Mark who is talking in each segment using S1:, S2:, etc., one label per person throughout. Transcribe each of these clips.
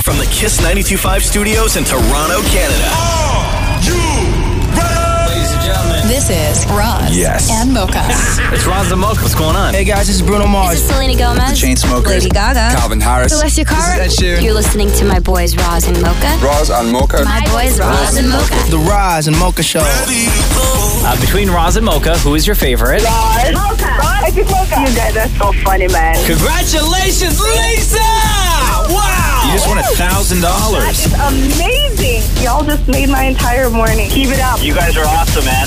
S1: From the Kiss 925 studios in Toronto, Canada.
S2: Ladies and gentlemen,
S3: This is Roz
S4: Yes.
S3: and Mocha.
S2: it's Roz the Moke. What's going on?
S5: Hey guys, this is
S6: This
S5: Bruno Mars.
S6: is Selena Gomez.
S4: Chainsmokers.
S6: Lady Gaga.
S4: Calvin Harris.
S6: Celestia Carr.
S4: This is Ed Sheeran.
S6: You're listening to my boys Roz and Mocha.
S4: Roz and Mocha.
S6: My boys Roz and Mocha.
S5: The Rise and Mocha Show.
S2: Uh, between Roz and Mocha, who is your favorite?
S7: I just woke up. You guys are so funny, man.
S2: Congratulations, Lisa! Wow! You just won a thousand dollars.
S7: It's amazing. Y'all just made my entire morning. Keep it up.
S2: You guys are awesome, man.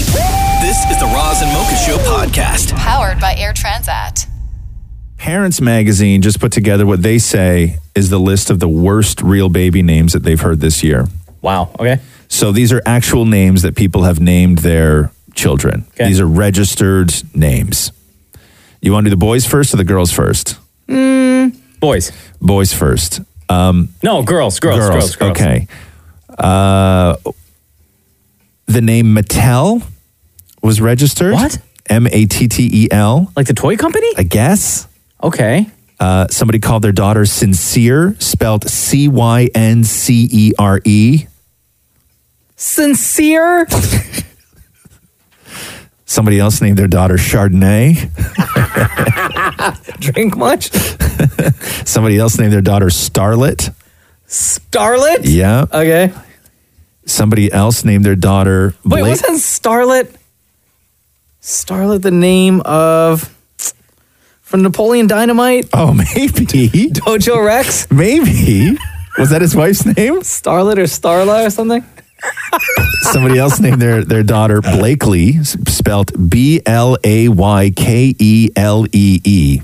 S1: This is the Roz and Mocha Show podcast.
S3: Powered by Air Transat.
S8: Parents Magazine just put together what they say is the list of the worst real baby names that they've heard this year.
S2: Wow. Okay.
S8: So these are actual names that people have named their children.
S2: Okay.
S8: These are registered names. You want to do the boys first or the girls first?
S2: Mm. Boys.
S8: Boys first. Um,
S2: No, girls, girls, girls, girls.
S8: Okay. Uh, the name Mattel was registered.
S2: What?
S8: M A T T E L,
S2: Like the toy company?
S8: I guess.
S2: Okay.
S8: Uh, somebody called their daughter Sincere, spelled C Y N C E R E.
S2: Sincere.
S8: Somebody else named their daughter Chardonnay.
S2: Drink much?
S8: Somebody else named their daughter Starlet.
S2: Starlet?
S8: Yeah.
S2: Okay.
S8: Somebody else named their daughter
S2: Wait,
S8: Bla-
S2: wasn't Starlet Starlet the name of from Napoleon Dynamite?
S8: Oh, maybe.
S2: Ojo Rex?
S8: maybe. Was that his wife's name?
S2: Starlet or Starla or something?
S8: Somebody else named their, their daughter Blakely, s- spelt B L A Y K E L E E.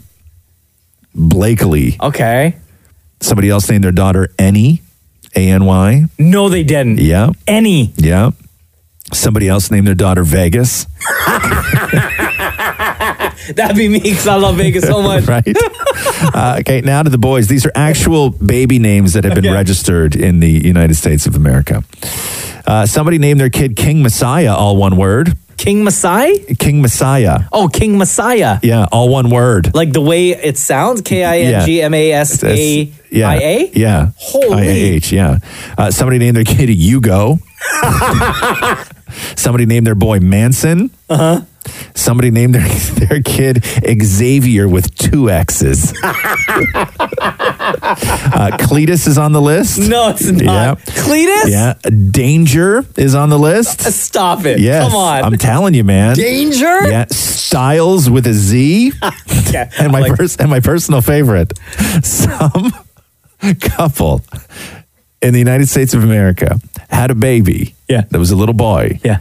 S8: Blakely.
S2: Okay.
S8: Somebody else named their daughter Annie, A N Y.
S2: No, they didn't.
S8: Yeah,
S2: Any.
S8: yeah. Somebody else named their daughter Vegas,
S2: That'd be me because I love Vegas so much.
S8: right? uh, okay, now to the boys. These are actual baby names that have been
S2: Okay.
S8: registered in the United States of America. Uh, somebody named their kid King Messiah, all one word.
S2: King Masai?
S8: King Messiah.
S2: Oh, King Messiah.
S8: Yeah, all one word.
S2: Like the way it sounds K I N G M A S A I A?
S8: yeah, yeah.
S2: Holy.
S8: IAH, yeah. Uh, somebody named their kid Hugo. somebody named their boy Manson. Uh huh.
S2: Uh-huh.
S8: Somebody named their their kid Xavier with two X's. uh, Cletus is on the list.
S2: No, it's not.
S8: Yeah.
S2: Cletus?
S8: Yeah. Danger is on the list.
S2: Uh, Stop it.
S8: Yes.
S2: Come on.
S8: I'm telling you, man.
S2: Danger?
S8: Yeah. Styles with a Z
S2: Okay.
S8: and my
S2: Like,
S8: pers- and my personal favorite, some couple in the United States of America had a baby.
S2: Yeah.
S8: that was a little boy.
S2: yeah.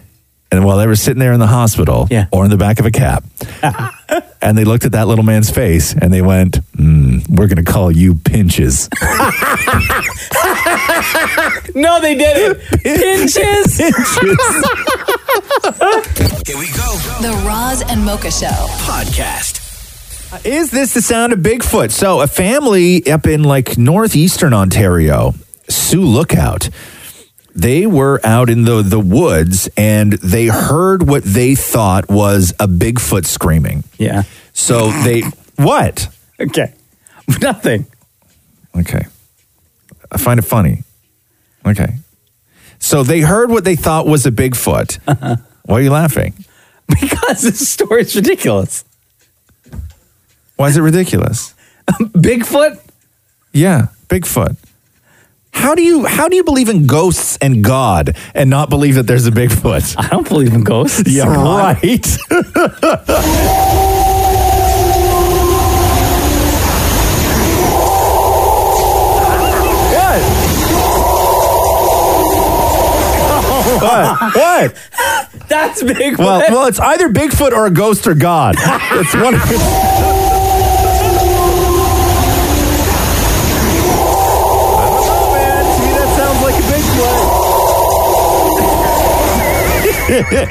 S8: and while they were sitting there in the hospital,
S2: Yeah.
S8: or in the back of a cab, and they looked at that little man's face and they went, mm, "We're going to call you Pinches."
S2: No, they didn't. Pinches.
S1: Here we go.
S3: The Roz and Mocha Show.
S1: Podcast.
S8: Is this the sound of Bigfoot? So, a family up in like northeastern Ontario, Sioux Lookout, they were out in the, the woods and they heard what they thought was a Bigfoot screaming.
S2: Yeah.
S8: So, they, what?
S2: Okay. Nothing.
S8: Okay. I find it funny. Okay. So, they heard what they thought was a Bigfoot. Why are you laughing?
S2: Uh-huh. Because this story is ridiculous.
S8: Why is it ridiculous?
S2: Bigfoot?
S8: Yeah, Bigfoot. How do you how do you believe in ghosts and God and not believe that there's a Bigfoot?
S2: I don't believe in ghosts.
S8: Yeah,
S2: Come on.
S8: right. What? What? What?
S2: That's Bigfoot.
S8: Well, well, it's either Bigfoot or a ghost or God. It's one. of- I don't know, man. To me, that sounds like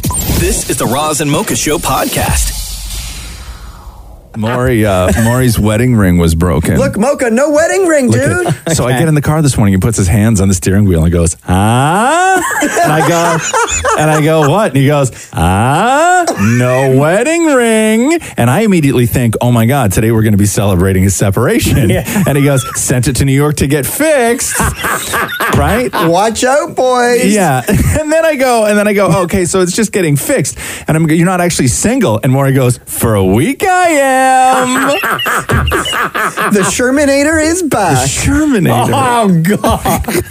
S8: a Bigfoot.
S1: This is the Roz and Mocha Show podcast.
S8: Maury, uh, Maury's wedding ring was broken.
S4: Look, Mocha, no wedding ring,
S8: Look
S4: dude.
S8: at it. So I get in the car this morning. He puts his hands on the steering wheel and goes, ah. And I go, and I go, what? And he goes, ah, no wedding ring. And I immediately think, oh my God, today we're going to be celebrating his separation. And he goes, sent it to New York to get fixed. right?
S4: Watch out, boys.
S8: Yeah. And then I go, and then I go, okay, so it's just getting fixed. And I'm, you're not actually single. And Maury goes, for a week I am.
S4: Um, The Shermanator is back. Oh,
S8: Shermanator.
S5: God.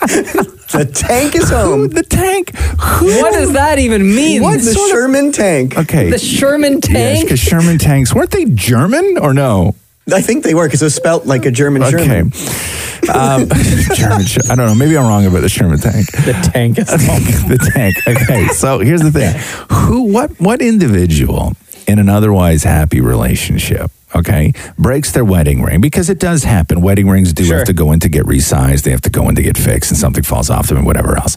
S4: The tank is home.
S8: The tank. Who?
S5: what does that even mean?
S4: What? The Sherman tank.
S8: Okay.
S5: The Sherman tank?
S8: because Sherman tanks weren't they German or no?
S4: I think they were because it was spelt like a German Sherman.
S8: Okay. Um, German. Sh- I don't know. Maybe I'm wrong about the Sherman tank.
S5: the tank is
S8: the tank. Okay. So here's the thing: who, what, what individual in an otherwise happy relationship? Okay, breaks their wedding ring because it does happen. Wedding rings do have to go in to get resized. They have to go in to get fixed, and something falls off them, and whatever else.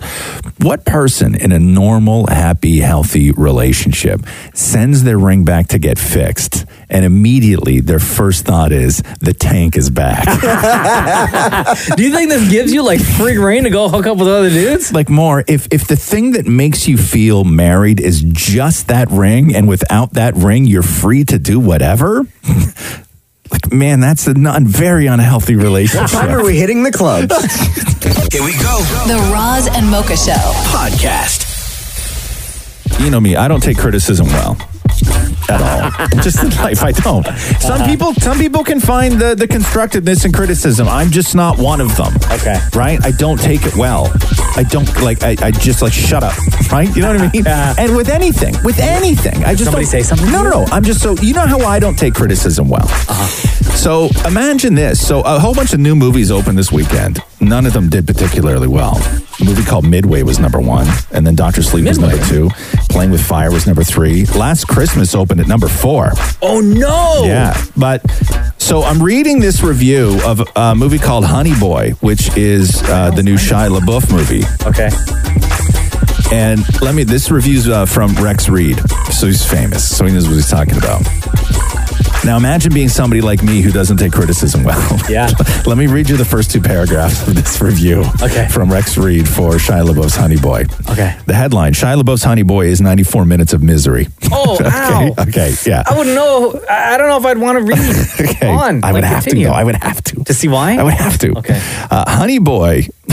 S8: What person in a normal, happy, healthy relationship sends their ring back to get fixed, and immediately their first thought is the tank is back?
S5: Do you think this gives you like free reign to go hook up with other dudes?
S8: like more if if the thing that makes you feel married is just that ring and without that ring you're free to do whatever like man that's a non, very unhealthy
S4: Time
S8: relationship
S4: are we hitting the club?
S1: Here we go.
S3: The Roz and Mocha Show.
S1: Podcast.
S8: you know me i don't take criticism well at all just in life i don't
S5: Uh-huh.
S8: some people some people can find the the constructiveness in criticism i'm just not one of them
S5: Okay.
S8: right i don't take it well i don't like i, I just like shut up right you know what i mean
S5: Yeah.
S8: and with anything with anything i just
S5: Somebody
S8: don't-
S5: say something? Uh-huh.
S8: no no no i'm just so you know how i don't take criticism well so imagine this so a whole bunch of new movies opened this weekend none of them did particularly well a movie called midway was number one and then dr sleep
S5: Midway?
S8: was number two playing with fire was number three last christmas opened at number four
S5: Oh no!
S8: yeah. But so I'm reading this review of a movie called Honey Boy, which is uh, the new Shia LaBeouf movie.
S5: Okay.
S8: And let me, this review's uh, from Rex Reed. So he's famous. So he knows what he's talking about. Now imagine being somebody like me who doesn't take criticism well.
S5: Yeah.
S8: let me read you the first two paragraphs of this review
S5: Okay.
S8: from Rex Reed for Shia LaBeouf's Honey Boy.
S5: Okay.
S8: The headline Shia LaBeouf's Honey Boy is 94 minutes of misery.
S5: Oh,
S8: okay.
S5: ow.
S8: Okay. Yeah.
S5: I wouldn't know. I I don't know if I'd want to read
S8: Okay.
S5: on.
S8: I would
S5: Like,
S8: have
S5: continue.
S8: to. though. I would have to.
S5: To see why?
S8: I would have to.
S5: Okay.
S8: Uh, Honey Boy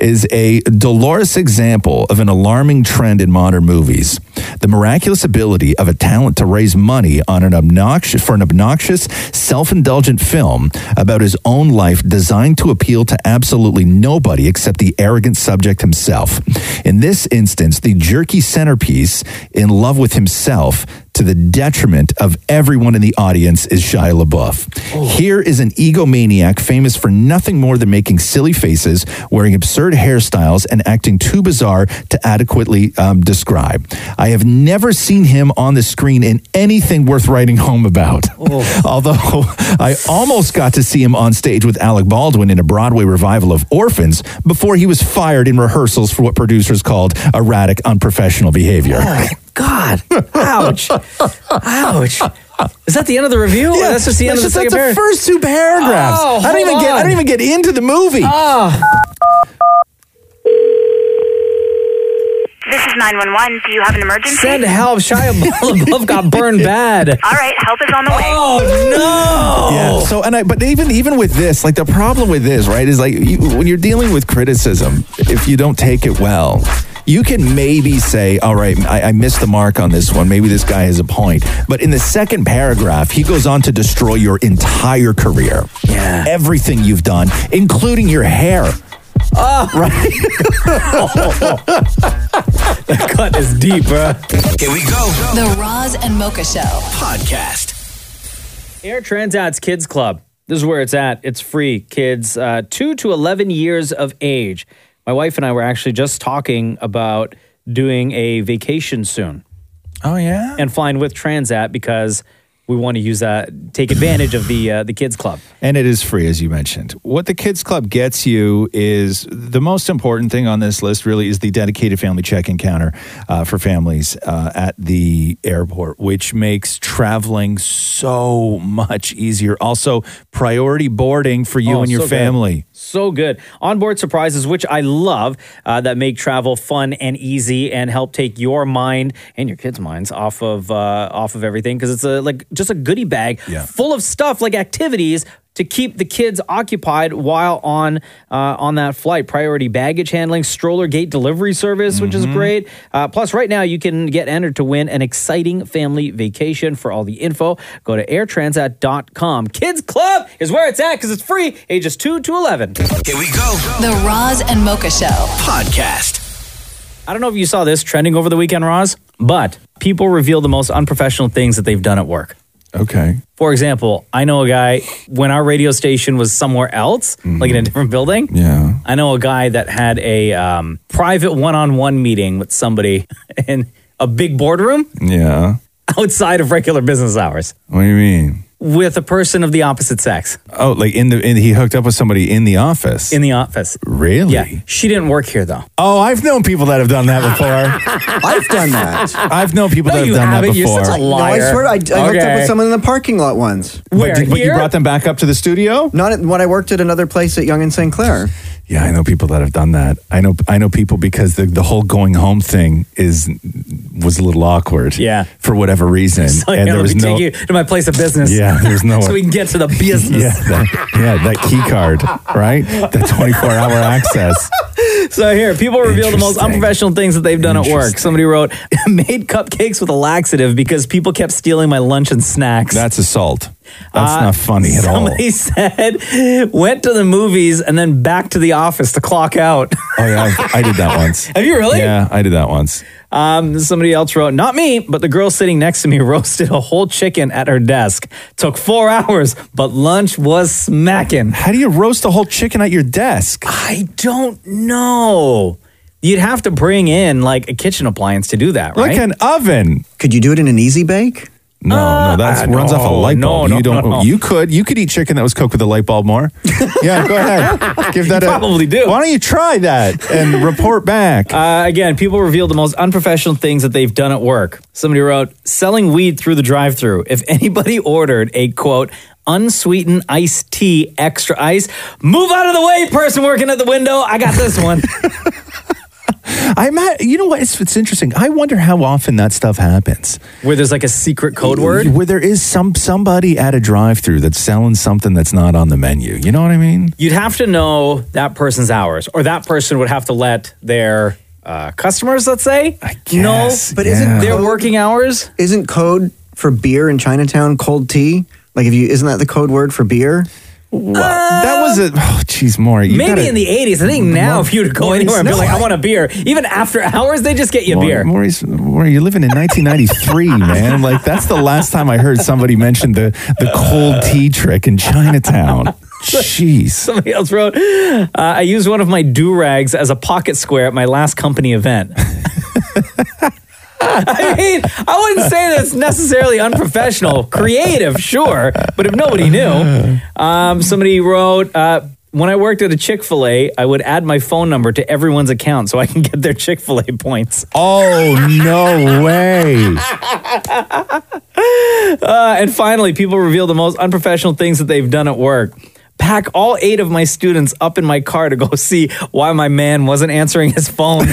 S8: is a dolorous example of an alarming trend in modern movies. The miraculous ability of a talent to raise money on an obnoxious for an obnoxious, self-indulgent film about his own life designed to appeal to absolutely nobody except the arrogant subject himself. In this instance, the jerky centerpiece in love with himself to the detriment of everyone in the audience is Shia LaBeouf. Here is an egomaniac famous for nothing more than making silly faces, wearing absurd hairstyles, and acting too bizarre to adequately um, describe. I have never seen him on the screen in anything worth writing home about.
S5: Oh.
S8: Although I almost got to see him on stage with Alec Baldwin in a Broadway revival of Orphans before he was fired in rehearsals for what producers called erratic, unprofessional behavior.
S5: God. Ouch. Ouch. Is that the end of the review? Yeah, that's just the end of the
S8: That's
S5: second
S8: just- that's
S5: paragraph.
S8: the first two paragraphs.
S5: Oh,
S8: I don't
S5: hold
S8: even get. I
S5: on. Ah.
S8: don't even get into the movie.
S9: This is 911. Do you have an emergency?
S5: Send help. Shia LaBeouf got burned bad.
S9: All right, help is on the way.
S5: Oh no!
S8: Yeah. So and I, but even even with this, like the problem with this, right, is like you, when you're dealing with criticism, if you don't take it well. You can maybe say, all right, I, I missed the mark on this one. Maybe this guy has a point. But in the second paragraph, he goes on to destroy your entire career.
S5: Yeah.
S8: Everything you've done, including your hair.
S10: Oh.
S5: That cut is deep, bro.
S1: Here we go.
S3: The Roz and Mocha Show.
S1: Podcast.
S5: Air Transat's Kids Club. This is where it's at. It's free. Kids uh, 2 to 11 years of age. My wife and I were actually just talking about doing a vacation soon
S8: Oh, yeah.
S5: and flying with Transat because we want to use that, take advantage of the uh, the kids club.
S8: And it is free, as you mentioned. What the Kids Club gets you is the most important thing on this list, really, is the dedicated family check-in counter uh, for families uh, at the airport, which makes traveling so much easier. Also, priority boarding for you
S5: Oh,
S8: and your
S5: so good.
S8: family.
S5: So good. Onboard surprises, which I love, uh, that make travel fun and easy and help take your mind and your kids' minds off of uh, off of everything because it's a like just a goodie bag full of stuff like activities to keep the kids occupied while on uh, on that flight. Priority baggage handling, stroller gate delivery service, which is great. Uh, plus, right now you can get entered to win an exciting family vacation. For all the info, go to airtransat.com. Kids Club is where it's at because it's free, ages two to eleven.
S1: Here we go.
S3: The Roz and Mocha Show.
S1: Podcast.
S5: I don't know if you saw this trending over the weekend, Roz, but people reveal the most unprofessional things that they've done at work.
S11: Okay.
S5: For example, I know a guy when our radio station was somewhere else, like in
S8: Mm-hmm.
S5: a different building.
S11: Yeah.
S5: I know a guy that had a um, private one-on-one meeting with somebody in a big boardroom
S11: Yeah.
S5: outside of regular business hours
S11: What do you mean?
S5: with a person of the opposite sex
S8: Oh, like in the in, he hooked up with somebody in the office.
S5: in the office.
S8: really?
S5: Yeah, she didn't work here though.
S8: Oh, I've known people that have done that before.
S4: I've done that.
S8: I've known people
S5: No,
S8: that
S5: you
S8: have done that
S5: haven't. You're
S8: before.
S5: such a
S4: No, I
S5: liar.
S4: swear I, I hooked up
S5: Okay.
S4: with someone in the parking lot once.
S5: Where?
S8: but, did- but you
S5: Here?
S8: brought them back up to the studio?
S4: Not at, when I worked at another place at Young and St. Clair.
S8: Yeah, I know people that have done that. I know I know people because the the whole going home thing is was a little awkward.
S5: Yeah.
S8: for whatever reason, and
S5: Like, yeah,
S8: there
S5: let
S8: was
S5: me
S8: no.
S5: take you to my place of business.
S8: Yeah, there's no.
S5: so we can get to the business.
S8: yeah, that, yeah, that key card, right? That 24 hour access.
S5: So here, people reveal the most
S8: Interesting.
S5: unprofessional things that they've done at work.
S8: Interesting.
S5: Somebody wrote, "Made cupcakes with a laxative because people kept stealing my lunch and snacks."
S8: That's assault. That's
S5: Uh,
S8: not funny at all.
S5: Somebody said, "Went to the movies and then back to the office to clock out."
S8: Oh yeah, I, I did that once.
S5: Have you really?
S8: Yeah, I did that once.
S5: Um, somebody else wrote, "Not me, but the girl sitting next to me roasted a whole chicken at her desk. Took four hours, but lunch was smacking."
S8: How do you roast a whole chicken at your desk?
S5: I don't know. You'd have to bring in like a kitchen appliance to do that, right?
S8: Like an oven.
S4: Could you do it in an easy bake?
S8: No, no, that
S5: Uh,
S8: runs off a
S5: no,
S8: light
S5: no,
S8: bulb.
S5: no,
S8: you don't.
S5: no, no.
S8: You could. You could eat chicken that was cooked with a light bulb more. yeah, go ahead. Give that. a,
S5: probably do.
S8: Why don't you try that and report back?
S5: Uh, again, people reveal the most unprofessional things that they've done at work. Somebody wrote, selling weed through the drive through. If anybody ordered a quote, unsweetened iced tea, extra ice, move out of the way, person working at the window. I got this one.
S8: I'm at, You know what? It's, it's interesting. I wonder how often that stuff happens.
S5: Where there's like a secret code word.
S8: Where there is some somebody at a drive-through that's selling something that's not on the menu. You know what I mean?
S5: You'd have to know that person's hours, or that person would have to let their uh, customers, let's say, know
S8: guess,
S4: But isn't yeah.
S5: their
S4: code-
S5: working hours.
S4: Isn't code for beer in Chinatown cold tea? Like if you isn't that the code word for beer?
S8: that was a. Oh, geez, Maury. you
S5: Maybe
S8: gotta-
S5: in the 80s. I think now, if you were to go
S8: Maurice,
S5: anywhere and be
S8: no,
S5: like, I
S8: I-
S5: want a beer, even after hours, they just get you a beer.
S8: Maurice, Maury, you're living in 1993, man. Like that's the last time I heard somebody mention the the cold tea trick in Chinatown. Jeez.
S5: Somebody else wrote, uh, I used one of my do rags as a pocket square at my last company event. I mean, I wouldn't say that's necessarily unprofessional. Creative, sure, but if nobody knew. Um, somebody wrote, uh, when I worked at a Chick fil A, I would add my phone number to everyone's account so I can get their Chick fil A points.
S8: Oh no way.
S5: Uh, and finally, people reveal the most unprofessional things that they've done at work. Pack all eight of my students up in my car to go see why my man wasn't answering his phone.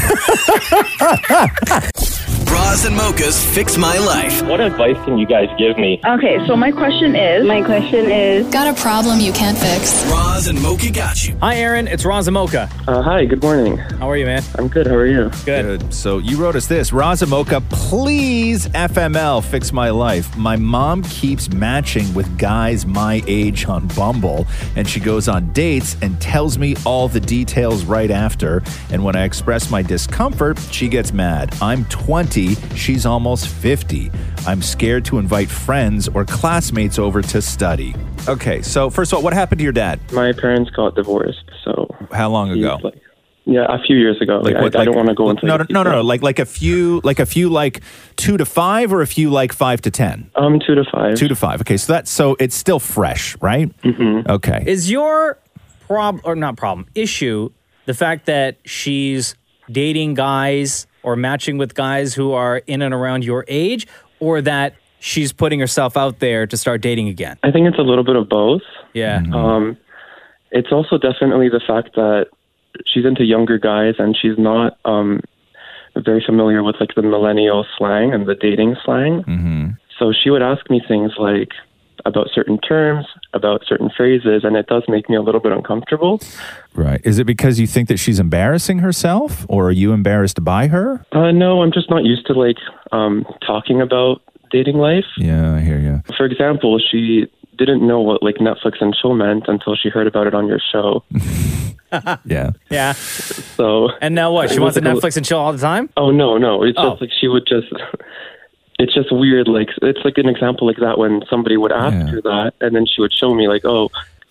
S1: Bras and mochas fix my life.
S12: What advice can you guys give me?
S13: Okay, so my question is. My question is.
S3: Got a problem you can't fix?
S1: Bras and mocha got you.
S5: Hi, Aaron. It's Ron Zamoka.
S12: Uh, hi, good morning.
S5: How are you, man?
S12: I'm good. How are you?
S8: Good. So you wrote us this Razamoka, please FML, fix my life. My mom keeps matching with guys my age on Bumble, and she goes on dates and tells me all the details right after. And when I express my discomfort, she gets mad. I'm 20, she's almost 50. I'm scared to invite friends or classmates over to study. Okay, so first of all, what happened to your dad?
S12: My parents got divorced, so
S8: How long
S12: he's
S8: ago?
S12: like Yeah, a few years ago.
S8: Like
S12: I,
S8: what,
S12: I don't
S8: like-
S12: want to go into
S8: No,
S12: the
S8: no, no, no, no.
S12: details.
S8: Like like a few, like a few, like two to five, or a few, like five to ten.
S12: Um, two to five.
S8: Two to five. Okay, so that's so it's still fresh, right? Mm-hmm. Okay.
S5: Is your problem or not problem issue the fact that she's dating guys or matching with guys who are in and around your age, or that she's putting herself out there to start dating again?
S12: I think it's a little bit of both.
S5: Yeah.
S8: Mm-hmm.
S12: Um, it's also definitely the fact that she's into younger guys and she's not um, very familiar with like the millennial slang and the dating slang.
S8: Mm-hmm.
S12: So she would ask me things like about certain terms, about certain phrases, and it does make me a little bit uncomfortable.
S8: Right. Is it because you think that she's embarrassing herself, or are you embarrassed by her?
S12: Uh, no, I'm just not used to like um, talking about dating life.
S8: Yeah, I hear you.
S12: For example, she didn't know what like Netflix and chill meant until she heard about it on your show.
S8: yeah.
S5: Yeah.
S12: So.
S5: And now what? She
S12: It
S5: wants
S12: was
S5: a
S12: like a-
S5: Netflix and chill all the time?
S12: Oh no, no. It's
S5: Oh.
S12: just like she would just. It's just weird. Like it's like an example like that when somebody would ask her that, and then she would show me like, oh.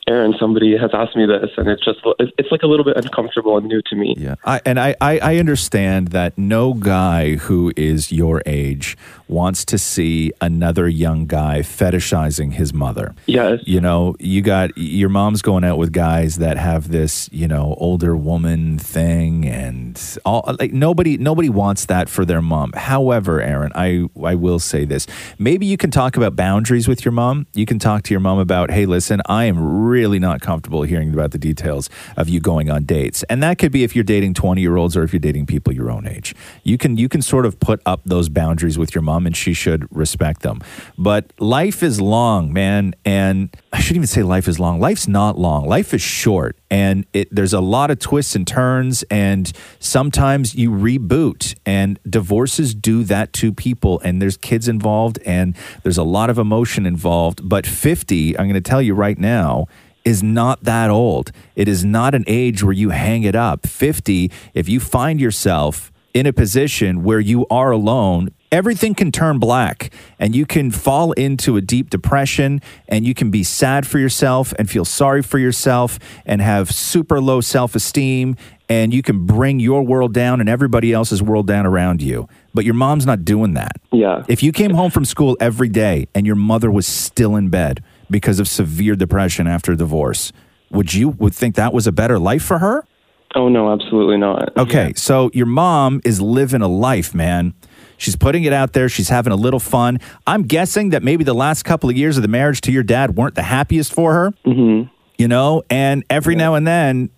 S12: Aaron, somebody has asked me this, and it's just, it's it's like a little bit uncomfortable and new to me.
S8: Yeah. I, and I, I, I understand that no guy who is your age wants to see another young guy fetishizing his mother.
S12: Yes.
S8: You know, you got your mom's going out with guys that have this, you know, older woman thing and all like nobody nobody wants that for their mom. However, Aaron, I I will say this. Maybe you can talk about boundaries with your mom. You can talk to your mom about, "Hey, listen, I am really not comfortable hearing about the details of you going on dates." And that could be if you're dating 20-year-olds or if you're dating people your own age. You can you can sort of put up those boundaries with your mom and she should respect them. But life is long, man, and I shouldn't even say life is long. Life's not long. Life is short and it there's a lot of twists and turns and sometimes you reboot and divorces do that to people and there's kids involved and there's a lot of emotion involved, but 50, I'm going to tell you right now, is not that old. It is not an age where you hang it up. 50, if you find yourself in a position where you are alone, everything can turn black and you can fall into a deep depression and you can be sad for yourself and feel sorry for yourself and have super low self esteem and you can bring your world down and everybody else's world down around you. But your mom's not doing that.
S12: Yeah.
S8: If you came home from school every day and your mother was still in bed because of severe depression after a divorce, would you would think that was a better life for her?
S12: Oh no, absolutely not.
S8: Okay, so your mom is living a life, man. She's putting it out there. She's having a little fun. I'm guessing that maybe the last couple of years of the marriage to your dad weren't the happiest for her. Mm-hmm. You know, and every now and then,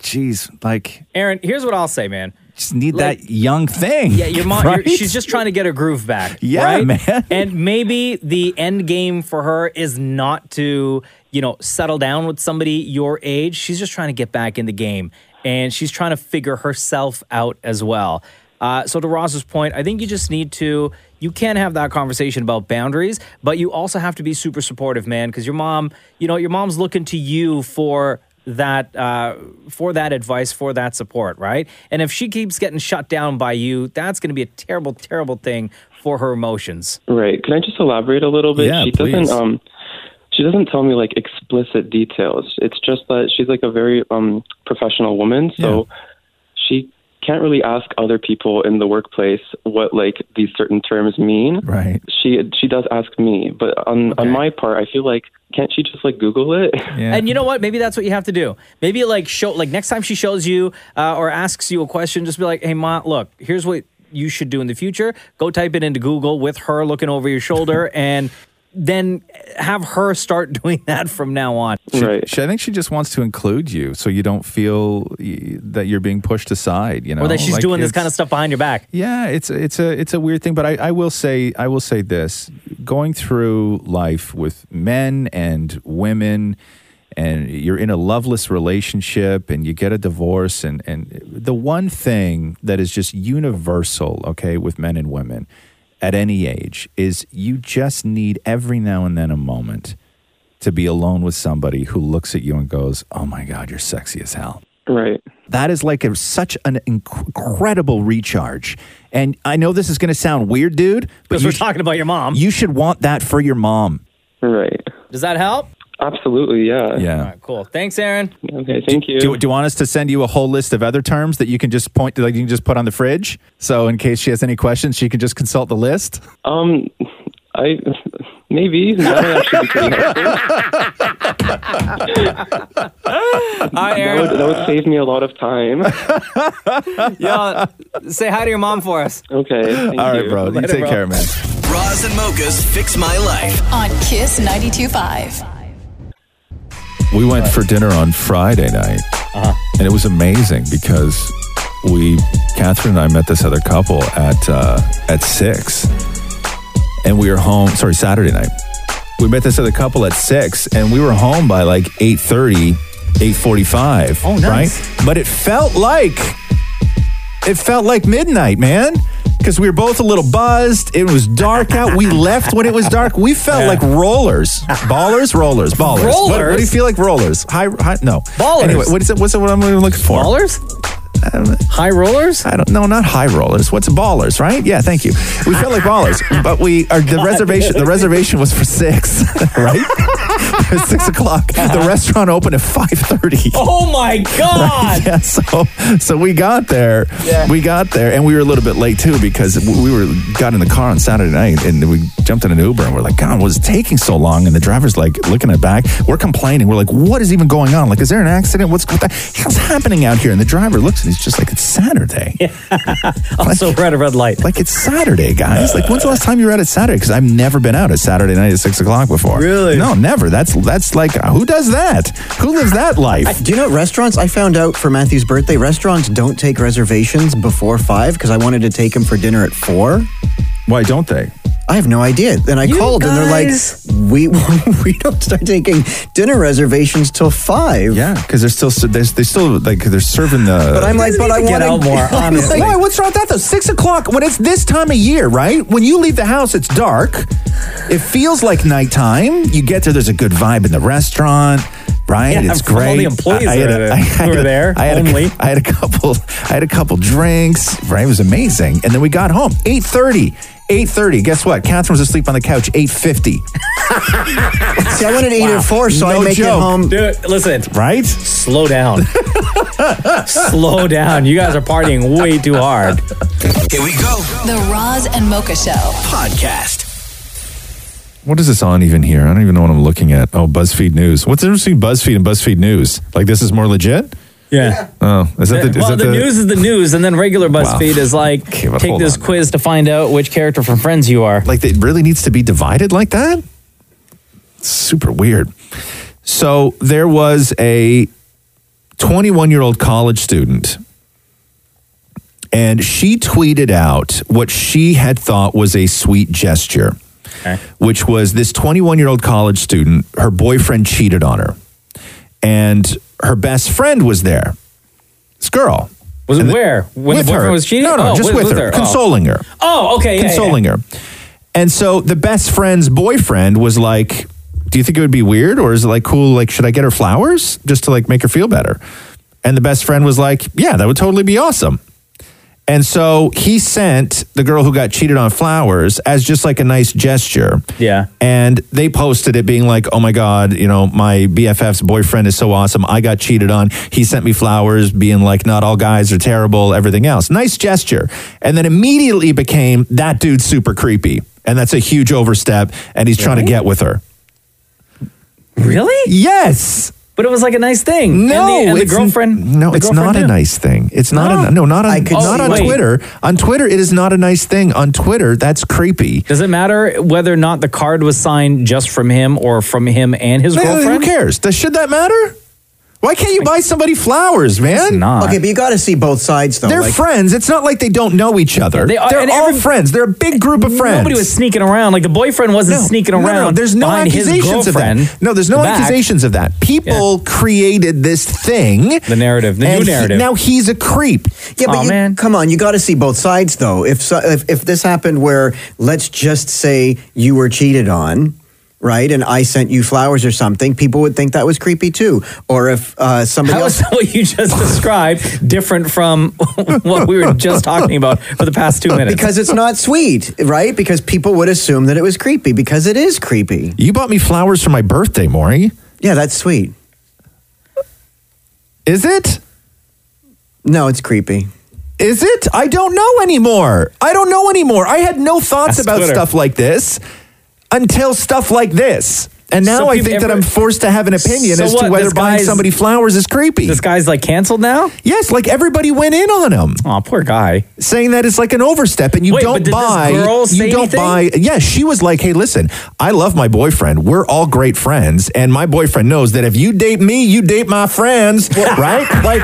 S8: geez, like
S5: Aaron, here's what I'll say, man.
S8: just need that young thing.
S5: Yeah, your mom. your-
S8: right?
S5: she's just trying to get her groove back.
S8: Yeah,
S5: right?
S8: man.
S5: And maybe the end game for her is not to, you know, settle down with somebody your age. She's just trying to get back in the game, and she's trying to figure herself out as well. Uh, so to Ross's point, I think you just need to. You can have that conversation about boundaries, but you also have to be super supportive, man, because your mom, you know, your mom's looking to you for that uh, for that advice for that support right and if she keeps getting shut down by you that's going to be a terrible terrible thing for her emotions
S12: Right. Can I just elaborate a little bit?
S5: Yeah,
S12: she
S5: please.
S12: doesn't um she doesn't tell me like explicit details. It's just that she's like a very um professional woman, so she can't really ask other people in the workplace what like these certain terms mean.
S8: Right.
S12: She she does ask me, but on on my part, I feel like can't she just like Google it?
S5: And you know what? Maybe that's what you have to do. Maybe like show like next time she shows you uh, or asks you a question, just be like, "Hey, ma, look, here's what you should do in the future. Go type it into Google with her looking over your shoulder, and then have her start doing that from now on."
S8: She, she- I think she just wants to include you so you don't feel y- that you're being pushed aside, you know.
S5: or that she's
S8: Like,
S5: doing this
S8: it's-
S5: kind of stuff behind your back.
S8: Yeah, it's it's a it's a weird thing, but I, I will say I will say this: going through life with men and women, and you're in a loveless relationship, and you get a divorce, and and the one thing that is just universal, okay, with men and women at any age is you just need every now and then a moment to be alone with somebody who looks at you and goes, "Oh my God, you're sexy as hell."
S12: Right.
S8: That is like a, such an inc- incredible recharge. And I know this is going to sound weird, dude, but
S5: Because we're
S8: sh-
S5: talking about your mom.
S8: you should want that for your mom.
S12: Right.
S5: Does that help?
S12: Absolutely, yeah.
S14: Yeah.
S5: Cool. Thanks, Aaron.
S12: Okay, thank you.
S14: Do, do you want us to send you a whole list of other terms that you can just point to, like you can just put on the fridge? So in case she has any questions, she can just consult the list.
S12: Um, I maybe that would actually be pretty helpful. that, would, that would save me a lot of time.
S5: yeah, say hi to your mom for us.
S12: Okay. thank
S14: All right,
S12: you.
S14: bro. You
S12: Later,
S14: take
S12: bro.
S14: care, man.
S1: Roz and Mocha's Fix My Life.
S3: on Kiss 92.5.
S8: We went for dinner on Friday night, and it was amazing because we, Catherine and I, met this other couple at uh, at six, and we were home. Sorry, Saturday night. We met this other couple at six, and we were home by like 8.30, 8.45. Oh, nice. Right? But it felt like it felt like midnight, man. Because we were both a little buzzed. It was dark out. We left when it was dark. We felt like rollers, ballers, rollers, ballers. What- What, do you
S14: Rollers?
S8: feel like? Rollers? High, high no.
S14: Ballers.
S8: Anyway, what is it? What's it? What I'm looking for? Ballers.
S5: High rollers?
S8: I don't. No, not high rollers. What's ballers? Right? Yeah. Thank you. We felt like ballers, but we are the
S14: God.
S8: reservation. The reservation was for six, right? It was six o'clock. The restaurant opened at five thirty.
S5: Uh-huh. Oh my god!
S8: yeah, so so we got there. We got there, and we were a little bit late too because we were got in the car on Saturday night, and we jumped in an Uber, and we're like, God, was it taking so long? And the driver's like looking at back. We're complaining. We're like, What is even going on? Like, is there an accident? What's what the hell's happening out here? And the driver looks, and he's just like, It's Saturday.
S5: also, we're at a red light.
S8: Like it's Saturday, guys. Like, when's the last time you were out at Saturday? Because I've never been out at Saturday night at six o'clock before. Really? No, never. That's that's like who does that? Who lives that life?
S4: do you know restaurants? I found out for Matthew's birthday, restaurants don't take reservations before five because I wanted to take him for dinner at four.
S8: Why don't they?
S4: I have no idea. Then I
S5: You
S4: called
S5: guys.
S4: and they're like, "We we don't start taking dinner reservations till five.
S8: Yeah, because they're still they're, they still like they're serving the.
S4: But I'm like, but I want
S8: Why? What's wrong with that though? Six o'clock when it's this time of year, right? When you leave the house, it's dark. It feels like nighttime. You get there, there's a good vibe in the restaurant, right?
S5: Yeah,
S8: it's
S5: from all
S8: great.
S5: the employees
S8: had
S5: that
S8: a-
S5: are-
S8: had
S5: who are
S8: a-
S5: there,
S8: I had,
S5: lonely.
S8: a, I had a couple. I had a couple drinks. Right, it was amazing. And then we got home eight thirty. Eight thirty. Guess what? Catherine was asleep on the couch. Eight fifty.
S4: See, I wanted to eat at four, so I make it home.
S5: Dude, listen.
S8: Right?
S5: Slow down. Slow down. You guys are partying way too hard.
S1: Here we go.
S3: The Roz and Mocha Show.
S1: Podcast.
S8: What is this on even here? I don't even know what I'm looking at. Oh, BuzzFeed News. What's the difference between BuzzFeed and BuzzFeed News? Like this is more legit?
S5: Yeah.
S8: Oh, is that the, is
S5: Uh, well,
S8: that
S5: the, news is the news, and then regular BuzzFeed is like,
S8: Okay, but
S5: take
S8: hold
S5: this
S8: on.
S5: quiz to find out which character from Friends you are.
S8: Like it really needs to be divided like that? Super weird. So there was a 21 year old college student, and she tweeted out what she had thought was a sweet gesture, which was this 21 year old college student, her boyfriend cheated on her, and her best friend was there. This girl.
S5: Was it
S8: And the-
S5: where? When
S8: with
S5: the boyfriend
S8: her.
S5: was cheating?
S8: No, no,
S5: Oh,
S8: just with, her,
S5: Oh.
S8: consoling her
S5: Oh, okay. yeah, yeah,
S8: consoling her. And so the best friend's boyfriend was like, "Do you think it would be weird, or is it like cool? Like, should I get her flowers just to like make her feel better?" And the best friend was like, "Yeah, that would totally be awesome." And so he sent the girl who got cheated on flowers as just like a nice gesture.
S5: Yeah.
S8: And they posted it being like, oh my God, you know, my BFF's boyfriend is so awesome. I got cheated on. He sent me flowers, being like, not all guys are terrible, everything else. Nice gesture. And then immediately became that dude's super creepy. And that's a huge overstep. And he's trying to get with her.
S5: yeah. Really?
S8: Yes.
S5: But it was like a nice thing.
S8: No,
S5: and the, and the
S8: it's n-
S5: girlfriend.
S8: No,
S5: the
S8: it's
S5: girlfriend
S8: not a
S5: knew.
S8: nice thing. It's not
S5: No?
S8: a no, not on
S4: I could
S8: not
S4: see
S8: on
S5: why.
S8: Twitter. On Twitter, it is not a nice thing. On Twitter, that's creepy.
S5: Does it matter whether or not the card was signed just from him or from him and his
S8: No, Who
S5: girlfriend?
S8: cares? Does, should that matter? Why can't you buy somebody flowers,
S5: It's
S8: man?
S5: not.
S4: Okay, but you got to see both sides though.
S8: They're
S4: like-
S8: friends. It's not like they don't know each other.
S5: They
S8: they
S5: are-
S8: are, all
S5: and every-
S8: friends. They're a big group of friends.
S5: Nobody was sneaking around. Like the boyfriend wasn't sneaking around.
S8: There's no
S5: behind his
S8: accusations of
S5: girlfriend
S8: that. No, there's no
S5: back.
S8: accusations of that. People created this thing.
S5: The narrative, the new
S8: and he-
S5: narrative.
S8: now he's a creep.
S4: Yeah, but
S5: Aw,
S4: you,
S5: man.
S4: come on, you got to see both sides though. If, so, if if this happened where let's just say you were cheated on, right, and I sent you flowers or something, people would think that was creepy too. Or if uh, somebody
S5: How
S4: else,
S5: is what you just described different from what we were just talking about for the past two minutes?
S4: because it's not sweet, right? Because people would assume that it was creepy because it is creepy.
S8: You bought me flowers for my birthday, Maury.
S4: Yeah, that's sweet.
S8: Is it?
S4: No, it's creepy.
S8: Is it? I don't know anymore. I don't know anymore. I had no thoughts
S4: That's
S8: about
S4: Twitter.
S8: stuff like this until stuff like this. And now
S5: So
S8: I
S5: people-
S8: think that
S5: every-
S8: I'm forced to have an opinion
S5: So
S8: as to
S5: what?
S8: whether
S5: This
S8: buying
S5: guy's-
S8: somebody flowers is creepy. This
S5: guy's like canceled now?
S8: Yes, like everybody went in on him.
S5: Oh, poor guy.
S8: Saying that it's like an overstep and you
S5: Wait,
S8: don't
S5: but did this
S8: buy
S5: girl say
S8: you don't
S5: anything?
S8: buy Yeah, she was like, "Hey, listen, I love my boyfriend. We're all great friends, and my boyfriend knows that if you date me, you date my friends." right? Like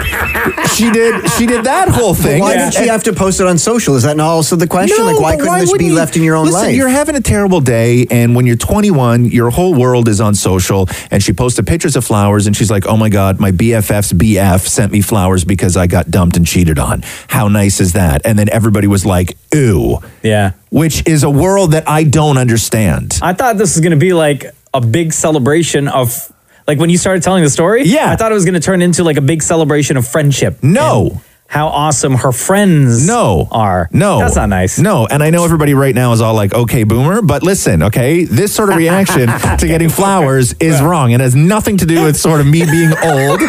S8: she did she did that whole
S4: But
S8: thing.
S4: why
S8: And-
S4: did she have to post it on social? Is that not also the question? like, why
S8: but
S4: couldn't this
S8: wouldn't
S4: be
S8: you-
S4: left in your own
S8: Listen,
S4: life?
S8: You're having a terrible day, and when you're 21, your whole world is on social. And she posted pictures of flowers, and she's like, "Oh my god, my BFF's BF sent me flowers because I got dumped and cheated on. How nice is that?" And then everybody was like, "Ooh,"
S5: Yeah.
S8: which is a world that I don't understand.
S5: I thought this was going to be like a big celebration of, like when you started telling the story. Yeah. I thought it was going to turn into like a big celebration of friendship.
S8: No.
S5: How awesome her friends
S8: no
S5: are.
S8: No,
S5: That's not nice.
S8: No, and I know everybody right now is all like, "Okay, boomer," but listen, okay, this sort of reaction to getting flowers is wrong. It has nothing to do with sort of me being old.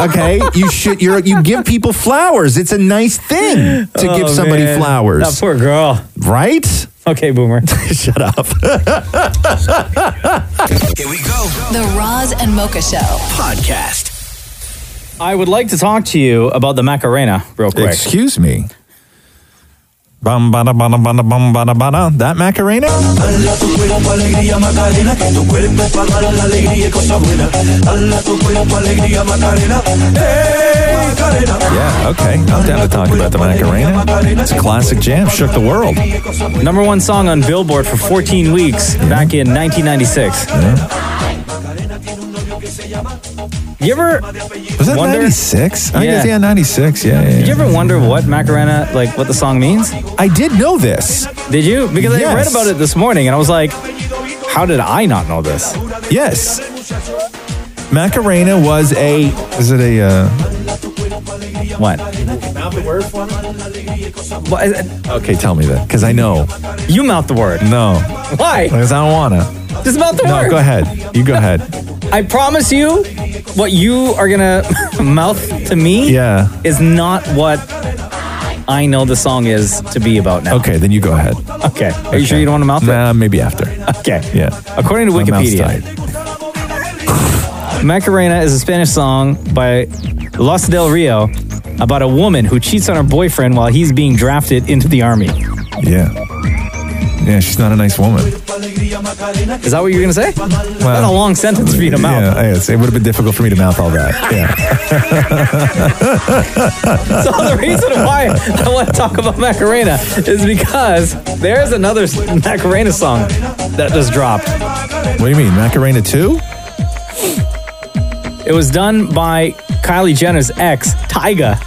S8: Okay, you should you're you give people flowers. It's a nice thing to give
S5: Oh,
S8: somebody
S5: man.
S8: flowers.
S5: That poor girl.
S8: Right?
S5: Okay, boomer.
S8: Shut up.
S3: The Roz and Mocha Show
S1: podcast.
S5: I would like to talk to you about the Macarena real quick.
S8: Excuse me. Bum bada bada bada bum bada bada. That Macarena?
S15: Eh,
S8: Yeah, okay. I'm down to talk about the Macarena. It's a classic jam. Shook the world.
S5: Number one song on Billboard for 14 weeks back in 1996. You ever
S8: Was that
S5: wonder?
S8: 96? I guess,
S5: Yeah.
S8: yeah, 96. Yeah, yeah, yeah.
S5: Did you ever wonder what Macarena, like what the song means?
S8: I did know this.
S5: Did you? Because I read
S8: Yes.
S5: about it this morning and I was like, how did I not know this?
S8: Yes. Macarena was a. Is it a. Uh,
S5: what? What is it?
S8: Okay, tell me that. Because I know.
S5: You mouth the word.
S8: No.
S5: Why?
S8: Because I don't want to.
S5: Just mouth the
S8: No,
S5: word.
S8: go ahead. You go ahead.
S5: I promise you, what you are gonna mouth to me,
S8: Yeah.
S5: is not what I know the song is to be about now.
S8: Okay, then you go ahead.
S5: Okay. Are you sure you don't want to mouth it?
S8: Nah, maybe after.
S5: Okay.
S8: Yeah.
S5: According to
S8: My mouth's
S5: Wikipedia, Macarena is a Spanish song by Los del Rio about a woman who cheats on her boyfriend while he's being drafted into the army.
S8: Yeah. Yeah, she's not a nice woman.
S5: Is that what you were going to say? That's a long sentence for you to mouth.
S8: Yeah, I guess it would have been difficult for me to mouth all that. Yeah.
S5: So the reason why I want to talk about Macarena is because there's another Macarena song that just dropped.
S8: what do you mean, Macarena two?
S5: It was done by Kylie Jenner's ex, Tyga.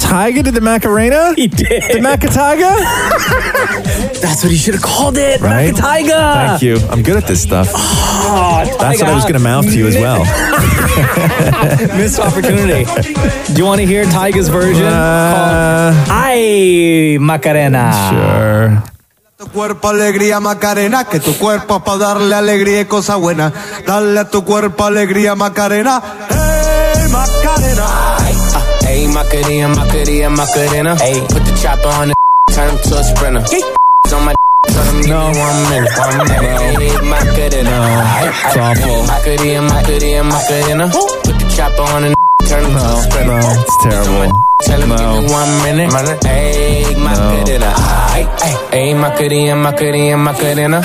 S8: Tyga did the Macarena?
S5: He did.
S8: The Macataga?
S5: That's what he should have called it.
S8: Right?
S5: Macatyga.
S8: Thank you. I'm good at this stuff.
S5: Oh,
S8: That's what I was going to mouth to you as well.
S5: Missed opportunity. Do you want to hear Tyga's version?
S8: Uh,
S5: called Ay Macarena.
S15: cuerpo alegría Macarena, que tu cuerpo es para darle alegría y cosa buena. Dale a tu cuerpo alegría Macarena. ¡Hey, Macarena!
S16: Ayy, Macarena, Macarena, Macarena. Ayy, put the chopper on the turn him to a sprinter. on my turn him no one minute, one minute. Ayy, Macarena. It's awful. Macarena, Macarena, Macarena. Put the chopper on the turn him to a sprinter. No, it's terrible. Tell him give me one minute. Ayy, Macarena. Ayy, ayy, Macarena, Macarena, Macarena.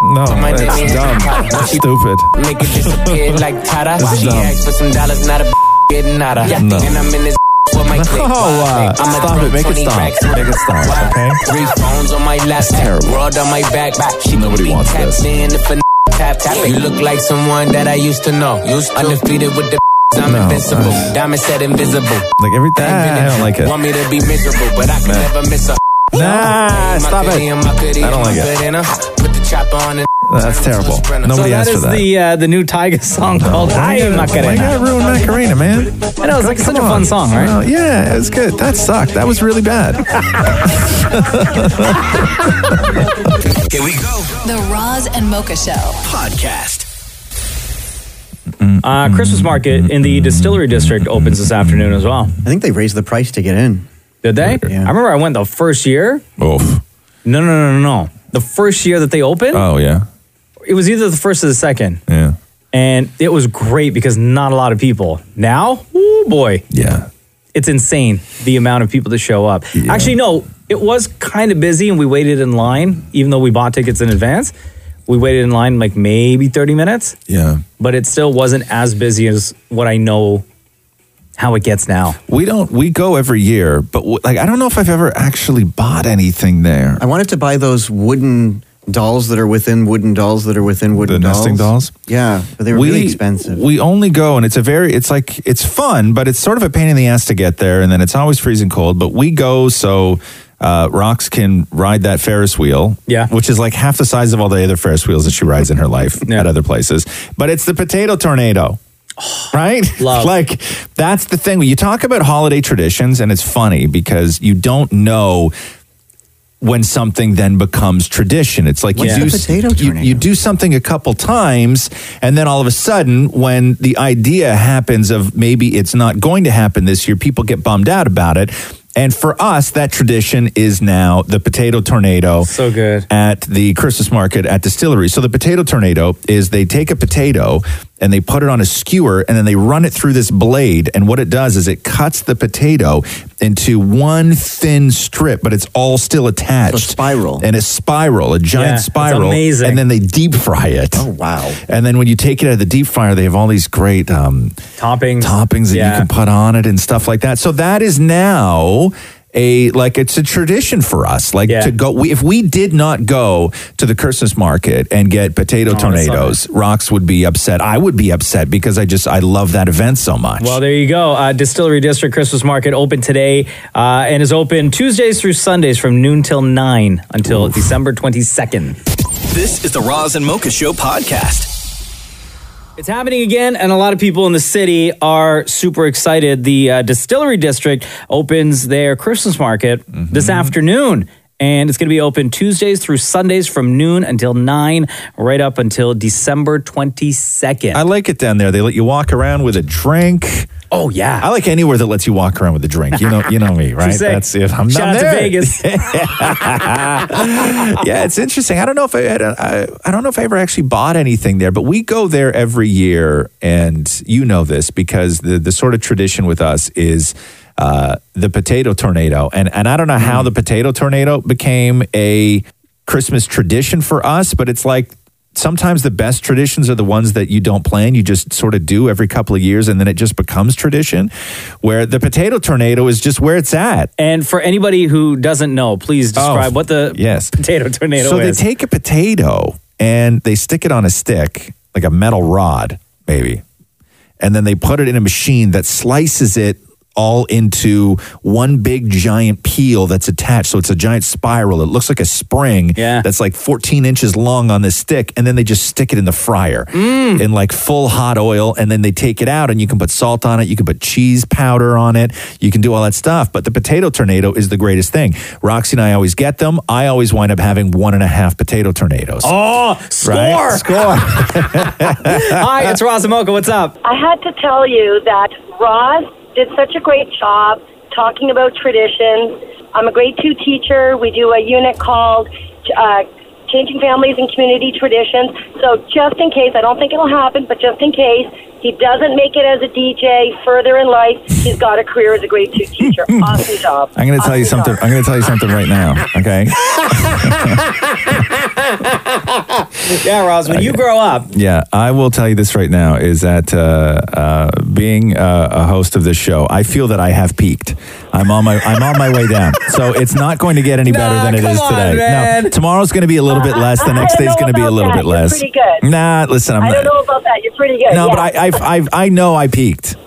S8: No, that's dumb. That's stupid.
S16: Make it disappear like Tata.
S8: This is
S16: She
S8: dumb.
S16: asked for some dollars, not a getting out of.
S8: No.
S16: And I'm in this with my click.
S8: Oh, wow.
S16: I'm
S8: Stop it. Make it stop. Make it stop, okay?
S16: Three phones on my lap.
S8: terrible.
S16: World on my back. She Nobody wants this. In if a tap tap it. You look like someone that I used to know. Used to. Undefeated with the I'm
S8: No,
S16: invincible.
S8: that's-
S16: Diamond said invisible.
S8: Like everything. I don't like it.
S16: Want me to be miserable, but I can
S8: Nah.
S16: never miss a.
S8: Nah, stop it. I don't like it.
S16: Put the chopper on it.
S8: That's terrible. Nobody
S5: so
S8: asked for
S5: is
S8: that.
S5: the uh, the new Tyga song called
S8: Why
S5: Ay
S8: gotta- Why
S5: Macarena.
S8: gotta ruin Macarena, man?
S5: I know it's like such a fun song, right?
S8: Oh, yeah, it was good. That sucked. That was really bad.
S3: The Roz and Mocha Show
S1: Podcast.
S8: Mm,
S5: Uh, Christmas market in the distillery district opens this afternoon as well.
S4: I think they raised the price to get in.
S5: Did they? I remember I went the first year.
S8: Oof.
S5: No, no, no, no, no. The first year that they opened,
S8: Oh yeah.
S5: it was either the first or the second.
S8: Yeah.
S5: And it was great because not a lot of people. Now, oh boy.
S8: Yeah.
S5: It's insane the amount of people that show up. Actually, no, it was kind of busy and we waited in line, even though we bought tickets in advance. We waited in line like maybe 30 minutes,
S8: Yeah.
S5: but it still wasn't as busy as what I know how it gets now.
S8: We don't. We go every year, but w- like I don't know if I've ever actually bought anything there.
S4: I wanted to buy those wooden dolls that are within wooden dolls that are within wooden
S8: The
S4: dolls.
S8: nesting dolls?
S4: Yeah, but they were really expensive.
S8: We only go, and it's a very, it's like, it's fun, but it's sort of a pain in the ass to get there, and then it's always freezing cold. But we go so uh, Rox can ride that Ferris wheel,
S5: Yeah.
S8: which is like half the size of all the other Ferris wheels that she rides in her life at other places. But it's the potato tornado. Right?
S5: Oh, Love.
S8: like that's the thing. You talk about holiday traditions and it's funny because you don't know when something then becomes tradition. It's like
S4: What's
S8: you,
S4: a
S8: do,
S4: potato
S8: you,
S4: tornado?
S8: you do something a couple times, and then all of a sudden, when the idea happens of maybe it's not going to happen this year, people get bummed out about it. And for us, that tradition is now the potato tornado. So
S5: good.
S8: At the Christmas market at distillery. So the potato tornado is they take a potato and they put it on a skewer and then they run it through this blade. And what it does is it cuts the potato into one thin strip, but it's all still attached. a spiral. And a spiral, a giant
S5: Yeah, it's
S8: spiral.
S5: amazing.
S8: And then they deep fry it. Oh,
S4: wow.
S8: And then when you take it out of the deep fryer, they have all these great um,
S5: toppings
S8: toppings that you can put on it and stuff like that. So that is now a like it's a tradition for us like
S5: Yeah.
S8: to go we, if we did not go to the Christmas market and get potato
S5: Oh, that's
S8: tornadoes rocks would be upset I would be upset because I just I love that event so much
S5: Well, there you go. Uh, Distillery District Christmas Market open today uh, and is open Tuesdays through Sundays from noon till 9 until December 22nd.
S11: This is the Roz and Mocha Show podcast.
S5: It's happening again, and a lot of people in the city are super excited. The uh, Distillery District opens their Christmas market this
S8: Mm-hmm.
S5: afternoon. And it's going to be open Tuesdays through Sundays from noon until 9, right up until December 22nd.
S8: I like it down there they let you walk around with a drink
S5: oh yeah
S8: I like anywhere that lets you walk around with a drink you know you know me right
S5: She's sick.
S8: that's it I'm
S5: Shout
S8: not
S5: out
S8: there
S5: to Vegas.
S8: yeah, it's interesting. I don't know if I, I, don't- I, I don't know if I ever actually bought anything there, but we go there every year, and you know this because the the sort of tradition with us is uh, the potato tornado, and and I don't know how the potato tornado became a Christmas tradition for us, but it's like. Sometimes the best traditions are the ones that you don't plan. You just sort of do every couple of years and then it just becomes tradition. Where the potato tornado is just where it's at.
S5: And for anybody who doesn't know, please describe what the
S8: Oh, yes.
S5: potato tornado
S8: so
S5: is.
S8: they take a potato and they stick it on a stick, like a metal rod, maybe, and then they put it in a machine that slices it all into one big giant peel that's attached. So it's a giant spiral. It looks like a spring that's like 14 inches long on this stick. And then they just stick it in the fryer
S5: Mm.
S8: in like full hot oil. And then they take it out and you can put salt on it. You can put cheese powder on it. You can do all that stuff. But the potato tornado is the greatest thing. Roxy and I always get them. I always wind up having one and a half potato tornadoes.
S5: Oh, score!
S8: Right? Score.
S5: Hi, it's Roz and Mocha. What's up?
S17: I had to tell you that Roz did such a great job talking about traditions. I'm a grade two teacher. We do a unit called uh, Changing Families and Community Traditions. So, just in case, I don't think it'll happen, but just in case he doesn't make it as a DJ further in life, he's got a career as a grade two teacher. awesome job.
S8: I'm going to tell you something. I'm going to tell you something right now. Okay.
S5: yeah, Roz, when you grow up,
S8: Yeah, I will tell you this right now is that uh, uh, being uh, a host of this show, I feel that I have peaked. I'm on my I'm on my way down. So it's not going to get any better than it is today. No, tomorrow's going to be a little bit less. The next day's going to be a little bit less.
S17: Pretty good.
S8: Nah, listen, I'm
S17: I
S8: not.
S17: don't know about that. You're pretty good.
S8: No,
S17: yeah.
S8: but I I, I I know I peaked.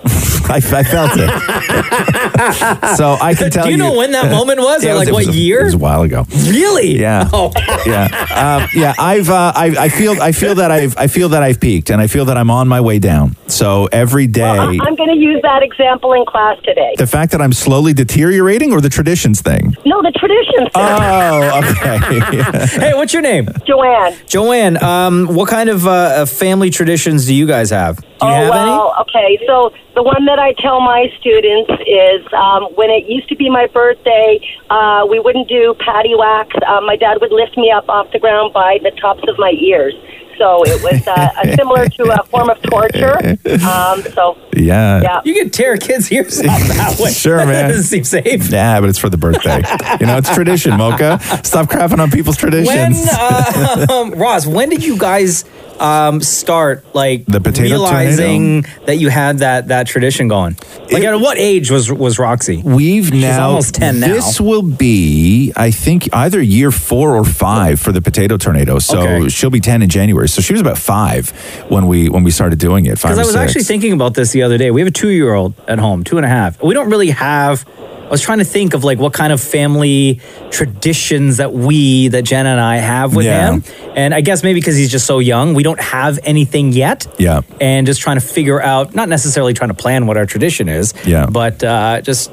S8: I, I felt it. so I can tell
S5: Do
S8: you.
S5: you know when that moment was, or
S8: it
S5: like
S8: it
S5: what
S8: a-
S5: year?
S8: It was a while ago.
S5: Really?
S8: Yeah.
S5: Oh.
S8: yeah. Um, yeah. I've. Uh, I, I feel. I feel that I've. I feel that I've peaked, and I feel that I'm on my way down. So every day,
S17: I'm going to use that example in class today.
S8: the fact that I'm slowly deteriorating or the traditions thing?
S17: no, the traditions.
S8: Oh, okay.
S5: hey, what's your name?
S17: Joanne.
S5: Joanne, um, what kind of uh, family traditions do you guys have? Do you
S17: oh,
S5: have any?
S17: well, okay. So the one that I tell my students is um, when it used to be my birthday, uh, we wouldn't do patty wax. Uh, my dad would lift me up off the ground by the tops of my ears. So it was uh, a similar to a form of torture. Um, so
S8: Yeah.
S17: yeah.
S5: You can tear kids' ears off that way.
S8: Sure, man.
S5: That doesn't seem safe.
S8: Yeah, but it's for the birthday. you know, it's tradition, Mocha. Stop crapping on people's
S5: When,
S8: traditions.
S5: uh, um, Roz, when did you guys um, start like the
S8: potato
S5: realizing that you had that that tradition going? Like, at what age was was Roxy?
S8: We've
S5: She's
S8: now
S5: almost ten now.
S8: This will be, I think, either year four or five for the potato tornado. So
S5: Okay.
S8: she'll be ten in January. So she was about five when we when we started doing it. Five
S5: Because
S8: or
S5: I was
S8: six.
S5: actually thinking about this the other day. We have a two year old at home, two and a half. We don't really have. I was trying to think of like what kind of family traditions that we, that Jenna and I have with
S8: Yeah.
S5: him. And I guess maybe because he's just so young, we don't have anything yet.
S8: yeah.
S5: And just trying to figure out, not necessarily trying to plan what our tradition is,
S8: Yeah.
S5: but uh, just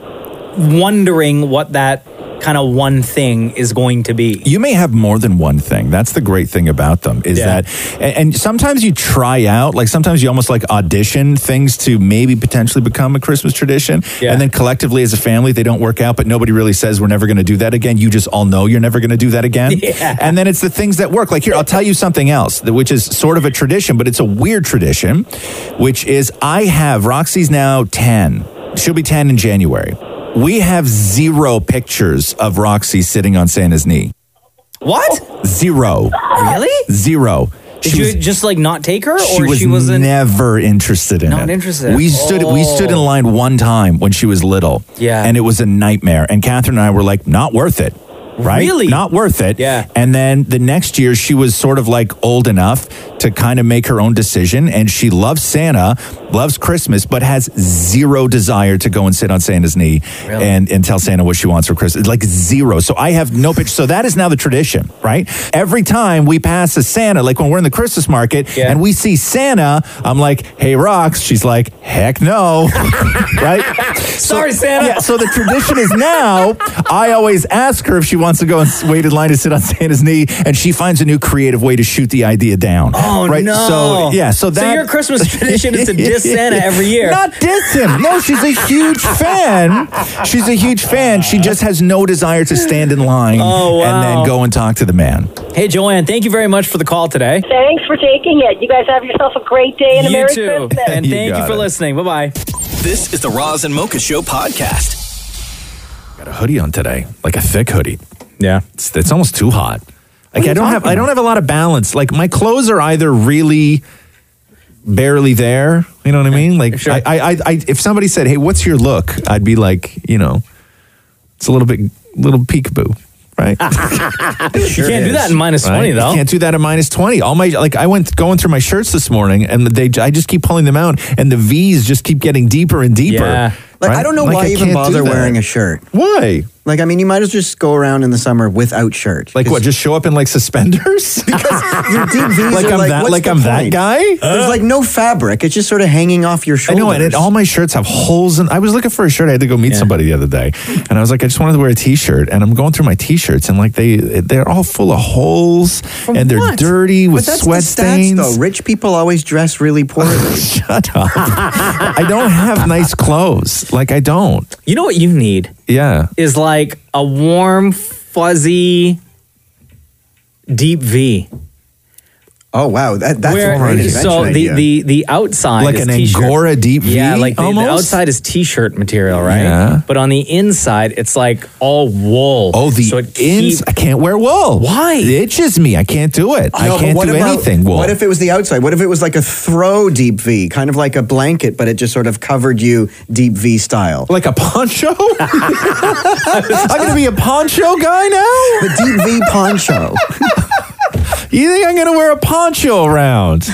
S5: wondering what that kind of one thing is going to be.
S8: You may have more than one thing. That's the great thing about them is
S5: Yeah.
S8: that, and, and sometimes you try out, like sometimes you almost like audition things to maybe potentially become a Christmas tradition. And then collectively as a family, they don't work out, but nobody really says we're never going to do that again. You just all know you're never going to do that again.
S11: Yeah.
S8: And then it's the things that work. Like here, I'll tell you something else, th- which is sort of a tradition, but it's a weird tradition, which is I have, Roxy's now 10. She'll be 10 in January. We have zero pictures of Roxy sitting on Santa's knee.
S5: What?
S8: Zero.
S5: Really?
S8: Zero.
S5: Did
S8: She
S5: you
S8: was-
S5: just like not take her, or
S8: she was
S5: she wasn't?
S8: never interested in
S5: Not
S8: it.
S5: interested. Oh.
S8: We stood we stood in line one time when she was little.
S5: Yeah.
S8: And it was a nightmare. And Catherine and I were like, not worth it. Right?
S5: Really?
S8: Not worth it. Yeah. And then the next year she was sort of like old enough to kind of make her own decision. And she loves Santa, loves Christmas, but has zero desire to go and sit on Santa's knee and, and tell Santa what she wants for Christmas. Like zero. So I have no picture. So that is now the tradition, right? Every time we pass a Santa, like when we're in the Christmas market and we see Santa, I'm like, hey, Rox. She's like, heck no. right?
S5: Sorry, Santa.
S8: Yeah, so the tradition is now I always ask her if she wants to go and s- wait in line to sit on Santa's knee, and she finds a new creative way to shoot the idea down.
S5: Oh
S8: right?
S5: no!
S8: So yeah, so that
S5: your Christmas tradition is to diss Santa every year.
S8: Not diss him. No, she's a huge fan. She's a huge fan. She just has no desire to stand in line
S5: Oh, wow.
S8: and then go and talk to the man.
S5: Hey, Joanne, thank you very much for the call today.
S17: Thanks for taking it. You guys have yourself a great day and a
S5: you
S17: Merry
S5: too,
S17: Christmas.
S5: and
S8: You
S5: thank you,
S8: got
S5: for
S8: it.
S5: listening. Bye bye.
S1: This is the Roz and Mocha Show podcast.
S8: Got a hoodie on today, like a thick hoodie.
S5: Yeah,
S8: it's, it's almost too hot. Like
S11: What are
S8: I
S11: you
S8: don't have
S11: talking
S8: I don't have a lot of balance. Like my clothes are either really barely there. You know what I mean? Like I, I, I, I if somebody said, "Hey, what's your look?" I'd be like, you know, it's a little bit little peekaboo, right?
S5: you can't do that in minus
S8: Right?
S5: twenty
S8: You
S5: though.
S8: can't do that in minus twenty. All my like I went going through my shirts this morning, and they I just keep pulling them out, and the V's just keep getting deeper and deeper.
S4: Yeah. Like, I don't know why even bother wearing a shirt.
S8: Why?
S4: Like, I mean, you might as well just go around in the summer without shirt.
S8: Like what? Just show up in like suspenders?
S4: because your deep V's
S8: Like
S4: are
S8: I'm
S4: like,
S8: that-
S4: what's
S8: like
S4: the
S8: I'm that
S4: point?
S8: guy?
S4: There's like no fabric. It's just sort of hanging off your
S8: I
S4: shoulders.
S8: know, and it, all my shirts have holes in. I was looking for a shirt. I had to go meet somebody the other day, and I was like, I just wanted to wear a T-shirt. And I'm going through my T-shirts, and like they they're all full of holes, and they're
S4: What?
S8: dirty with
S4: but that's
S8: sweat
S4: the stats,
S8: stains.
S4: Though rich people always dress really poorly.
S8: Shut up! I don't have nice clothes. Like I don't.
S5: You know what you need
S8: Yeah.
S5: is like a warm, fuzzy, deep V.
S4: Oh wow, that, that's
S5: Where,
S4: already
S5: so the, the the outside
S8: Like an
S5: is t-shirt.
S8: Angora deep V
S5: Yeah, like the, the
S8: almost?
S5: outside is t-shirt material, right?
S8: Yeah.
S5: But on the inside, it's like all wool.
S8: Oh, the
S5: so it
S8: ins. I can't wear wool. Why? It itches me. I can't do it. I can't do anything wool.
S4: What if it was the outside? What if it was like a throw deep V, kind of like a blanket, but it just sort of covered you deep V style?
S8: Like a poncho? I'm gonna be a poncho guy now.
S4: The deep V poncho.
S8: You think I'm going to wear a poncho around?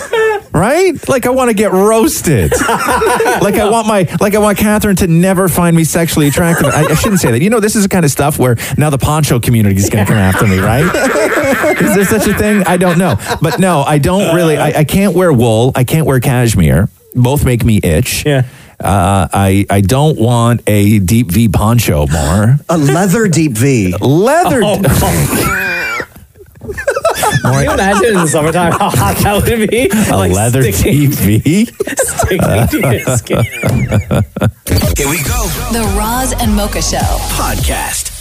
S8: Right? Like I want to get roasted. like I want my like I want Catherine to never find me sexually attractive. I, I shouldn't say that. You know, this is the kind of stuff where now the poncho community is going to come after me, right? is there such a thing? I don't know. But no, I don't really. I, I can't wear wool. I can't wear cashmere.
S11: Both make me itch. Yeah. Uh, I I don't want a deep V poncho more.
S18: a leather deep V.
S11: Leather.
S5: Can you imagine in the summertime how hot that would be?
S11: A leather
S5: sticking,
S11: TV.
S5: sticking to your skin.
S1: Here we go.
S3: The Roz and Mocha Show
S1: podcast.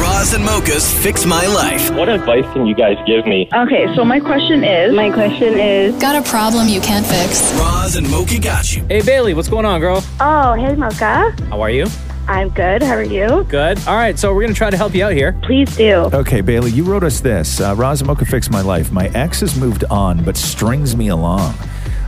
S1: Roz and Mocha's Fix My Life.
S19: What advice can you guys give me?
S3: Okay, so my question is. My question is. Got a problem you can't fix?
S1: Roz and Mocha got you.
S5: Hey Bailey, what's going on, girl?
S7: Oh, hey, Mocha.
S5: How are you?
S7: I'm good. How are you?
S5: Good. All right, so we're gonna try to help you out here.
S7: Please do.
S8: Okay, Bailey, you wrote us this. Uh, Razumoka fixed my life. My ex has moved on, but strings me along.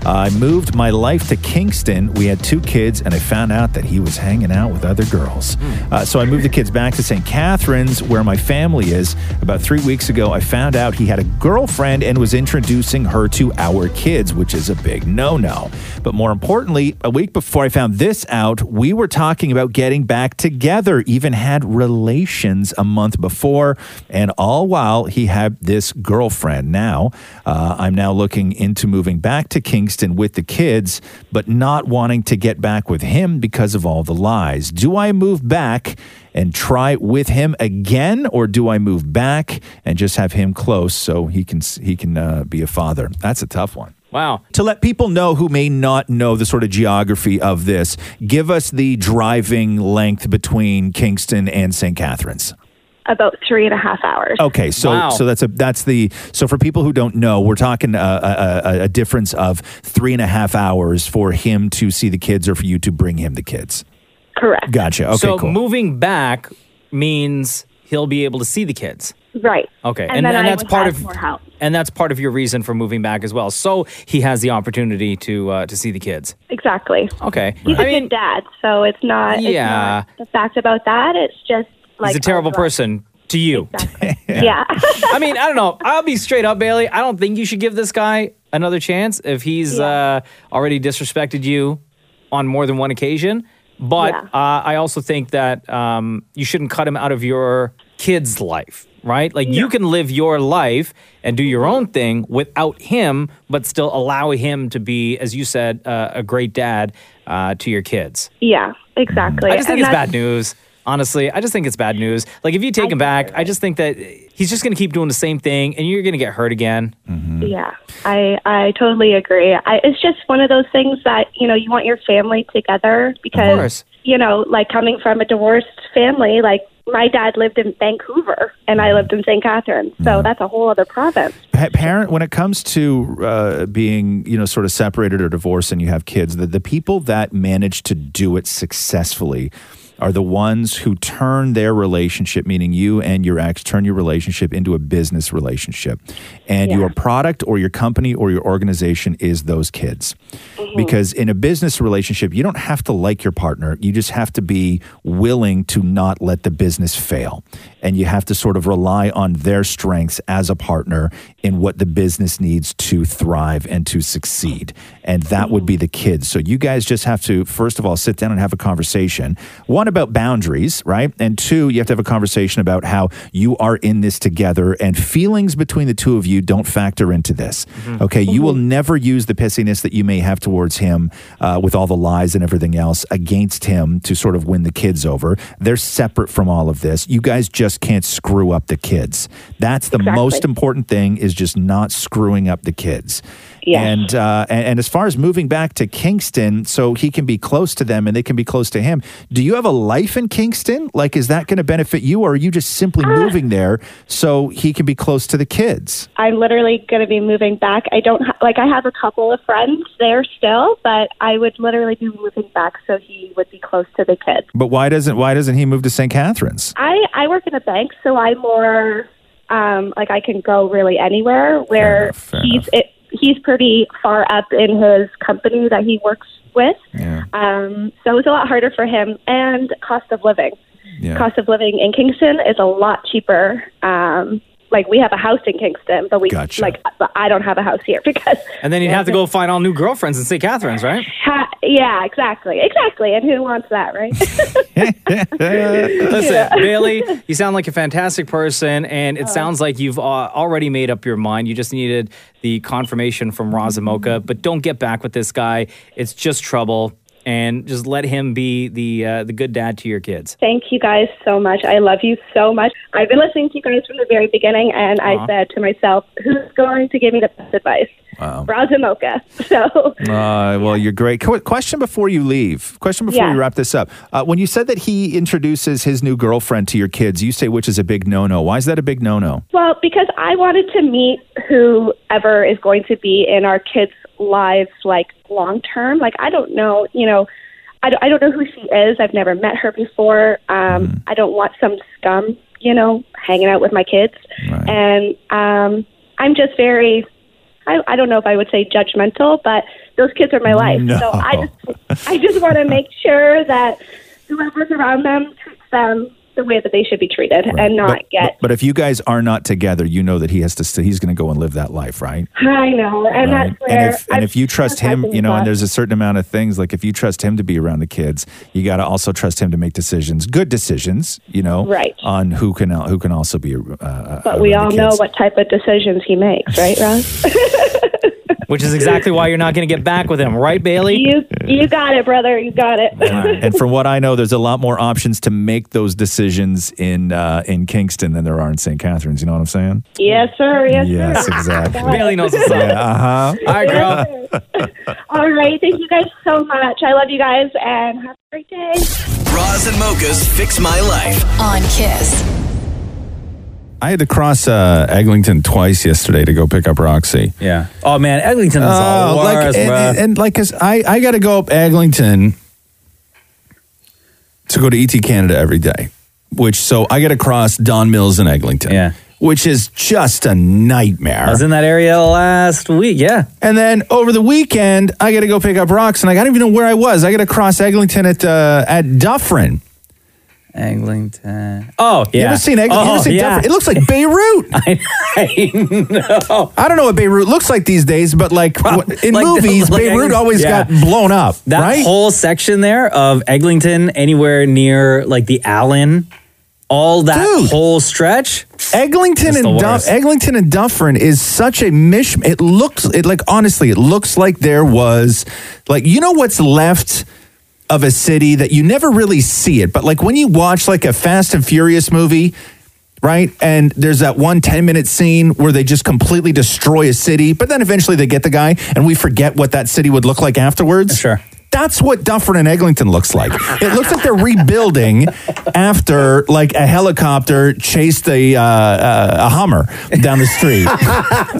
S8: I moved my life to Kingston. We had two kids, and I found out that he was hanging out with other girls.
S5: Hmm.
S8: Uh, so I moved the kids back to St. Catharines, where my family is. About three weeks ago, I found out he had a girlfriend and was introducing her to our kids, which is a big no no. But more importantly, a week before I found this out, we were talking about getting back together, even had relations a month before, and all while he had this girlfriend. Now, uh, I'm now looking into moving back to Kingston with the kids, but not wanting to get back with him because of all the lies. Do I move back and try with him again, or do I move back and just have him close so he can he can uh, be a father? That's a tough one.
S5: Wow.
S8: To let people know who may not know the sort of geography of this, give us the driving length between Kingston and St. Catharines.
S7: About three and a half hours.
S8: Okay, so so that's a that's the so for people who don't know, we're talking uh, a, a, a difference of three and a half hours for him to see the kids or for you to bring him the kids.
S7: Correct.
S8: Gotcha. Okay,
S5: so
S8: cool.
S5: moving back means he'll be able to see the kids.
S7: Right.
S5: Okay,
S7: And, then I
S5: that's
S7: would
S5: part
S7: have
S5: of
S7: more help.
S5: and that's part of your reason for moving back as well. So he has the opportunity to uh, to see the kids.
S7: Exactly.
S5: Okay,
S7: He's a good dad, so it's not. it's
S5: Yeah.
S7: not the fact about that, it's just like
S5: he's a terrible person to you.
S7: Yeah.
S5: I mean, I don't know. I'll be straight up, Bailey. I don't think you should give this guy another chance if he's uh, already disrespected you on more than one occasion. But uh, I also think that um, you shouldn't cut him out of your kid's life, right? Like you can live your life and do your own thing without him, but still allow him to be, as you said, uh, a great dad uh, to your kids.
S7: Yeah. Exactly.
S5: I just think
S7: And
S5: it's
S7: that's-
S5: bad news. Honestly, I just think it's bad news. Like if you take him back, I just think that he's just going to keep doing the same thing, and you're going to get hurt again.
S7: Yeah, I I totally agree. I, it's just one of those things that you know you want your family together because
S5: course.
S7: you know, like coming from a divorced family, like my dad lived in Vancouver and I lived in St. Catharines, so that's a whole other province.
S8: Pa- parent when it comes to uh, being you know sort of separated or divorced and you have kids the, the people that manage to do it successfully are the ones who turn their relationship meaning you and your ex turn your relationship into a business relationship and your product or your company or your organization is those kids because in a business relationship you don't have to like your partner you just have to be willing to not let the business fail and you have to sort of rely on their strengths as a partner in what the business needs to thrive and to succeed and that would be the kids so you guys just have to first of all sit down and have a conversation one about boundaries right and two you have to have a conversation about how you are in this together and feelings between the two of you don't factor into this okay you will never use the pissiness that you may have towards him uh, with all the lies and everything else against him to sort of win the kids over. They're separate from all of this. You guys just can't screw up the kids. That's the most important thing is just not screwing up the kids.
S20: Yes.
S8: And, uh, and and as far as moving back to Kingston, so he can be close to them and they can be close to him. Do you have a life in Kingston? Like, is that going to benefit you, or are you just simply moving there so he can be close to the kids?
S7: I'm literally going to be moving back. I don't ha- like I have a couple of friends there still, but I would literally be moving back so he would be close to the kids.
S8: But why doesn't why doesn't he move to St. Catharines?
S7: I I work in a bank, so I'm more um, like I can go really anywhere. Where he's it, he's pretty far up in his company that he works with, um, so it's a lot harder for him. And cost of living, cost of living in Kingston is a lot cheaper um, like we have a house in Kingston, but we
S5: Gotcha.
S7: like but I don't have a house here because
S5: And then you'd have to go find all new girlfriends in St. Catharines, right?
S7: ha- yeah, exactly, exactly. And who wants that, right?
S5: Listen,
S7: Yeah. Oh.
S5: Bailey, you sound like a fantastic person, and it sounds like you've uh, already made up your mind. You just needed the confirmation from Razamoka, but don't get back with this guy. It's just trouble, and just let him be the uh, the good dad to your kids.
S7: Thank you guys so much. I love you so much. I've been listening to you guys from the very beginning, and
S5: Aw.
S7: I said to myself, who's going to give me the best advice?
S17: Wow.
S8: Um,
S7: Razamoka. So
S17: Uh, well, you're great. Qu- question before you leave. Question before
S7: Yeah.
S17: we wrap this up. Uh, when you said that he introduces his new girlfriend to your kids, you say which is a big no-no. Why is that a big no-no?
S7: Well, because I wanted to meet whoever is going to be in our kids' lives, like long term. Like I don't know, you know, I don't, I don't know who she is. I've never met her before. Um,
S17: Mm-hmm.
S7: I don't want some scum, you know, hanging out with my kids. And um, I'm just very, I, I don't know if I would say judgmental, but those kids are my life. So I just, I just want to make sure that whoever's around them treats them the way that they should be treated, and not
S17: But-
S7: get
S17: But if you guys are not together, you know that he has to. St- he's going to go and live that life, right?
S7: I know, and
S17: Right.
S7: that's where
S17: and if uh, and if you trust him, you know, and there's a certain amount of things like if you trust him to be around the kids, you got to also trust him to make decisions, good decisions, you know,
S7: Right.
S17: On who can who can also be. Uh,
S7: but we all know what type of decisions he makes, right, Ron?
S5: Which is exactly why you're not going to get back with him, right, Bailey?
S7: you you got it, brother. You got it.
S17: and from what I know, there's a lot more options to make those decisions in uh, in Kingston than there are in St. Catharines. You know what I'm saying?
S7: yes, sir. Yes,
S17: Yes,
S7: sir.
S17: exactly.
S7: Bailey
S5: knows what's up.
S17: Yeah, uh-huh.
S5: All right, girl.
S7: All right. Thank you guys so much. I love you guys, and have a great day.
S1: Bras and Mocha's Fix My Life.
S11: on Kiss.
S8: I had to cross uh, Eglinton twice yesterday to go pick up Roxy.
S5: Yeah. Oh man, Eglinton's
S8: Oh,
S5: all
S8: like,
S5: worse,
S8: and,
S5: bruh.
S8: and, and, like, 'cause I, I got to go up Eglinton to go to ET Canada every day, which so I got to cross Don Mills and Eglinton, yeah, which is just a nightmare. I was
S5: in that area last week, yeah,
S8: and then over the weekend I got to go pick up rocks, and I don't even know where I was. I got to cross Eglinton at uh, at Dufferin.
S5: Eglinton. Oh, yeah.
S8: You ever seen Eglinton? you
S5: Oh,
S8: ever seen
S5: yeah.
S8: Dufferin? It looks like Beirut.
S5: I, know.
S8: I don't know what Beirut looks like these days, but like wh- in movies,
S5: like
S8: Beirut
S5: Eglinton-
S8: always
S5: yeah.
S8: got blown up,
S5: That
S8: right?
S5: whole section there of Eglinton, anywhere near like the Allen, all that whole stretch.
S8: Eglinton
S5: That's the
S8: and Duff,
S5: worst.
S8: Eglinton and Dufferin is such a mish. It looks it like honestly, it looks like there was like you know what's left of a city that you never really see it, but like when you watch like a Fast and Furious movie. Right. And there's that one 10 minute scene where they just completely destroy a city, but then eventually they get the guy and we forget what that city would look like afterwards. Sure. That's what Dufferin and Eglinton looks like. It looks like they're rebuilding after like a helicopter chased a uh, uh, a Hummer down the street.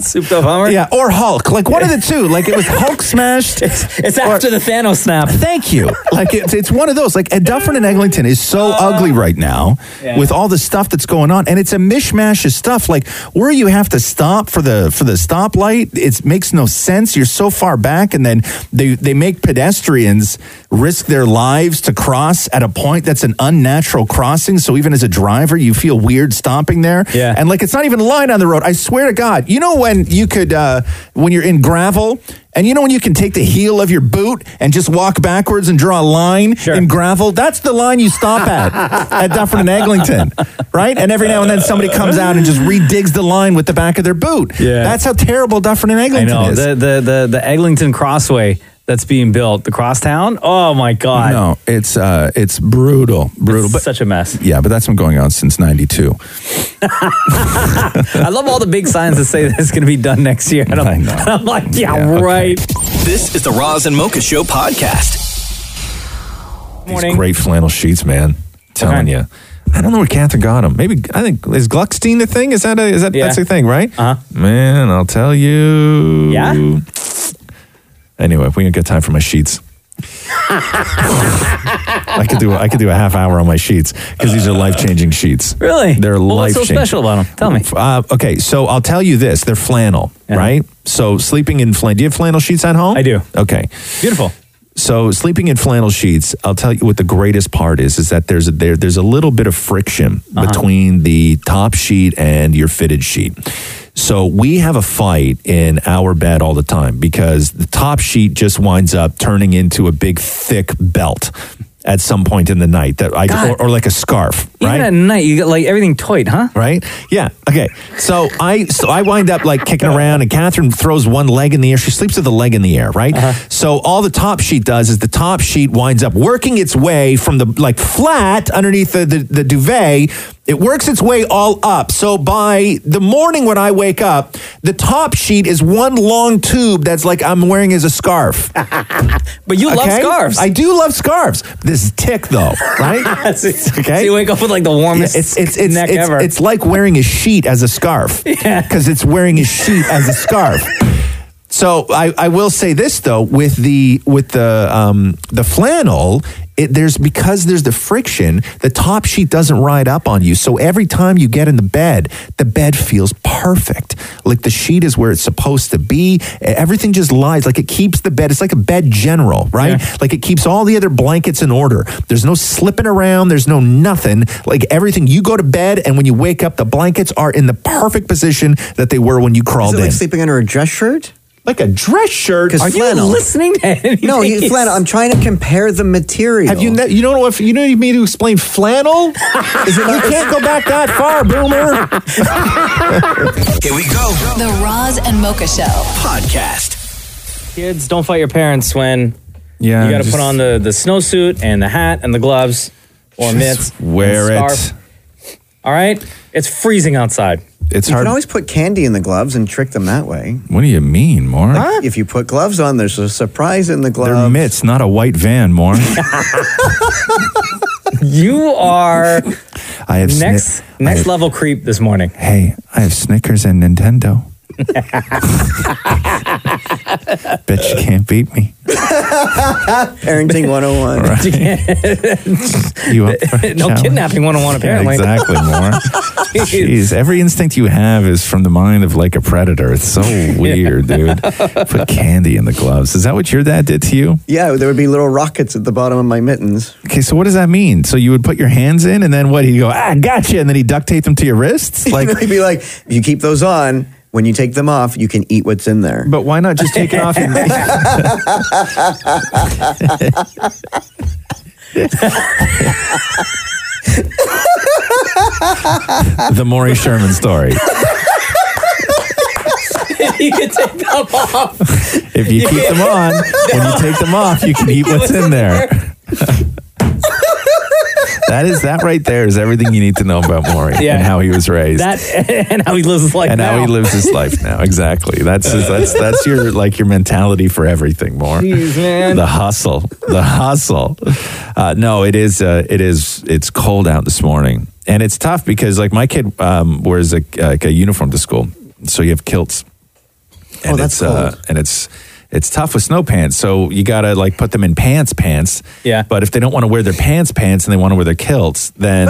S5: Souped up Hummer?
S8: Yeah, or Hulk. Like one of the two. Like it was Hulk smashed.
S5: It's, It's after the Thanos snap.
S8: Thank you. Like it's it's one of those. Like and Dufferin and Eglinton is so ugly right now
S5: Oh. yeah.
S8: with all the stuff that's going on, and it's a mishmash of stuff. Like where you have to stop for the for the stoplight, it makes no sense. You're so far back, and then they they make pedestrians risk their lives to cross at a point that's an unnatural crossing. So even as a driver, you feel weird stopping there. Yeah, and like it's not even a line on the road. I swear to God, you know when you could uh, when you're in gravel. And you know when you can take the heel of your boot and just walk backwards and draw a line in gravel? That's the line you stop at at Dufferin and Eglinton, right? And every now and then somebody comes out and just redigs the line with the back of their boot.
S5: Yeah.
S8: That's how terrible Dufferin and
S5: I
S8: Eglinton
S5: know
S8: is.
S5: the, the the the Eglinton Crossway that's being built, the crosstown. Oh my god!
S8: no, it's uh, it's brutal, brutal. but
S5: such a mess.
S8: Yeah, but that's been going on since '92. Mm-hmm.
S5: I love all the big signs that say that it's going to be done next year, and I'm, and I'm like, yeah, right.
S1: This is the Roz and Mocha Show podcast.
S8: These great flannel sheets, man. Telling you, I don't know where Catherine got them. Maybe I think is Gluckstein the thing. Is that a, is that
S5: Yeah. Uh-huh.
S8: that's a thing, right? Uh huh. Man, I'll tell you. Yeah. Anyway, we don't get time for my sheets. I could do I could do a half hour on my sheets because these are life changing sheets.
S5: Really?
S8: They're
S5: Well,
S8: life
S5: what's so
S8: changing.
S5: special about them? Tell me.
S8: Uh, okay, so I'll tell you this: they're flannel, right? So sleeping in flannel. Do you have flannel sheets at home? I do. Okay,
S5: Beautiful.
S8: So sleeping in flannel sheets, I'll tell you what the greatest part is is that there's a, there there's a little bit of friction
S5: Uh-huh.
S8: between the top sheet and your fitted sheet. So we have a fight in our bed all the time because the top sheet just winds up turning into a big thick belt at some point in the night that I
S5: God.
S8: or, or like a scarf,
S5: Even at night, you got like everything toyed, huh?
S8: Right? Yeah. Okay. So I so I wind up like kicking around, and Catherine throws one leg in the air. She sleeps with a leg in the air, right?
S5: Uh-huh.
S8: So all the top sheet does is the top sheet winds up working its way from the like flat underneath the the, the duvet. It works its way all up. So by the morning when I wake up, the top sheet is one long tube that's like I'm wearing as a scarf. but
S5: you love scarves.
S8: I do love scarves. This is tick though, right? okay.
S5: So you wake up with like the warmest
S8: it's, it's, it's,
S5: neck
S8: it's,
S5: ever.
S8: It's like wearing a sheet as a scarf. Because it's wearing a sheet as a scarf. So I, I will say this though with the with the um, the flannel it, there's because there's the friction the top sheet doesn't ride up on you so every time you get in the bed the bed feels perfect like the sheet is where it's supposed to be E- everything just lies like it keeps the bed it's like a bed general right like it keeps all the other blankets in order there's no slipping around there's no nothing like everything you go to bed and when you wake up the blankets are in the perfect position that they were when you
S4: Is
S8: crawled
S4: it like
S8: in
S4: sleeping under a dress shirt?
S8: Like a dress shirt?
S4: Because
S8: Are you
S4: flannel.
S8: listening to anything?
S4: No, you, flannel. I'm trying to compare the material. Have you?
S8: Ne- you don't know if you know you mean to explain flannel?
S4: Is it
S8: you can't go back that far, boomer.
S1: Here we go.
S3: The Roz and Mocha Show podcast.
S5: Kids, don't fight your parents when
S8: yeah,
S5: you got to
S8: just-
S5: put on the, the snowsuit and the hat and the gloves or
S8: Just
S5: mitts. and
S8: wear it.
S5: scarf. All right? It's freezing outside.
S8: It's
S4: you can always put candy in the gloves and trick them that way.
S8: What do you mean, Mark?
S4: If you put gloves on, there's a surprise in the gloves.
S8: They're mitts, not a white van, Mark.
S5: you are
S8: I have sni-
S5: next next level creep this morning.
S8: Hey, I have Snickers and Nintendo. Bet you can't beat me.
S4: Parenting 101.
S8: You up for a
S5: no
S8: challenge?
S5: kidnapping 101 apparently.
S8: Yeah, exactly, Mark. Jeez, every instinct you have is from the mind of like a predator. It's so weird, dude. Put candy in the gloves. Is that what your dad did to you?
S4: Yeah, there would be little rockets at the bottom of my mittens.
S8: Okay, so what does that mean? So you would put your hands in, and then what? He'd go, ah, gotcha, and then he duct taped them to your wrists. Like,
S4: Like, be like, if you keep those on, when you take them off, you can eat what's in there.
S8: But why not just take it off? And- the Maury Sherman story.
S5: you can take them off.
S8: If you keep them on, when you take them off, you can eat what's in there. that is that right there is everything you need to know about Maury
S5: Yeah.
S8: and how he was raised.
S5: That and how he lives his life
S8: and
S5: now.
S8: how he lives his life now. Exactly. That's that's that's your like your mentality for everything. More
S5: Jeez, man.
S8: the hustle, the hustle. Uh, no, it is uh, it is it's cold out this morning, and it's tough because like my kid um, wears a, like a uniform to school, so you have kilts,
S5: Oh,
S8: and it's uh, and it's. It's tough with snow pants, so you gotta like put them in pants pants. Yeah. But if they don't want to wear their pants pants and they want to wear their kilts, then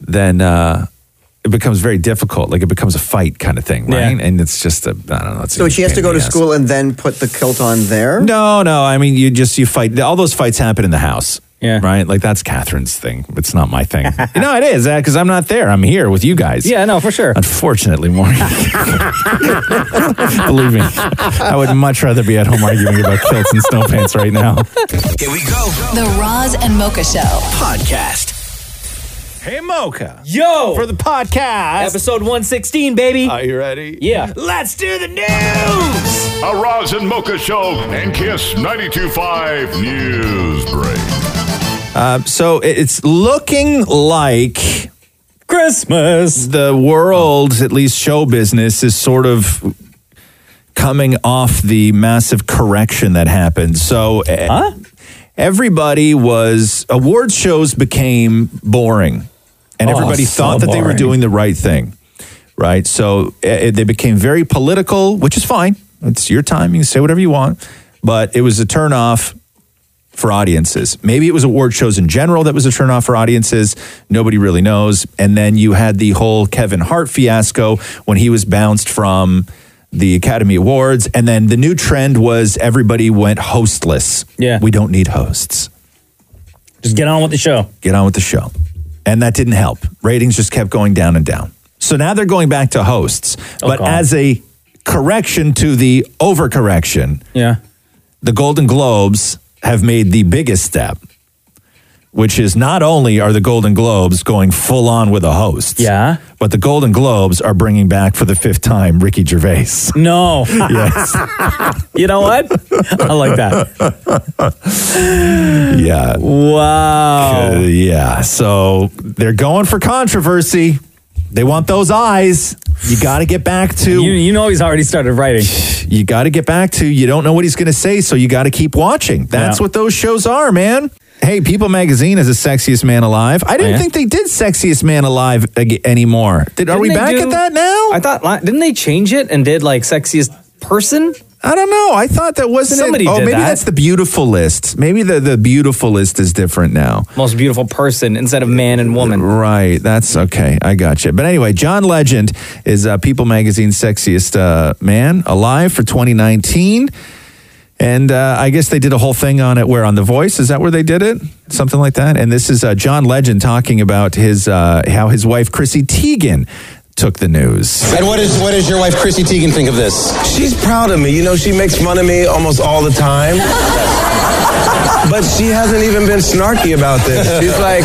S8: then uh, it becomes very difficult. Like it becomes a fight kind of thing, right? And it's just a I don't know. It's a
S4: So she has
S8: pain
S4: to go
S8: in
S4: to
S8: the ass.
S4: school and then put the kilt on there?
S8: No, no. I mean, you just you fight. All those fights happen in the house. Yeah. Right. Like that's Catherine's thing. It's not my thing. no, it is because I'm not there. I'm here with you guys.
S5: Yeah, no, for sure.
S8: Unfortunately, Maury, believe me, I would much rather be at home arguing about kilts and snow pants right now.
S3: The Roz and Mocha Show podcast.
S8: Hey, Mocha.
S5: Yo. For
S8: the podcast.
S5: Episode 116, baby.
S8: Are you ready?
S5: Yeah. Let's do the news.
S21: A Roz and Mocha Show and Kiss 92.5 News Break.
S8: Uh, so it- it's looking like Christmas. The world, at least show business, is sort of coming off the massive correction that happened. So eh, everybody was award shows became boring, and
S11: Oh,
S8: everybody
S11: so
S8: thought that they were
S11: boring.
S8: doing the right thing, right? So eh, eh, they became very political, which is fine. It's your time; you can say whatever you want. But it was a turnoff for audiences. Maybe it was award shows in general that was a turnoff for audiences. Nobody really knows. And then you had the whole Kevin Hart fiasco when he was bounced from the Academy Awards, and then the new trend was everybody went hostless. Yeah, we don't need hosts.
S5: Just get on with the show.
S8: Get on with the show, and that didn't help. Ratings just kept going down and down. So now they're going back to hosts,
S5: Oh,
S8: but as a correction to the overcorrection,
S5: Yeah.
S8: the Golden Globes have made the biggest step, which is not only are the Golden Globes going full on with the hosts, yeah, but the Golden Globes are bringing back for the fifth time Ricky Gervais.
S5: No.
S8: Yes.
S5: you know what? I like that.
S8: yeah.
S5: Wow.
S8: Uh, yeah. So they're going for controversy. They want those eyes. You got to get back to. You,
S5: you know he's already started writing.
S8: You got to get back to. You don't know what he's going to say, so you got to keep watching. That's
S11: Yeah.
S8: what those shows are, man. Hey, People Magazine is the sexiest man alive. I didn't
S11: Oh, yeah?
S8: think they did sexiest man alive ag- anymore. Did, are
S5: Didn't
S8: we
S5: they
S8: back
S5: do-
S8: at that now?
S5: I thought la- didn't they change it and did like sexiest person?
S8: I don't know. I thought that wasn't it-
S5: somebody.
S8: oh,
S5: did
S8: maybe
S5: that.
S8: that's the beautiful list. Maybe the the beautiful list is different now.
S5: most beautiful person instead of man and woman.
S8: Right. That's okay. I got you. But anyway, John Legend is uh, People Magazine's sexiest uh, man alive for 2019. And uh, I guess they did a whole thing on it. Where on The Voice is that where they did it? Something like that. And this is uh, John Legend talking about his uh, how his wife Chrissy Teigen took the news.
S10: And what is what does your wife Chrissy Teigen think of this? She's proud of me. You know, she makes fun of me almost all the time. But she hasn't even been snarky about this. She's like,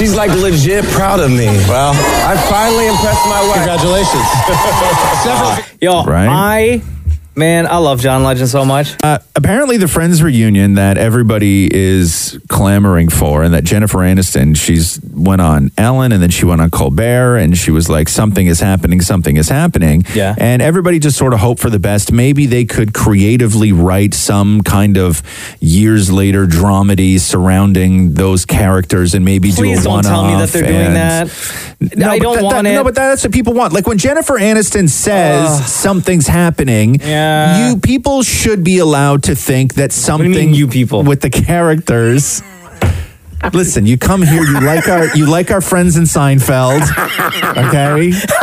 S10: she's like legit proud of me. Well, I finally impressed my wife. Congratulations.
S8: Uh,
S5: Yo, I man, I love John Legend so much.
S8: Uh, apparently, the Friends reunion that everybody is clamoring for, and that Jennifer Aniston, she's went on Ellen, and then she went on Colbert, and she was like, "Something is happening, something is happening."
S11: Yeah.
S8: And everybody just sort of hoped for the best. Maybe they could creatively write some kind of years later dramedy surrounding those characters, and maybe
S5: Please
S8: do a
S5: don't
S8: one-off.
S5: tell me that they're doing
S8: and-
S5: that. I
S8: but
S5: don't
S8: that-
S5: want
S8: that-
S5: it.
S8: No, but that's what people want. Like when Jennifer Aniston says
S5: Ugh.
S8: something's happening,
S5: Yeah.
S8: you people should be allowed to think that something you, people with the characters. Listen, you come here, you like our you like our friends in Seinfeld,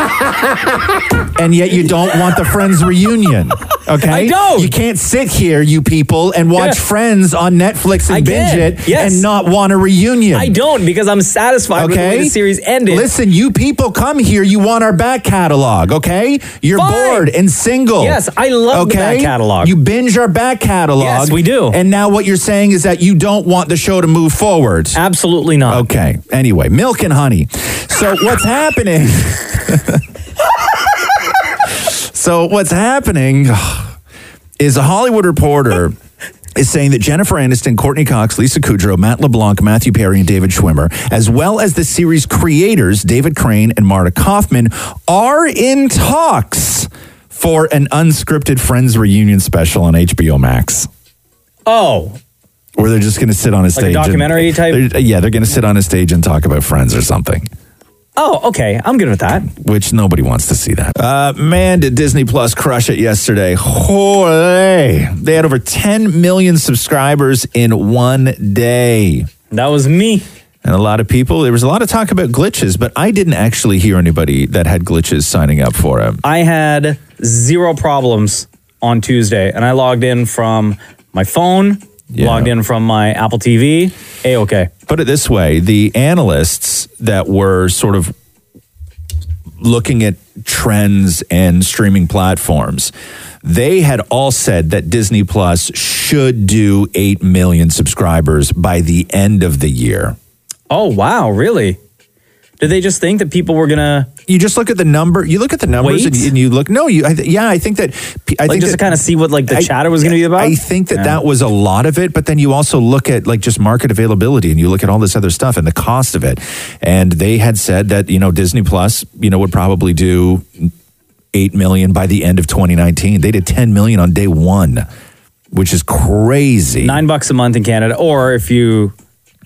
S8: okay? And yet you don't want the Friends reunion, okay?
S11: I don't.
S8: You can't sit here, you people, and watch
S11: Yeah.
S8: Friends on Netflix and
S11: I
S8: binge
S11: can.
S8: it
S11: Yes.
S8: and not want a reunion.
S5: I don't because I'm satisfied with the way the series ended.
S8: Listen, you people come here, you want our back catalog, okay? You're bored and single.
S5: Yes, I love the
S8: okay?
S5: back catalog.
S8: You binge our back catalog.
S5: Yes, we do.
S8: And now what you're saying is that you don't want the show to move forward.
S5: Absolutely not.
S8: Okay. Anyway, milk and honey. So what's happening? so what's happening is a Hollywood reporter is saying that Jennifer Aniston, Courtney Cox, Lisa Kudrow, Matt LeBlanc, Matthew Perry, and David Schwimmer, as well as the series creators David Crane and Marta Kaufman, are in talks for an unscripted Friends reunion special on HBO Max.
S5: Oh,
S8: Where they're just going to sit on a
S5: Like a
S8: stage, and-
S5: documentary type?
S8: they're- yeah, they're going to sit on a stage and talk about Friends or something.
S5: oh, okay. I'm good with that.
S8: Which nobody wants to see that. Uh, man, did Disney Plus crush it yesterday. Holy. They had over 10 million subscribers in one day.
S5: That was me.
S8: And a lot of people, there was a lot of talk about glitches, but I didn't actually hear anybody that had glitches signing up for it.
S5: I had zero problems on Tuesday, and I logged in from my phone, logged in from my Apple TV. A okay.
S8: Put it this way the analysts that were sort of looking at trends and streaming platforms, they had all said that Disney Plus should do 8 million subscribers by the end of the year.
S5: Oh wow, really? Did they just think that people were gonna?
S8: You just look at the number. You look at the numbers and, and you look. No, you. I th- yeah, I think that. p- I
S5: Like,
S8: think
S5: just to kinda see what, like, the chatter was gonna be about?
S8: I think that
S5: Yeah.
S8: that was a lot of it, but then you also look at like just market availability and you look at all this other stuff and the cost of it. And they had said that you know Disney Plus you know would probably do eight million by the end of 2019. They did 10 million on day one, which is crazy.
S5: Nine bucks a month in Canada, or if you,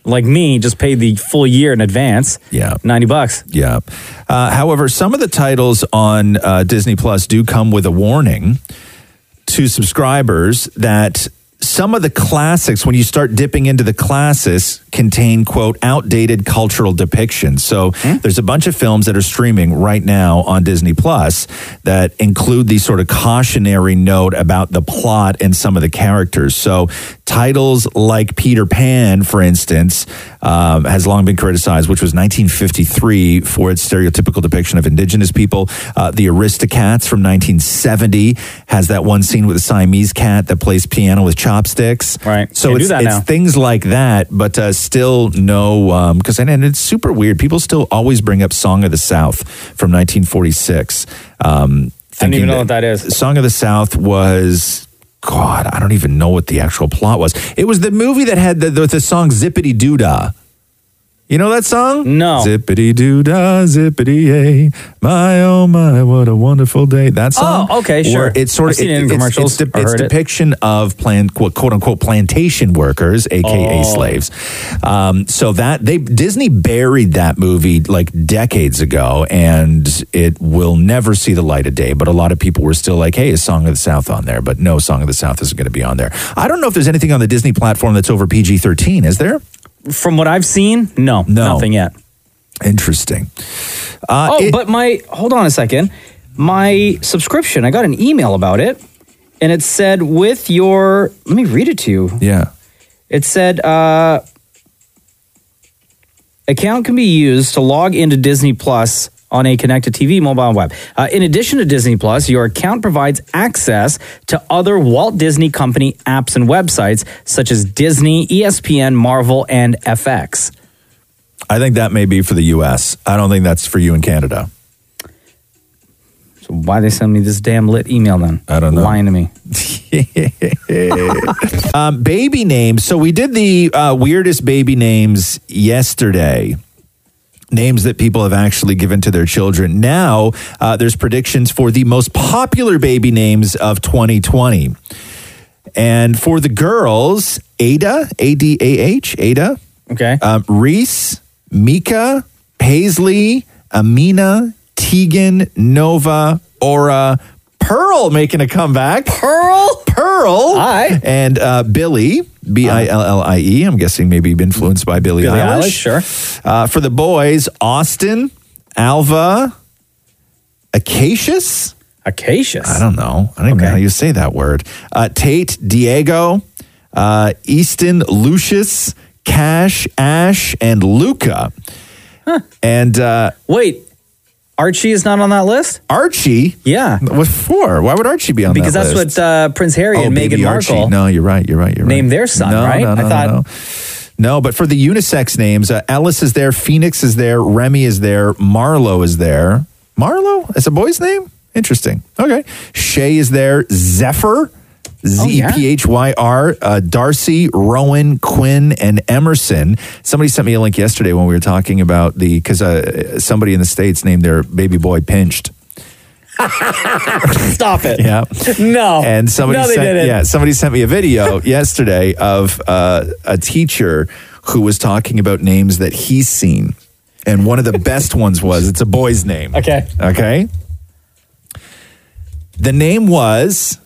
S5: like me, just paid the full year in advance.
S8: Yeah.
S5: ninety bucks.
S8: Yeah. Uh, however, some of the titles on uh, Disney Plus do come with a warning to subscribers that some of the classics, when you start dipping into the classics, contain, quote, outdated cultural depictions. So
S5: Hmm?
S8: there's a bunch of films that are streaming right now on Disney Plus that include these sort of cautionary note about the plot and some of the characters. So titles like Peter Pan, for instance, um, has long been criticized, which was 1953 for its stereotypical depiction of indigenous people. Uh, the Aristocats from 1970 has that one scene with a Siamese cat that plays piano with chopsticks. Right. So
S5: Can't do
S8: it's,
S5: that
S8: it's
S5: now.
S8: things like that, but uh, still no, because and, and it's super weird. People still always bring up Song of the South from 1946. Um,
S5: I don't even
S8: thinking
S5: know what that is.
S8: Song of the South was God. I don't even know what the actual plot was. It was the movie that had the the, the song Zippity Doo Dah. You know that song? No. Zippity doo dah, zippity yay. My oh my, what a wonderful day. That song.
S5: Oh, okay, sure.
S8: Where it's sort
S5: I've
S8: of
S5: seen it in
S8: it's-
S5: commercials
S8: It's, de-
S5: or
S8: it's
S5: heard it.
S8: depiction of plan, quote, quote unquote plantation workers, aka
S5: Oh.
S8: slaves. Um, so that they Disney buried that movie like decades ago, and it will never see the light of day. But a lot of people were still like, "Hey, is Song of the South on there?" But no, Song of the South isn't going to be on there. I don't know if there's anything on the Disney platform that's over PG thirteen. Is there?
S5: From what I've seen, no, nothing yet.
S8: Interesting. Uh,
S5: oh, but my hold on a second. My subscription, I got an email about it, and it said with your. Let me read it to you.
S8: Yeah.
S5: It said uh, account can be used to log into Disney Plus on a connected TV, mobile, and web. Uh, in addition to Disney Plus, your account provides access to other Walt Disney Company apps and websites such as Disney, E ESPN, Marvel, and FX.
S8: I think that may be for the U.S. I don't think that's for you in Canada.
S5: So why they send me this damn lit email then? I don't know. Lying to me.
S8: um, baby names. So we did the uh, weirdest baby names yesterday. Names that people have actually given to their children. Now, uh, there's predictions for the most popular baby names of 2020. And for the girls, Ada, A D A H, Ada.
S5: Okay.
S8: Um, Reese, Mika, Paisley, Amina, Tegan, Nova, Aura, Pearl making a comeback.
S5: Pearl?
S8: Pearl. Hi. And uh, Billy, B I L L I E. I'm guessing maybe influenced by Billy,
S5: Billie
S8: Eilish. Sure. Uh, for the boys, Austin, Alva, Acacious?
S5: Acacious. I
S8: don't know. I don't even know how you say that word. Uh, Tate, Diego, uh, Easton, Lucius, Cash, Ash, and Luca. And uh,
S5: wait, Archie is not on that list.
S8: Archie,
S5: yeah.
S8: What for? Why would Archie be on
S5: because
S8: that
S5: that's
S8: list? Oh,
S5: what uh, Prince Harry and
S8: baby
S5: Meghan Markle
S8: Archie. No, you're right. You're right. You're right.
S5: named their son,
S8: No,
S5: right?
S8: No, no,
S5: I thought
S8: no, no. No, but for the unisex names, uh, Alice is there, Phoenix is there, Remy is there, Marlo is there. Marlo? It's a boy's name? Interesting. Okay. Shay is there, Zephyr,
S5: Oh,
S8: Z E P H Y R, uh, Darcy, Rowan, Quinn, and Emerson. Somebody sent me a link yesterday when we were talking about the, because uh, somebody in the States named their baby boy Pinched.
S5: Stop it.
S8: Yeah.
S5: Oh, No.
S8: And somebody
S5: No, they
S8: sent,
S5: didn't.
S8: yeah, somebody sent me a video yesterday of uh, a teacher who was talking about names that he's seen. And one of the best ones was it's a boy's name.
S5: Okay.
S8: Okay. The name was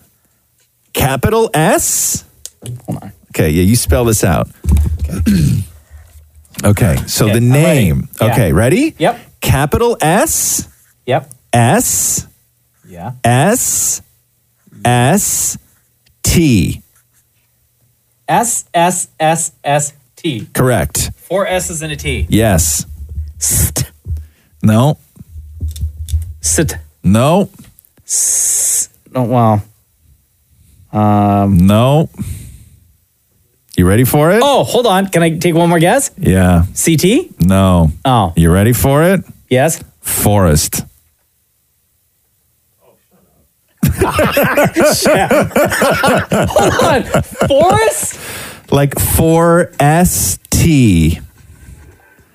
S8: capital S. Okay, yeah, you spell this out. okay, so the name.
S5: Yeah.
S8: Okay, ready?
S5: Yep.
S8: Capital S.
S5: Yep.
S8: S.
S5: Yeah.
S8: S. S. T.
S5: S S S S T.
S8: Correct.
S5: Four S's and a T.
S8: Yes. No.
S5: Sit.
S8: No.
S5: Oh wow.
S8: Um. No. You ready for it?
S5: Oh, hold on. Can I take one more guess?
S8: Yeah.
S5: CT?
S8: No.
S5: Oh.
S8: You ready for it?
S5: Yes.
S8: Forest.
S5: hold on. Forest?
S8: Like four S T.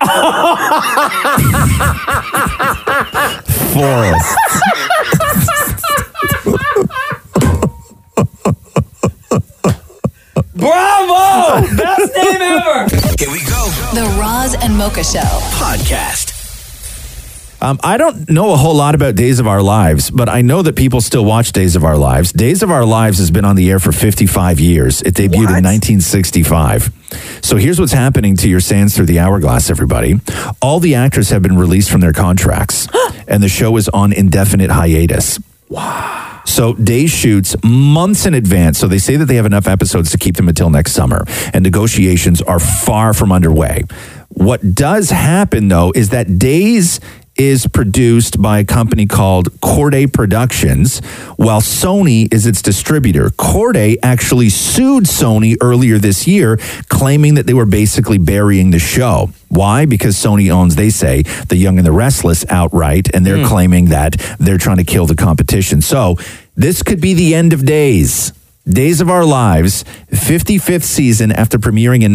S8: Forest.
S5: Bravo! Best name ever!
S1: Here we go.
S3: The Roz and Mocha Show.
S1: Podcast.
S8: Um, I don't know a whole lot about Days of Our Lives, but I know that people still watch Days of Our Lives. Days of Our Lives has been on the air for 55 years. It debuted in 1965. So here's what's happening to your Sands Through the Hourglass, everybody. All the actors have been released from their contracts, and the show is on indefinite hiatus. So day shoots months in advance. So they say that they have enough episodes to keep them until next summer, and negotiations are far from underway. What does happen though is that Days is produced by a company called Corday Productions, while Sony is its distributor. Corday actually sued Sony earlier this year, claiming that they were basically burying the show. Why? Because Sony owns, they say, The Young and the Restless outright, and they're claiming that they're trying to kill the competition. So this could be the end of days. Days of Our Lives, 55th season after premiering in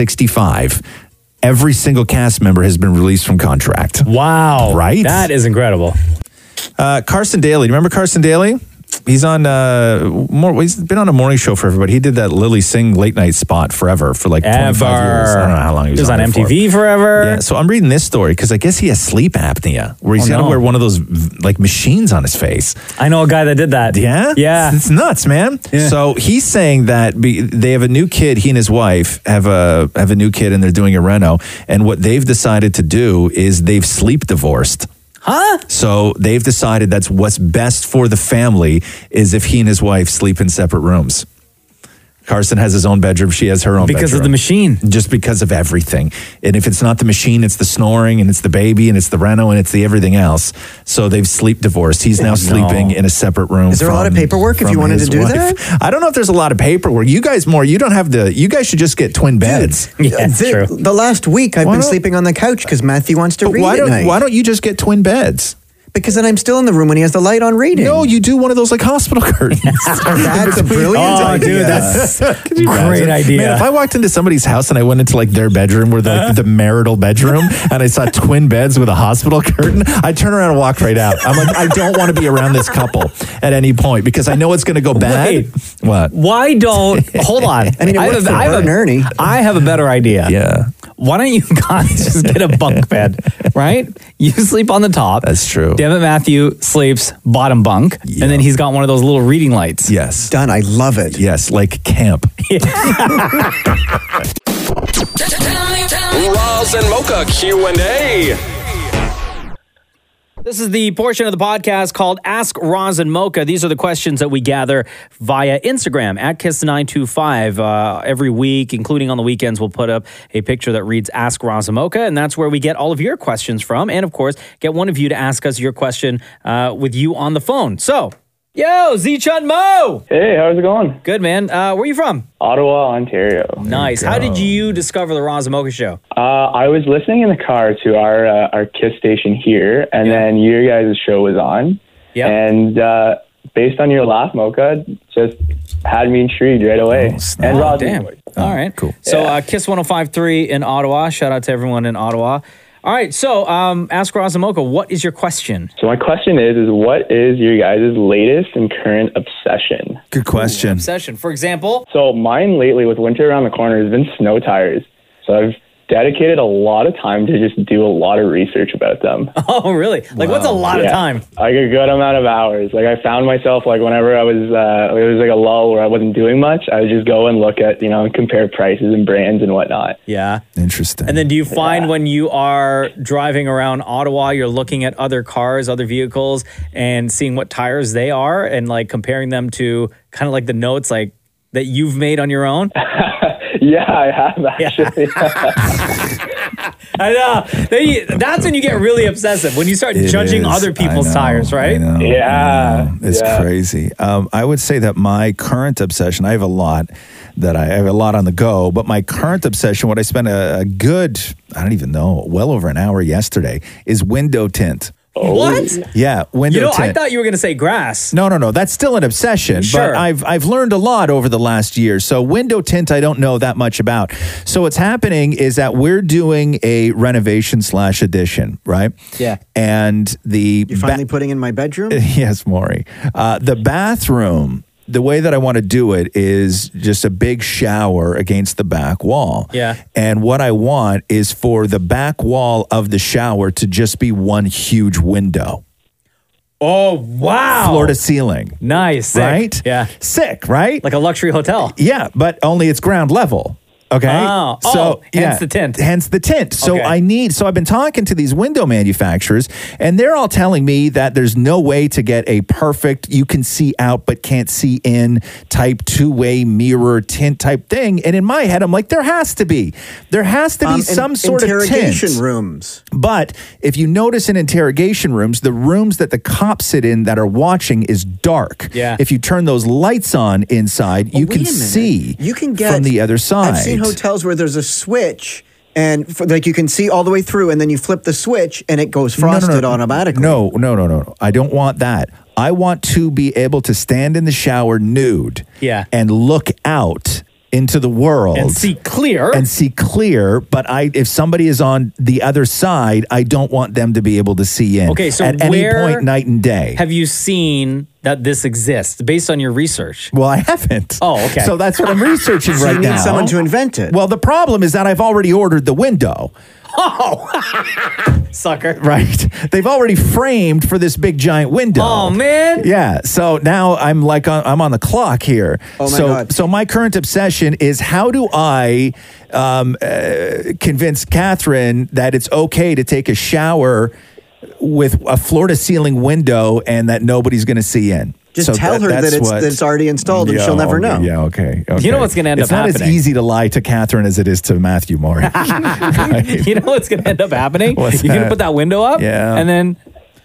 S8: 1965. Every single cast member has been released from contract. Wow. Right? That is incredible. Uh, Carson Daly. Do you remember Carson Daly? He's on uh more he's been on a morning show forever, but he did that Lily Singh late night spot forever for like 25 years. I don't know how long he was,
S5: He was on
S8: it for.
S5: MTV forever.
S8: Yeah, so I'm reading this story because I guess he has sleep apnea where he's
S5: Oh,
S8: got to
S5: no.
S8: wear one of those v- like machines on his face.
S5: I know a guy that did that.
S8: Yeah,
S5: Yeah.
S8: it's, it's nuts, man. So he's saying that be, they have a new kid. He and his wife have a have a new kid, and they're doing a reno. And what they've decided to do is they've sleep divorced.
S5: Huh?
S8: So they've decided that's what's best for the family is if he and his wife sleep in separate rooms. Carson has his own bedroom. She has her own
S5: Because of the
S8: machine. Just because of everything. And if it's not the machine, it's the snoring and it's the baby and it's the reno and it's the everything else. So they've sleep divorced. He's now
S4: No.
S8: sleeping in a separate room.
S4: Is there a lot of
S8: from-
S4: paperwork if
S8: from
S4: you wanted
S8: his
S4: to do
S8: wife.
S4: that?
S8: I don't know if there's a lot of paperwork. You guys more. You don't have the. You guys should just get twin beds.
S4: the, the last week I've
S8: Why
S4: been
S8: don't-
S4: sleeping on the couch because Matthew wants to
S8: But
S4: read
S8: why
S4: at
S8: don't-
S4: night.
S8: why don't you just get twin beds?
S4: Because then I'm still in the room when he has the light on reading. No,
S8: you do one of those like hospital curtains.
S4: Oh,
S5: Oh,
S8: Oh,
S4: that's a brilliant idea.
S8: Could you
S4: Great
S8: imagine?
S4: idea.
S8: Man, if I walked into somebody's house and I went into like their bedroom or the,
S5: Uh-huh.
S8: the marital bedroom and I saw twin beds with a hospital curtain, I'd turn around and walk right out. I'm like, I don't want to be around this couple at any point because I know it's going to go bad.
S5: Wait.
S8: What?
S5: Why don't hold on?
S8: I mean, it worked for Bert and
S5: Ernie. I have a better idea.
S8: Yeah.
S5: Why don't you guys just get a bunk bed, right? You sleep on the top. That's
S8: true.
S5: Dammit, Matthew sleeps bottom bunk, and then he's got one of those little reading lights.
S8: Yes.
S4: Done. I love it.
S8: Yes, like camp.
S16: Roz and Mocha Q&A.
S5: This is the portion of the podcast called Ask Roz and Mocha. These are the questions that we gather via Instagram at Kiss925. Uh, every week, including on the weekends, we'll put up a picture that reads Ask Roz and Mocha, and that's where we get all of your questions from. And of course, get one of you to ask us your question uh, with you on the phone. So, yo, Z Chun Mo!
S22: Hey, how's it going?
S5: Good, man. Uh, where are you from?
S22: Ottawa, Ontario.
S5: Nice. How did you discover the Roz and Mocha show?
S22: Uh, I was listening in the car to our uh, our Kiss station here, and then your guys' show was on.
S5: Yeah.
S22: And uh, based on your laugh, Mocha, just had me intrigued right away. and Roz,
S5: Oh, damn. All right. Cool. So uh, Kiss 1053 in Ottawa. Shout out to everyone in Ottawa. All right. So um, ask Razamoka, what is your question?
S22: So my question is: is what is your guys' latest and current obsession?
S8: Good question.
S5: Obsession. For example,
S22: So mine lately, with winter around the corner, has been snow tires. So I've dedicated a lot of time to just do a lot of research about them.
S5: Oh, really? Like, what's a lot of
S22: Yeah.
S5: time?
S22: Like a good amount of hours. Like I found myself like whenever I was uh, it was like a lull where I wasn't doing much. I would just go and look at you know and compare prices and brands and whatnot.
S5: Yeah.
S8: Interesting.
S5: And then do you find when you are driving around Ottawa, you're looking at other cars, other vehicles, and seeing what tires they are and like comparing them to kind of like the notes like that you've made on your own?
S22: yeah, I have actually.
S5: I know. Then you- that's when you get really obsessive when you start
S8: It
S5: judging
S8: is.
S5: other people's
S8: I know,
S5: tires, right?
S8: I know,
S22: Yeah.
S8: I know. It's
S22: Yeah.
S8: crazy. Um, I would say that my current obsession, I have a lot that I I have a lot on the go, but my current obsession, what I spent a, a good, I don't even know, well over an hour yesterday, is window tint.
S5: What?
S8: Yeah, window
S5: You know,
S8: tint.
S5: I thought you were going to say grass.
S8: No, no, no. That's still an obsession.
S5: Sure.
S8: But I've I've learned a lot over the last year. So window tint, I don't know that much about. So what's happening is that we're doing a renovation slash addition, right?
S4: Yeah.
S8: And the
S4: You're finally putting in my bedroom?
S8: yes, Maury. Uh, the bathroom the way that I want to do it is just a big shower against the back wall.
S5: Yeah.
S8: And what I want is for the back wall of the shower to just be one huge window.
S5: Oh wow!
S8: Floor to ceiling.
S5: Nice, sick.
S8: Right?
S5: Yeah,
S8: sick, right?
S5: Like a luxury hotel.
S8: Yeah, but only it's ground level. Okay.
S5: Oh,
S8: so
S5: oh, hence
S8: yeah,
S5: the tint.
S8: Hence the tint. So
S5: Okay.
S8: I need. So I've been talking to these window manufacturers, and they're all telling me that there's no way to get a perfect, you can see out but can't see in type two way mirror tint type thing. And in my head, I'm like, there has to be, there has to be
S4: Um, in-
S8: some sort
S4: interrogation
S8: of tint.
S4: rooms.
S8: But if you notice in interrogation rooms, the rooms that the cops sit in that are watching is dark.
S4: Yeah.
S8: If you turn those lights on inside, you
S4: Wait
S8: can
S4: a minute.
S8: see.
S4: You can get
S8: from the other side.
S4: I've seen hotels where there's a switch. And for, like you can see all the way through, and then you flip the switch, and it goes frosted automatically.
S8: No, no, no, no, no. I don't want that. I want to be able to stand in the shower nude
S5: Yeah.
S8: and look out into the world
S5: And see clear.
S8: and see clear but i if somebody is on the other side i don't want them to be able to see in
S5: Okay, so
S8: at
S5: where-
S8: any point night and day
S5: Have you seen that this exists based on your research?
S8: well i haven't
S5: Oh, okay.
S8: so that's what i'm researching
S5: So you
S8: right
S5: need
S8: now
S5: someone to
S8: invent it well the problem is that i've already ordered the window
S5: Oh, sucker!
S8: Right. They've already framed for this big giant window.
S5: Oh, man.
S8: Yeah. So now I'm like on, I'm on the clock here.
S4: Oh, my
S8: so
S4: God.
S8: so my current obsession is how do I um, uh, convince Catherine that it's okay to take a shower with a floor to ceiling window and that nobody's going to see in.
S4: Just
S8: So
S4: tell her that
S8: that's
S4: it's
S8: what-
S4: that it's already installed, and
S8: Yeah,
S4: she'll never know.
S8: okay, Yeah. Okay. okay.
S5: You know what's gonna end
S8: it's
S5: up
S8: not
S5: happening.
S8: as easy to lie to Catherine as it is to Matthew Morris.
S5: you know what's going to end up happening?
S8: What's
S5: you're going
S8: that?
S5: to put that window up,
S8: Yeah.
S5: and then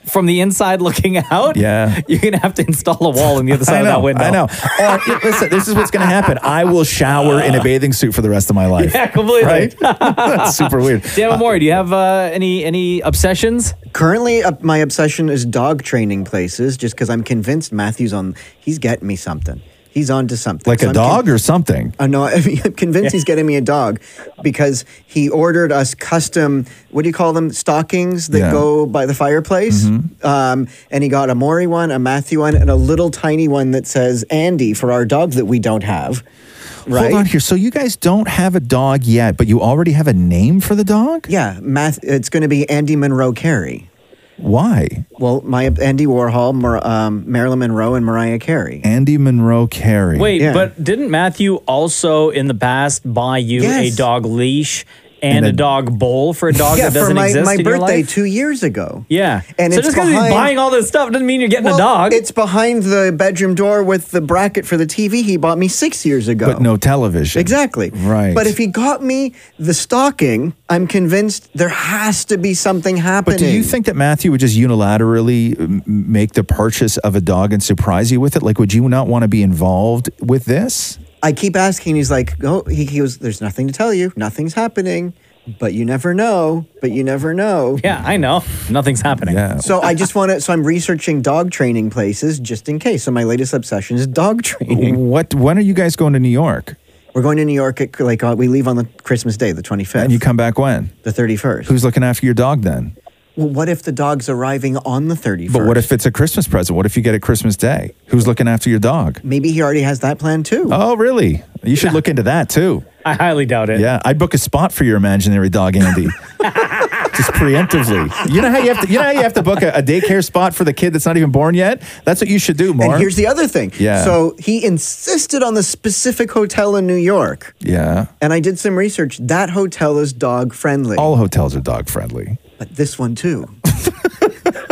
S5: from the inside looking out,
S8: Yeah.
S5: you're going to have to install a wall on the other side
S8: I
S5: of
S8: know,
S5: that window.
S8: I know. Or, yeah, listen, this is what's going to happen. I will shower in a bathing suit for the rest of my life.
S5: Yeah, completely.
S8: Right? That's super weird.
S5: Dan Mori, do you have uh, any any obsessions?
S4: Currently, uh, my obsession is dog training places, just because I'm convinced Matthew's on. He's getting me something. He's onto something.
S8: Like
S4: So
S8: a
S4: I'm
S8: dog
S4: con-
S8: or something.
S4: I know. I am convinced he's getting me a dog because he ordered us custom. What do you call them? Stockings that
S8: Yeah. Mm-hmm.
S4: go by the fireplace. Um, and he got a Maury one, a Matthew one, and a little tiny one that says Andy for our dog that we don't have. Right.
S8: Hold on here. So you guys don't have a dog yet, but you already have a name for the dog?
S4: Yeah, Math. It's going to be Andy Monroe Carey.
S8: Why?
S4: Well, my Andy Warhol, Mar- um, Marilyn Monroe, and Mariah Carey.
S8: Andy Monroe Carey.
S5: Wait,
S4: Yeah.
S5: but didn't Matthew also in the past buy you
S4: Yes.
S5: a dog leash and, a, dog bowl for a dog
S4: yeah,
S5: that doesn't
S4: for my,
S5: exist
S4: my
S5: in your
S4: birthday
S5: life?
S4: two years ago.
S5: yeah.
S4: And
S5: so
S4: it's
S5: just because he's
S4: behind-
S5: buying all this stuff doesn't mean you're getting
S4: Well,
S5: a dog.
S4: It's behind the bedroom door with the bracket for the TV he bought me six years ago.
S8: But no television.
S4: Exactly.
S8: Right.
S4: But if he got me the stocking, I'm convinced there has to be something happening.
S8: But do you think that Matthew would just unilaterally m- make the purchase of a dog and surprise you with it? Like, would you not want to be involved with this?
S4: I keep asking. He's like, oh, he, he goes, there's nothing to tell you. Nothing's happening. But you never know. But you never know.
S5: yeah, I know. Nothing's happening.
S4: So I just want to. So I'm researching dog training places just in case. So my latest obsession is dog training.
S8: What? When are you guys going to New York?
S4: We're going to New York at like uh, we leave on the Christmas day, the 25th,
S8: And you come back when?
S4: the 31st.
S8: Who's looking after your dog then?
S4: Well, what if the dog's arriving on the 31st?
S8: But what if it's a Christmas present? What if you get it Christmas Day? Who's looking after your dog?
S4: Maybe he already has that plan too.
S8: Oh, really? You should look into that too.
S5: I highly doubt it.
S8: Yeah, I'd book a spot for your imaginary dog, Andy. Just preemptively. You know how you have to. You know how you have to book a, a daycare spot for the kid that's not even born yet. That's what you should do, Mark.
S4: And here's the other thing.
S8: Yeah.
S4: So he insisted on the specific hotel in New York,
S8: yeah.
S4: and I did some research. That hotel is dog friendly,
S8: All hotels are dog friendly.
S4: but this one too.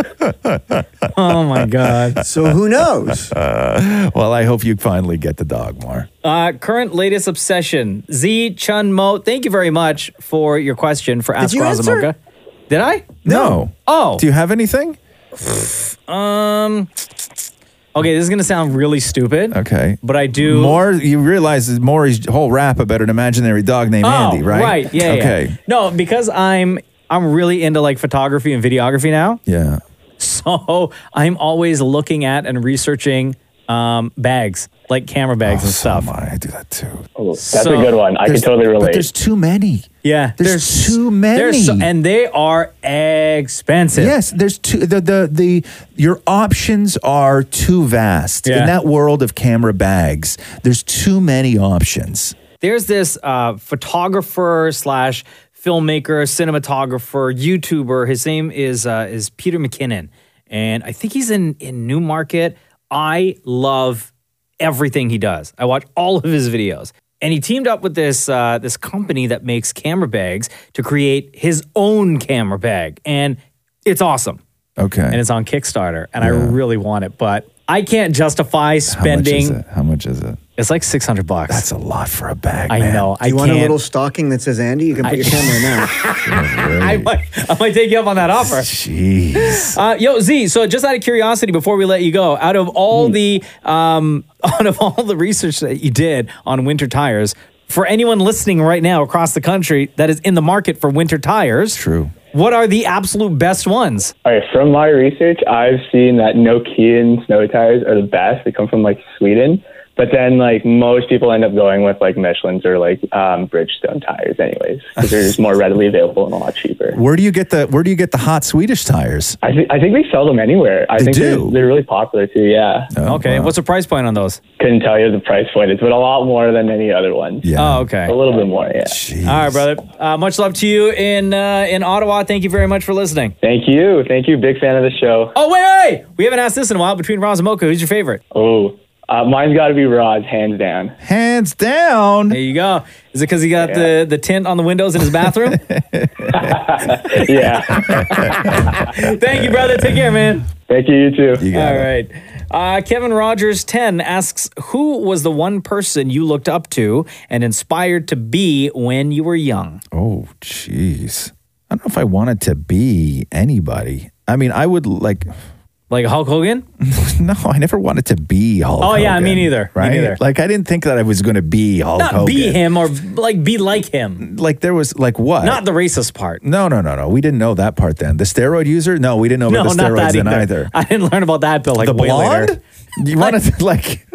S5: Oh my god.
S4: So who knows?
S8: well, I hope you finally get the dog, Mar.
S5: Uh, current latest obsession. Z Chun Mo, thank you very much for your question for Ask
S8: you
S5: Razamoka.
S8: answer?
S5: Did I?
S8: No.
S5: Oh.
S8: Do you have anything?
S5: Um Okay, this is gonna sound really stupid.
S8: Okay.
S5: But I do
S8: More, you realize that Maury's whole rap about an imaginary dog named
S5: oh,
S8: Andy, right?
S5: Right, yeah. yeah.
S8: Okay.
S5: No, because I'm I'm really into like photography and videography now.
S8: Yeah.
S5: So I'm always looking at and researching um, bags, like camera bags and stuff. Oh, I do that too.
S22: Oh, That's a good one. I can totally
S8: But
S22: relate.
S8: there's too many.
S5: Yeah,
S8: There's too many.
S5: there's so- and they are expensive.
S8: Yes, there's too the the, the your options are too vast
S5: Yeah.
S8: in that world of camera bags. There's too many options.
S5: There's this uh, photographer slash filmmaker, cinematographer, YouTuber. His name is uh, is Peter McKinnon, and I think he's in in Newmarket. I love everything he does. I watch all of his videos. And he teamed up with this uh, this company that makes camera bags to create his own camera bag, and it's awesome.
S8: Okay.
S5: And it's on Kickstarter, and I really want it, but I can't justify spending.
S8: How much is it?
S5: It's like six hundred bucks. That's
S8: a lot for a bag.
S5: I know.
S4: Do you
S5: I
S4: want
S5: can't-
S4: a little stocking that says Andy? You can put
S5: I-
S4: your camera in there.
S5: I might, I might take you up on that offer.
S8: Jeez.
S5: Uh, yo, Z. So, just out of curiosity, before we let you go, out of all
S4: Hmm.
S5: the um, out of all the research that you did on winter tires, for anyone listening right now across the country that is in the market for winter tires,
S8: true.
S5: What are the absolute best ones?
S22: All right, from my research, I've seen that Nokian snow tires are the best. They come from like Sweden, but then like most people end up going with like Michelin's or like um, Bridgestone tires, anyways, because they're just more readily available and a lot cheaper.
S8: Where do you get the Where do you get the hot Swedish tires?
S22: I, th- I think they sell them anywhere. I
S8: They
S22: think
S8: do? Oh,
S22: They're, they're really popular too. Yeah.
S5: okay. What's the price point on those?
S22: Couldn't tell you the price point. It's been a lot more than any other one.
S8: Yeah.
S5: Oh, okay.
S22: A little bit more. Yeah.
S5: All right, brother. Uh, much love to you in uh, in Ottawa. Thank you very much for listening.
S22: Thank you. Thank you. Big fan of the show.
S5: Oh wait, wait, we haven't asked this in a while. Between Roz and Mocha, who's your favorite?
S22: Oh, uh, mine's got to be Roz, hands down.
S8: Hands down.
S5: There you go. Is it because he got the the tint on the windows in his bathroom?
S22: yeah.
S5: Thank you, brother. Take care, man.
S22: Thank you. You too.
S5: All right. Uh, Kevin Rogers 10 asks Who was the one person you looked up to and inspired to be when you were young?
S8: Oh, jeez. I don't know if I wanted to be anybody. I mean, I would like.
S5: Like Hulk Hogan?
S8: no, I never wanted to be Hulk.
S5: Oh, yeah,
S8: Hogan,
S5: me neither. Me
S8: Right?
S5: neither.
S8: Like, I didn't think that I was going to be Hulk
S5: Not
S8: Oh, Hogan.
S5: be him or like be like him.
S8: Like, there was like what?
S5: Not the racist part.
S8: No, no, no, no. We didn't know that part then. The steroid user? No, we didn't know
S5: No,
S8: about the
S5: not
S8: steroids
S5: that
S8: then
S5: either.
S8: either.
S5: I didn't learn about that, but like
S8: the
S5: way
S8: blonde?
S5: later.
S8: You want to like?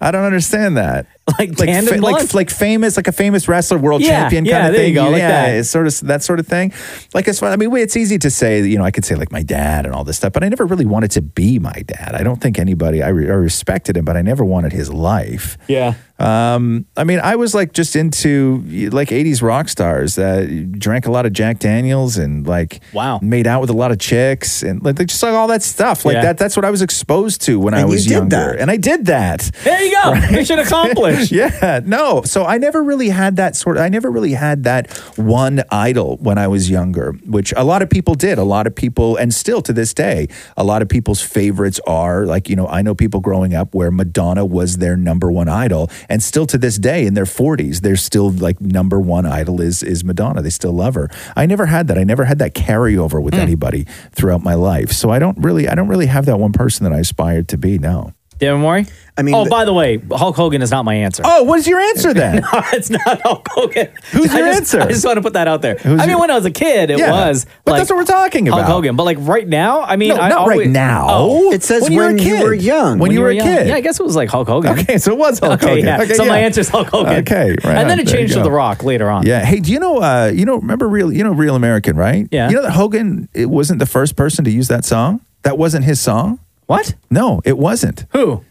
S8: I don't understand that.
S5: Like
S8: like,
S5: tandem blonde?
S8: like like famous like a famous wrestler world
S5: Yeah,
S8: champion
S5: yeah,
S8: kind of
S5: there you
S8: thing.
S5: go, like
S8: yeah,
S5: that.
S8: it's sort of that sort of thing. Like it's fun. I mean, wait, it's easy to say. You know, I could say like my dad and all this stuff, but I never really wanted to be my dad. I don't think anybody. I, re- I respected him, but I never wanted his life.
S5: Yeah.
S8: Um, I mean, I was like just into like 80s rock stars that drank a lot of Jack Daniels and like wow, made out with a lot of chicks and like just like all that stuff. Like
S5: Yeah.
S8: that that's what I was exposed to when I
S5: And you
S8: was
S5: did
S8: younger.
S5: that.
S8: And I did that.
S5: There you go. Mission accomplished.
S8: yeah. No. So I never really had that sort I never really had that one idol when I was younger, which a lot of people did. A lot of people and still to this day, a lot of people's favorites are like, you know, I know people growing up where Madonna was their number one idol and still to this day in their 40s, they're still like number one idol is is Madonna. They still love her. I never had that. I never had that carryover
S5: Mm.
S8: with anybody throughout my life. So I don't really I don't really have that one person that I aspired to be. No.
S5: Devin Murray? I
S8: mean,
S5: oh,
S8: the-
S5: by the way, Hulk Hogan is not my answer.
S8: Oh, what is your answer then?
S5: no, it's not Hulk Hogan.
S8: Who's
S5: I
S8: your
S5: just-
S8: answer?
S5: I just want to put that out there.
S8: Who's
S5: I mean,
S8: your-
S5: when I was a kid, it
S8: Yeah.
S5: was.
S8: But
S5: like,
S8: that's what we're talking
S5: Hulk
S8: about.
S5: Hogan. But like right now, I mean,
S8: No,
S5: I
S8: not right
S5: always-
S8: now.
S5: Oh.
S8: It says When you were a when you kid. were young.
S5: When, you, were, a kid. Yeah, I guess it was like Hulk Hogan.
S8: Okay, so it was Hulk
S5: okay,
S8: Hogan.
S5: Yeah.
S8: Okay,
S5: so my
S8: yeah.
S5: answer is Hulk Hogan.
S8: Okay, right
S5: And
S8: on.
S5: then it
S8: There you
S5: changed to
S8: go.
S5: The Rock later on.
S8: Yeah. Hey, do you know? Uh, you know? Remember real? You know, real American, right?
S5: Yeah.
S8: You know that Hogan it wasn't the first person to use that song. That wasn't his song.
S5: What?
S8: No, it wasn't.
S5: Who?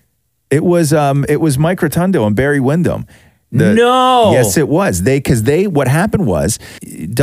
S8: It was. Um. It was Mike Rotundo and Barry Windham. The-
S5: No.
S8: Yes, it was. They because they what happened was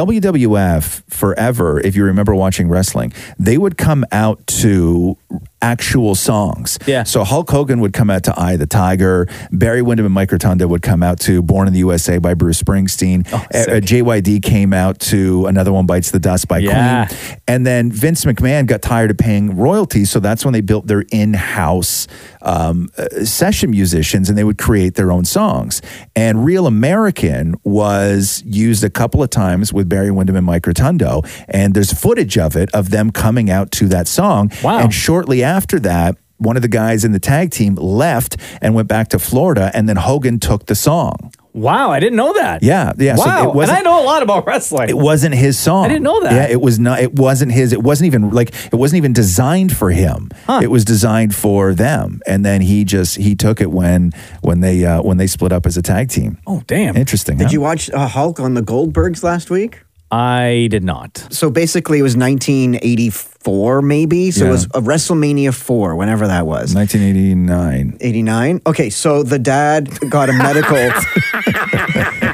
S8: WWF forever. If you remember watching wrestling, they would come out to actual songs. Yeah. So Hulk Hogan would come out to "Eye of the Tiger." Barry Windham and Mike Rotunda would come out to "Born in the USA" by Bruce Springsteen. Uh, uh, JYD came out to "Another One Bites the Dust" by
S5: Yeah.
S8: Queen. And then Vince McMahon got tired of paying royalties, so that's when they built their in-house um, uh, session musicians, and they would create their own songs. And Real American was used a couple of times with Barry Windham and Mike Rotundo, and there's footage of it of them coming out to that song. Wow! And shortly after that. One of the guys in the tag team left and went back to Florida, and then Hogan took the song.
S5: Wow, I didn't know that.
S8: Yeah, yeah. so
S5: Wow,
S8: it wasn't-
S5: and I know a lot about wrestling.
S8: It wasn't his song.
S5: I didn't know that.
S8: Yeah, it was not. It wasn't his. It wasn't even like it wasn't even designed for him. It was designed for them, and then he just he took it when when they uh, when they split up as a tag team.
S4: Oh,
S5: damn.
S8: Interesting.
S4: Did
S8: huh?
S4: you watch uh, Hulk on the Goldbergs last week?
S5: I did not.
S4: So basically, it was 1984, maybe. So
S8: Yeah.
S4: it was a WrestleMania 4, whenever that was.
S8: 1989.
S4: 89? Okay, so the dad got a medical.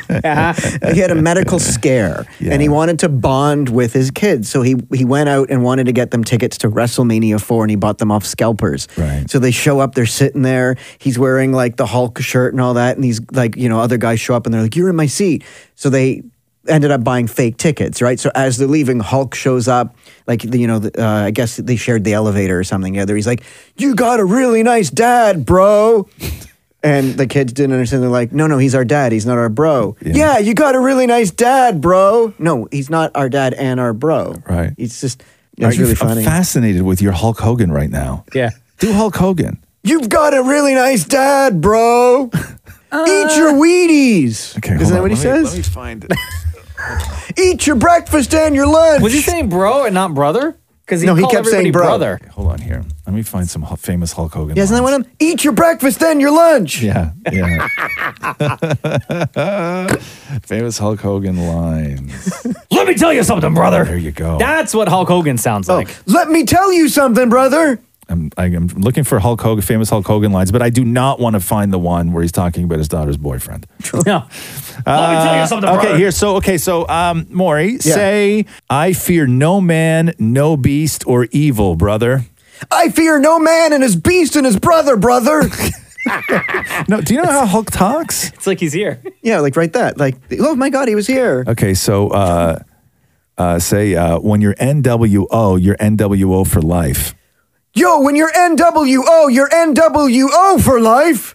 S4: Uh-huh. he had a medical scare and he wanted to bond with his kids. So he, he went out and wanted to get them tickets to WrestleMania 4 and he bought them off scalpers. Right. So they show up, they're sitting there. He's wearing like the Hulk shirt and all that. And these like, you know, other guys show up and they're like, you're in my seat. So they ended up buying fake tickets, right? So as they're leaving, Hulk shows up. Like, the, you know, the, uh, I guess they shared the elevator or something together. He's like, you got a really nice dad, bro. And the kids didn't understand. They're like, no, no, he's our dad. He's not our bro. Yeah. you got a really nice dad, bro. No, he's not our dad and our bro.
S8: Right.
S4: He's just,
S8: Are
S4: it's
S8: you-
S4: really
S8: I'm
S4: funny.
S8: fascinated with your Hulk Hogan right now.
S5: Yeah.
S8: Do Hulk Hogan.
S4: You've got a really nice dad, bro. Eat
S5: Uh.
S4: your Wheaties.
S8: Okay,
S4: Isn't that what he says?
S8: find
S4: Eat your breakfast and your lunch.
S5: Was he saying bro and not brother? Because he
S4: No, he
S5: called
S4: kept saying
S5: everybody
S4: bro.
S5: brother.
S8: Hold on here. Let me find some Hu- famous Hulk Hogan.
S4: Yeah, isn't that one of them? Eat your breakfast and your lunch.
S8: Yeah, yeah. famous Hulk Hogan lines.
S5: Let me tell you something, brother.
S8: There you go. Oh,
S5: That's what Hulk Hogan sounds like.
S4: Let me tell you something, brother.
S8: I'm, I- I'm looking for Hulk Hogan, famous Hulk Hogan lines, but I do not want to find the one where he's talking about his daughter's boyfriend. Uh,
S5: No.
S2: Let me tell you something,
S8: okay,
S2: brother.
S8: here. So, okay, so um, Maury,
S2: Yeah.
S8: say, "I fear no man, no beast, or evil, brother."
S4: I fear no man and his beast and his brother, brother.
S8: no, do you know how Hulk talks?
S5: It's like he's here.
S4: Yeah, like right that. Like, oh my God, he was here.
S8: Okay, so uh, uh, say uh, when you're NWO, you're NWO for life.
S4: Yo, when you're NWO, you're NWO for life.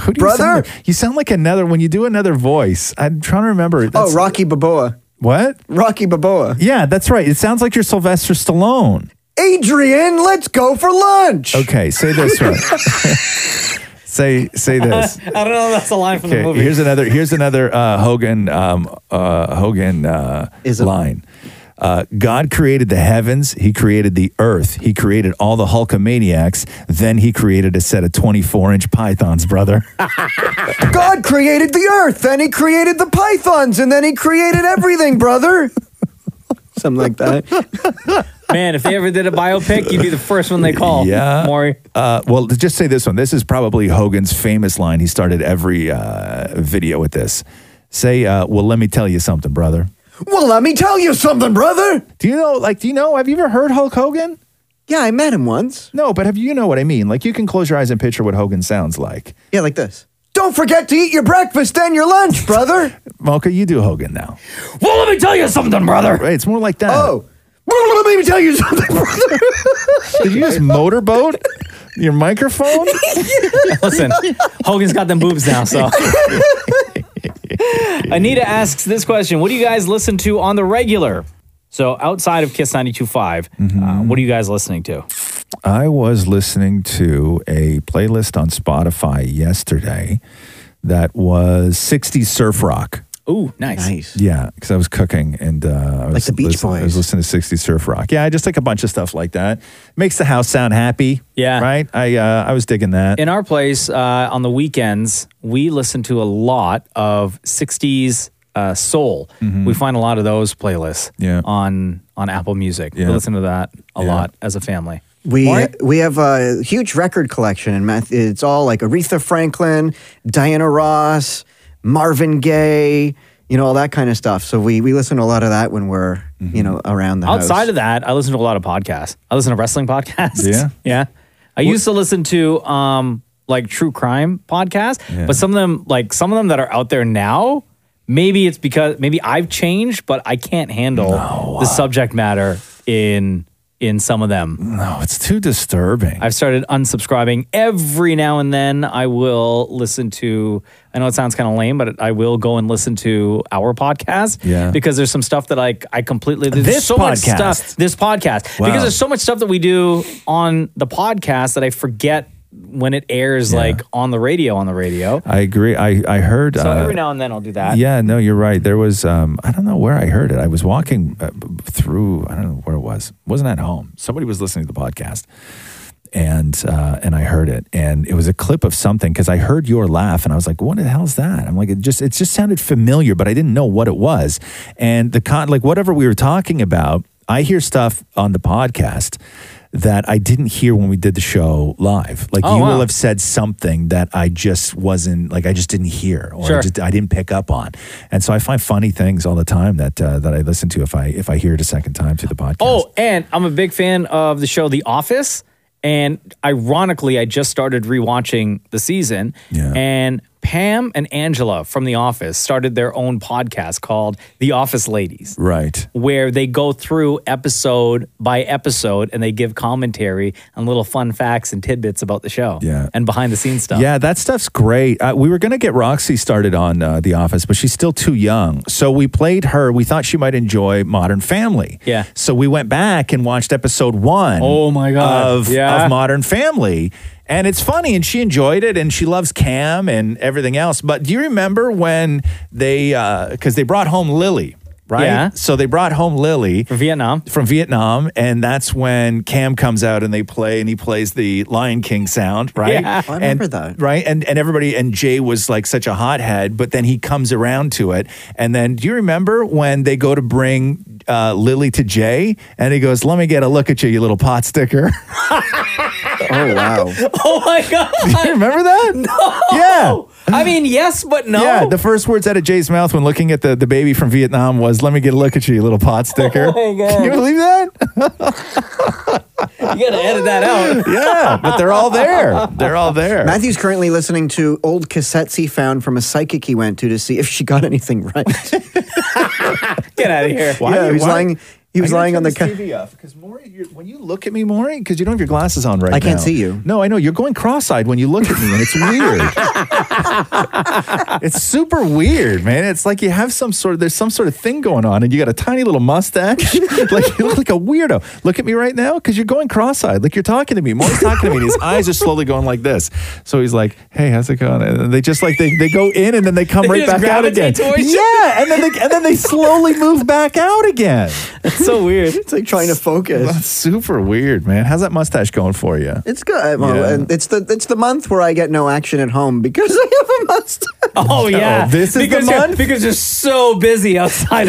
S8: Who do you
S4: Brother?
S8: sound like? You sound like another when you do another voice. I'm trying to remember.
S4: Oh, Rocky Baboa.
S8: What?
S4: Rocky Baboa.
S8: Yeah, that's right. It sounds like you're Sylvester Stallone.
S4: Adrian, let's go for lunch.
S8: Okay, say this one. say say this.
S5: I don't know if that's a line from
S8: Okay,
S5: the movie.
S8: here's another here's another uh, Hogan um, uh, Hogan uh, line. Uh, God created the heavens. He created the earth. He created all the Hulkamaniacs. Then he created a set of 24 inch pythons, brother.
S4: God created the earth, then he created the pythons, and then he created everything, brother. Something like that.
S5: Man, if they ever did a biopic, you'd be the first one they call.
S8: Yeah.
S5: Maury.
S8: Uh, well, just say this one. This is probably Hogan's famous line. He started every uh, video with this. Say, uh, well, let me tell you something, brother.
S4: Well, let me tell you something, brother.
S8: Do you know, like, do you know, have you ever heard Hulk Hogan?
S4: Yeah, I met him once.
S8: No, but have you, you know what I mean? Like, you can close your eyes and picture what Hogan sounds like.
S4: Yeah, like this. Don't forget to eat your breakfast and your lunch, brother.
S8: Mocha, you do Hogan now.
S5: Well, let me tell you something, brother.
S8: Right, it's more like that.
S4: Oh. Well, let me tell you something, brother.
S8: Did you just motorboat your microphone?
S5: Listen, Hogan's got them boobs now, so. Anita asks this question What do you guys listen to on the regular? So outside of Kiss 92.5, uh,
S8: Mm-hmm.
S5: what are you guys listening to?
S8: I was listening to a playlist on Spotify yesterday that was 60s surf rock.
S5: Ooh, nice.
S4: Nice.
S8: Yeah, because I was cooking and uh, I was
S4: the Beach
S8: listen- I was
S4: Boys.
S8: listening to 60s surf rock. Yeah, I just like a bunch of stuff like that. Makes the house sound happy.
S5: Yeah.
S8: Right? I uh, I was digging that.
S5: In our place, uh, on the weekends, we listen to a lot of 60s uh, soul. We find a lot of those playlists
S8: Mm-hmm. Yeah.
S5: on, on Apple Music.
S8: Yeah.
S5: We listen to that a lot as a family.
S4: We we have a huge record collection, and Math- it's all like Aretha Franklin, Diana Ross, Marvin Gaye, you know, all that kind of stuff. So we we listen to a lot of that when we're
S8: Mm-hmm.
S4: you know around the
S5: Outside
S4: house.
S5: of that, I listen to a lot of podcasts. I listen to wrestling podcasts.
S8: Yeah?
S5: Yeah. I used to listen to um like true crime podcasts, but some of them like some of them that are out there now, maybe it's because maybe I've changed, but I can't handle
S8: uh,
S5: the subject matter in in some of them.
S8: No, it's too disturbing.
S5: I've started unsubscribing every now and then. I will listen to. I know it sounds kind of lame, but I will go and listen to our podcast.
S8: Yeah.
S5: because there's some stuff that I I completely there's
S8: This
S5: so much
S8: podcast.
S5: stuff. This podcast
S8: Wow.
S5: because there's so much stuff that we do on the podcast that I forget when it airs like on the radio on the radio.
S8: I agree. I I heard.
S5: so
S8: uh,
S5: every now and then I'll do that.
S8: Yeah, no, you're right. There was um, I don't know where I heard it. I was walking uh, b- through. I don't know where it was. It wasn't at home. Somebody was listening to the podcast, and uh, and I heard it, and it was a clip of something because I heard your laugh, and I was like, "What the hell's that?" I'm like, "It just it just sounded familiar, but I didn't know what it was." And the con like whatever we were talking about, I hear stuff on the podcast. That I didn't hear when we did the show live. Like
S5: Oh,
S8: you
S5: wow.
S8: will have said something that I just wasn't like I just didn't hear or
S5: Sure.
S8: I, just, I didn't pick up on. And so I find funny things all the time that uh, that I listen to if I if I hear it a second time through the podcast.
S5: Oh, and I'm a big fan of the show The Office. And ironically, I just started rewatching the season. And Pam and Angela from The Office started their own podcast called The Office Ladies,
S8: Right.
S5: where they go through episode by episode and they give commentary and little fun facts and tidbits about the show yeah. and behind the scenes stuff.
S8: Yeah, that stuff's great. Uh, we were going to get Roxy started on uh, The Office, but she's still too young. So we played her. We thought she might enjoy Modern Family.
S5: Yeah.
S8: So we went back and watched episode one.
S5: Oh, my God.
S8: Of,
S5: Yeah.
S8: of Modern Family. And it's funny, and she enjoyed it, and she loves Cam and everything else. But do you remember when they, because they brought home Lily, right?
S5: Yeah.
S8: So they brought home Lily from
S5: Vietnam.
S8: From Vietnam, and that's when Cam comes out and they play, and he plays the Lion King sound, right?
S4: Yeah. I remember
S8: and,
S4: that.
S8: Right, and and everybody and Jay was like such a hothead, but then he comes around to it, and then do you remember when they go to bring uh, Lily to Jay, and he goes, "Let me get a look at you, you little pot sticker." oh wow!
S5: Oh my God.
S8: you remember that?
S5: No.
S8: Yeah.
S5: I mean, yes, but no.
S8: Yeah, the first words out of Jay's mouth when looking at the, the baby from Vietnam was, "Let me get a look at you, you little pot sticker."
S5: Oh my God.
S8: Can you believe that?
S5: you gotta edit that out.
S8: yeah, but they're all there. They're all there.
S4: Matthew's currently listening to old cassettes he found from a psychic he went to to see if she got anything right.
S5: Get out of here.
S4: Why- Yeah, he was why- lying- he was
S8: I'm gonna
S4: lying
S8: turn
S4: on the
S8: this
S4: ca-
S8: TV off because Maury, you're, when you look at me, Maury, because you don't have your glasses on right now.
S4: I can't see you.
S8: No, I know you're going cross-eyed when you look at me, and it's weird. it's super weird, man. It's like you have some sort of there's some sort of thing going on, and you got a tiny little mustache. like you look like a weirdo. Look at me right now because you're going cross-eyed. Like you're talking to me. Maury's talking to me, and his eyes are slowly going like this. So he's like, "Hey, how's it going?" And they just like they, they go in, and then they come
S5: They
S8: right
S5: just
S8: back out
S5: gravitate
S8: again.
S5: towards you.
S8: Yeah, and then they, and then they slowly move back out again.
S5: It's so weird.
S4: it's like trying to focus.
S8: That's super weird, man. How's that mustache going for you?
S4: It's good. Well,
S8: Yeah.
S4: and it's the it's the month where I get no action at home because I have a mustache.
S5: Oh yeah,
S8: this is the
S5: because you're-
S8: month?
S5: because you're so busy outside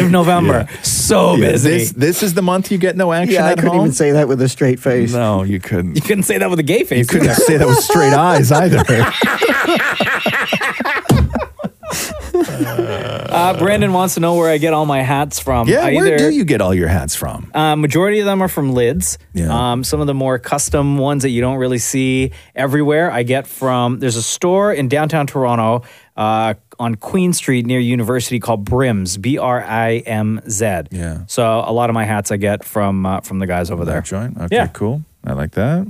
S5: of November. So
S8: Yeah,
S5: busy.
S8: This, this is the month you get no action
S4: Yeah, I
S8: at
S4: couldn't
S8: home?
S4: even say that with a straight face.
S8: No, you couldn't.
S5: you couldn't say that with a gay face.
S8: You couldn't say that with straight eyes either.
S5: Uh, Brandon wants to know where I get all my hats from.
S8: yeah,
S5: Um, I
S8: where
S5: either-
S8: do you get all your hats from?
S5: Uh, majority of them are from lids. Um, some of the more custom ones that you don't really see everywhere, I get from. There's a store in downtown Toronto uh, on Queen Street near University called Brims, B R I M Z. Yeah. So a lot of my hats I get from uh, from the guys over there.
S8: Joint. Okay,
S5: Yeah.
S8: cool. I like that.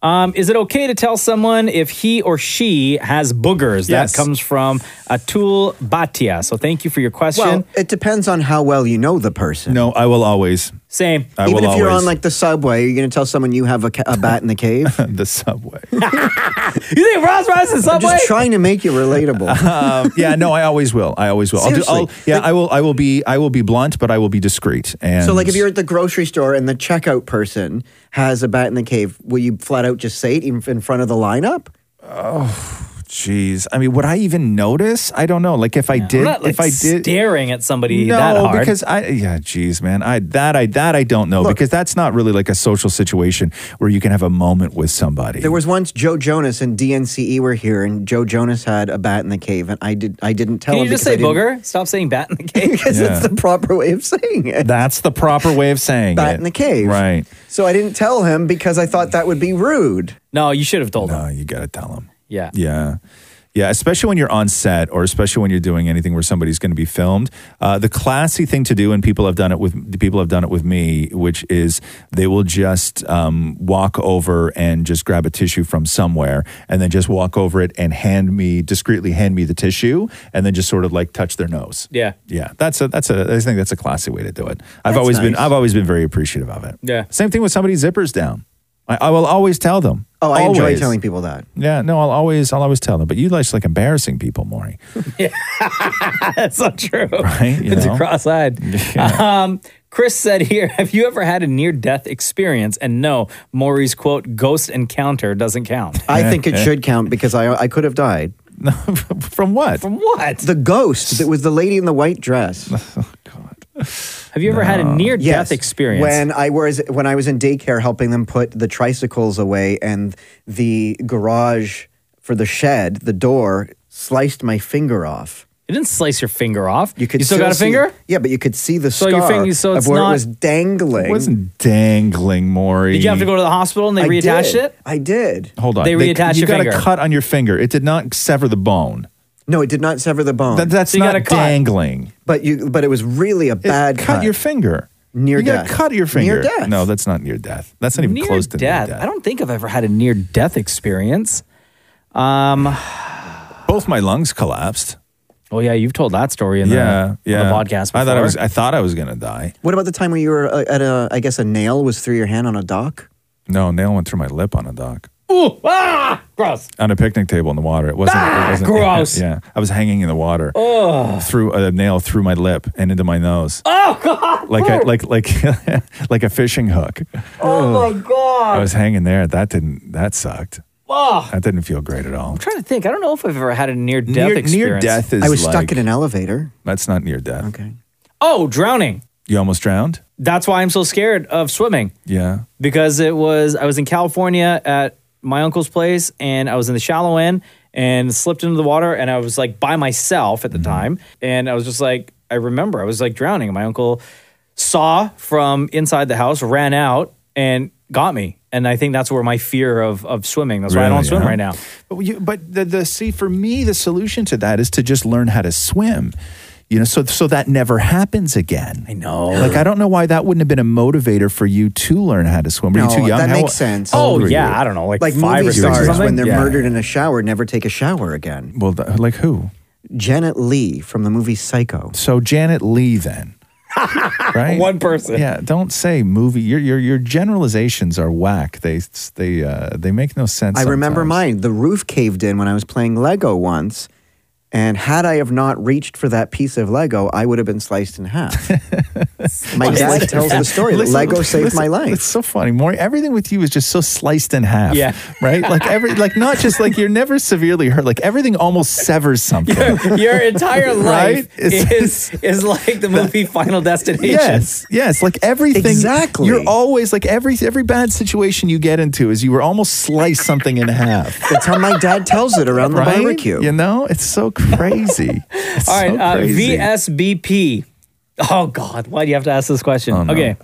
S5: Um, is it okay to tell someone if he or she has boogers?
S4: Yes.
S5: That comes from Atul Bhatia. So thank you for your question.
S4: Well, it depends on how well you know the person.
S8: No, I will always.
S5: Same.
S8: I
S4: Even
S8: will
S4: if you're
S8: always.
S4: on like the subway, you're going to tell someone you have a, ca- a bat in the cave.
S8: the subway.
S5: you think Ross rides the
S4: I'm
S5: subway?
S4: just trying to make you relatable.
S8: um, yeah, no, I always will. I always will. I'll do,
S4: Seriously.
S8: I'll, yeah, I will. I will be. I will be blunt, but I will be discreet. And
S4: so, like, if you're at the grocery store and the checkout person has a bat in the cave, will you flat out just say it in, in front of the lineup?
S8: oh, jeez. I mean, would I even notice? I don't know. Like, if I
S5: I'm
S8: did,
S5: not, like,
S8: if I did,
S5: staring at somebody
S8: no,
S5: that hard.
S8: because I yeah, geez, man, I that I that I don't know because that's not really like a social situation where you can have a moment with somebody.
S4: There was once Joe Jonas and DNCE E were here, and Joe Jonas had a bat in the cave, and I did. I didn't tell
S5: Can
S4: him.
S5: you just
S4: because I
S5: say
S4: didn't-
S5: booger? Stop saying bat in the cave.
S4: because
S8: Yeah.
S4: it's the proper way of saying it.
S8: That's the proper way of saying
S4: Bat
S8: it.
S4: in the cave.
S8: right?
S4: So I didn't tell him because I thought that would be rude.
S5: No, you should have told
S8: No, you gotta tell them.
S5: Yeah.
S8: Yeah. Yeah, especially when you're on set or especially when you're doing anything where somebody's going to be filmed. Uh, the classy thing to do, and people have done it with people have done it with me, which is they will just um, walk over and just grab a tissue from somewhere, and then just walk over it and hand me discreetly hand me the tissue, and then just sort of like touch their nose.
S5: Yeah.
S8: Yeah, that's a that's a I think that's a classy way to do it. I've
S5: That's
S8: always been
S5: nice.
S8: I've always been very appreciative of it.
S5: Yeah.
S8: Same thing with somebody's zippers down. I, I will always tell them.
S4: Oh, I
S8: always.
S4: enjoy telling people that.
S8: Yeah, no, I'll always, I'll always tell them. But you like like embarrassing people, Maury.
S5: That's not true.
S8: Right, you
S5: it's
S8: know?
S5: a cross-eyed. Um, Chris said here, have you ever had a near-death experience? And no, Maury's quote, ghost encounter doesn't count.
S4: I think it should count because I I could have died.
S8: From what?
S5: From what?
S4: The ghost that was the lady in the white dress.
S5: Have you ever had a near-death
S4: Yes.
S5: experience?
S4: When I was when I was in daycare helping them put the tricycles away and the garage for the shed, the door sliced my finger off.
S5: it didn't slice your finger off. You,
S4: could
S5: still, got a
S4: see-
S5: finger?
S4: yeah, but you could see the
S5: So
S4: scar
S5: your finger- so it's
S4: of where
S5: not-
S4: it was dangling.
S8: It wasn't dangling, Maury.
S5: Did you have to go to the hospital and they
S4: I
S5: reattached
S4: did.
S5: it?
S4: I did.
S8: Hold on.
S5: They reattach
S8: you
S5: your
S8: got
S5: finger.
S8: a cut on your finger. It did not sever the bone.
S4: No, it did not sever the bone.
S8: That, that's
S4: So you got a
S8: not
S4: cut.
S8: dangling.
S4: But you, but it was really a bad
S8: cut your finger.
S4: Near
S8: you got
S4: death.
S8: a cut of your finger.
S4: Near death.
S8: No, that's not near death. That's not even
S5: Near
S8: close to
S5: death.
S8: near death.
S5: I don't think I've ever had a near-death experience. Um,
S8: Both my lungs collapsed.
S5: Oh yeah, you've told that story in the-
S8: yeah,
S5: on the,
S8: yeah.
S5: podcast. Before.
S8: I thought I was. I thought I was gonna die.
S4: What about the time when you were uh, at a? I guess a nail was through your hand on a dock.
S8: No, nail went through my lip on a dock.
S5: Ooh, ah, gross.
S8: on a picnic table in the water. It wasn't. it wasn't
S5: Ah, gross.
S8: Yeah, I was hanging in the water.
S5: Oh.
S8: Through a nail through my lip and into my nose,
S5: Oh god.
S8: like I, like like like a fishing hook.
S5: Oh my god.
S8: I was hanging there. That didn't. That sucked.
S5: Oh.
S8: That didn't feel great at all.
S5: I'm trying to think. I don't know if I've ever had a near death
S8: Near- near
S5: experience.
S8: death is I was stuck like- in
S4: an elevator.
S8: That's not near death.
S4: Okay.
S5: Oh, drowning.
S8: You almost drowned.
S5: That's why I'm so scared of swimming
S8: Yeah.
S5: because it was I was in California at my uncle's place and I was in the shallow end and slipped into the water and I was like by myself
S8: Mm-hmm.
S5: at the time and I was just like I remember I was like drowning and my uncle saw from inside the house ran out and got me and I think that's where my fear of of swimming that's why I
S8: Really,
S5: don't swim
S8: huh?
S5: right now.
S8: But you, but the, the see for me the solution to that is to just learn how to swim. You know, so so that never happens again. I
S5: know.
S8: Like I don't know why that wouldn't have been a motivator for you to learn how to swim. Were
S4: No,
S8: you too young?
S4: That
S8: How
S4: makes
S8: o-
S4: sense.
S8: how
S5: Oh,
S8: old were you?
S4: like movie stars when they're murdered in a shower never take a shower again.
S8: Well, like who?
S4: Janet Lee from the movie Psycho.
S8: So Janet Lee then. right?
S5: One person.
S8: Yeah, don't say movie. Your your your generalizations are whack. They they uh, they make no sense.
S4: I remember
S8: sometimes.
S4: mine. The roof caved in when I was playing Lego once, and had I have not reached for that piece of Lego, I would have been sliced in half. my dad tells the story that
S8: Listen,
S4: Lego saved
S8: listen,
S4: my life.
S8: It's so funny, Maury. Everything with you is just so sliced in half.
S4: Yeah.
S8: Right? Like every like not just like you're never severely hurt. Like everything almost severs something.
S5: Your entire
S8: Right?
S5: life is is like the movie Final Destination.
S8: Yes, yes. Like everything.
S5: Exactly.
S8: You're always like every every bad situation you get into is you were almost sliced something in half.
S4: That's how my dad tells it around the barbecue.
S8: You know, it's so crazy. It's
S5: All right,
S8: so
S5: uh,
S8: crazy.
S5: VSBP. Oh God, why do you have to ask this question?
S8: Oh, no.
S5: Okay,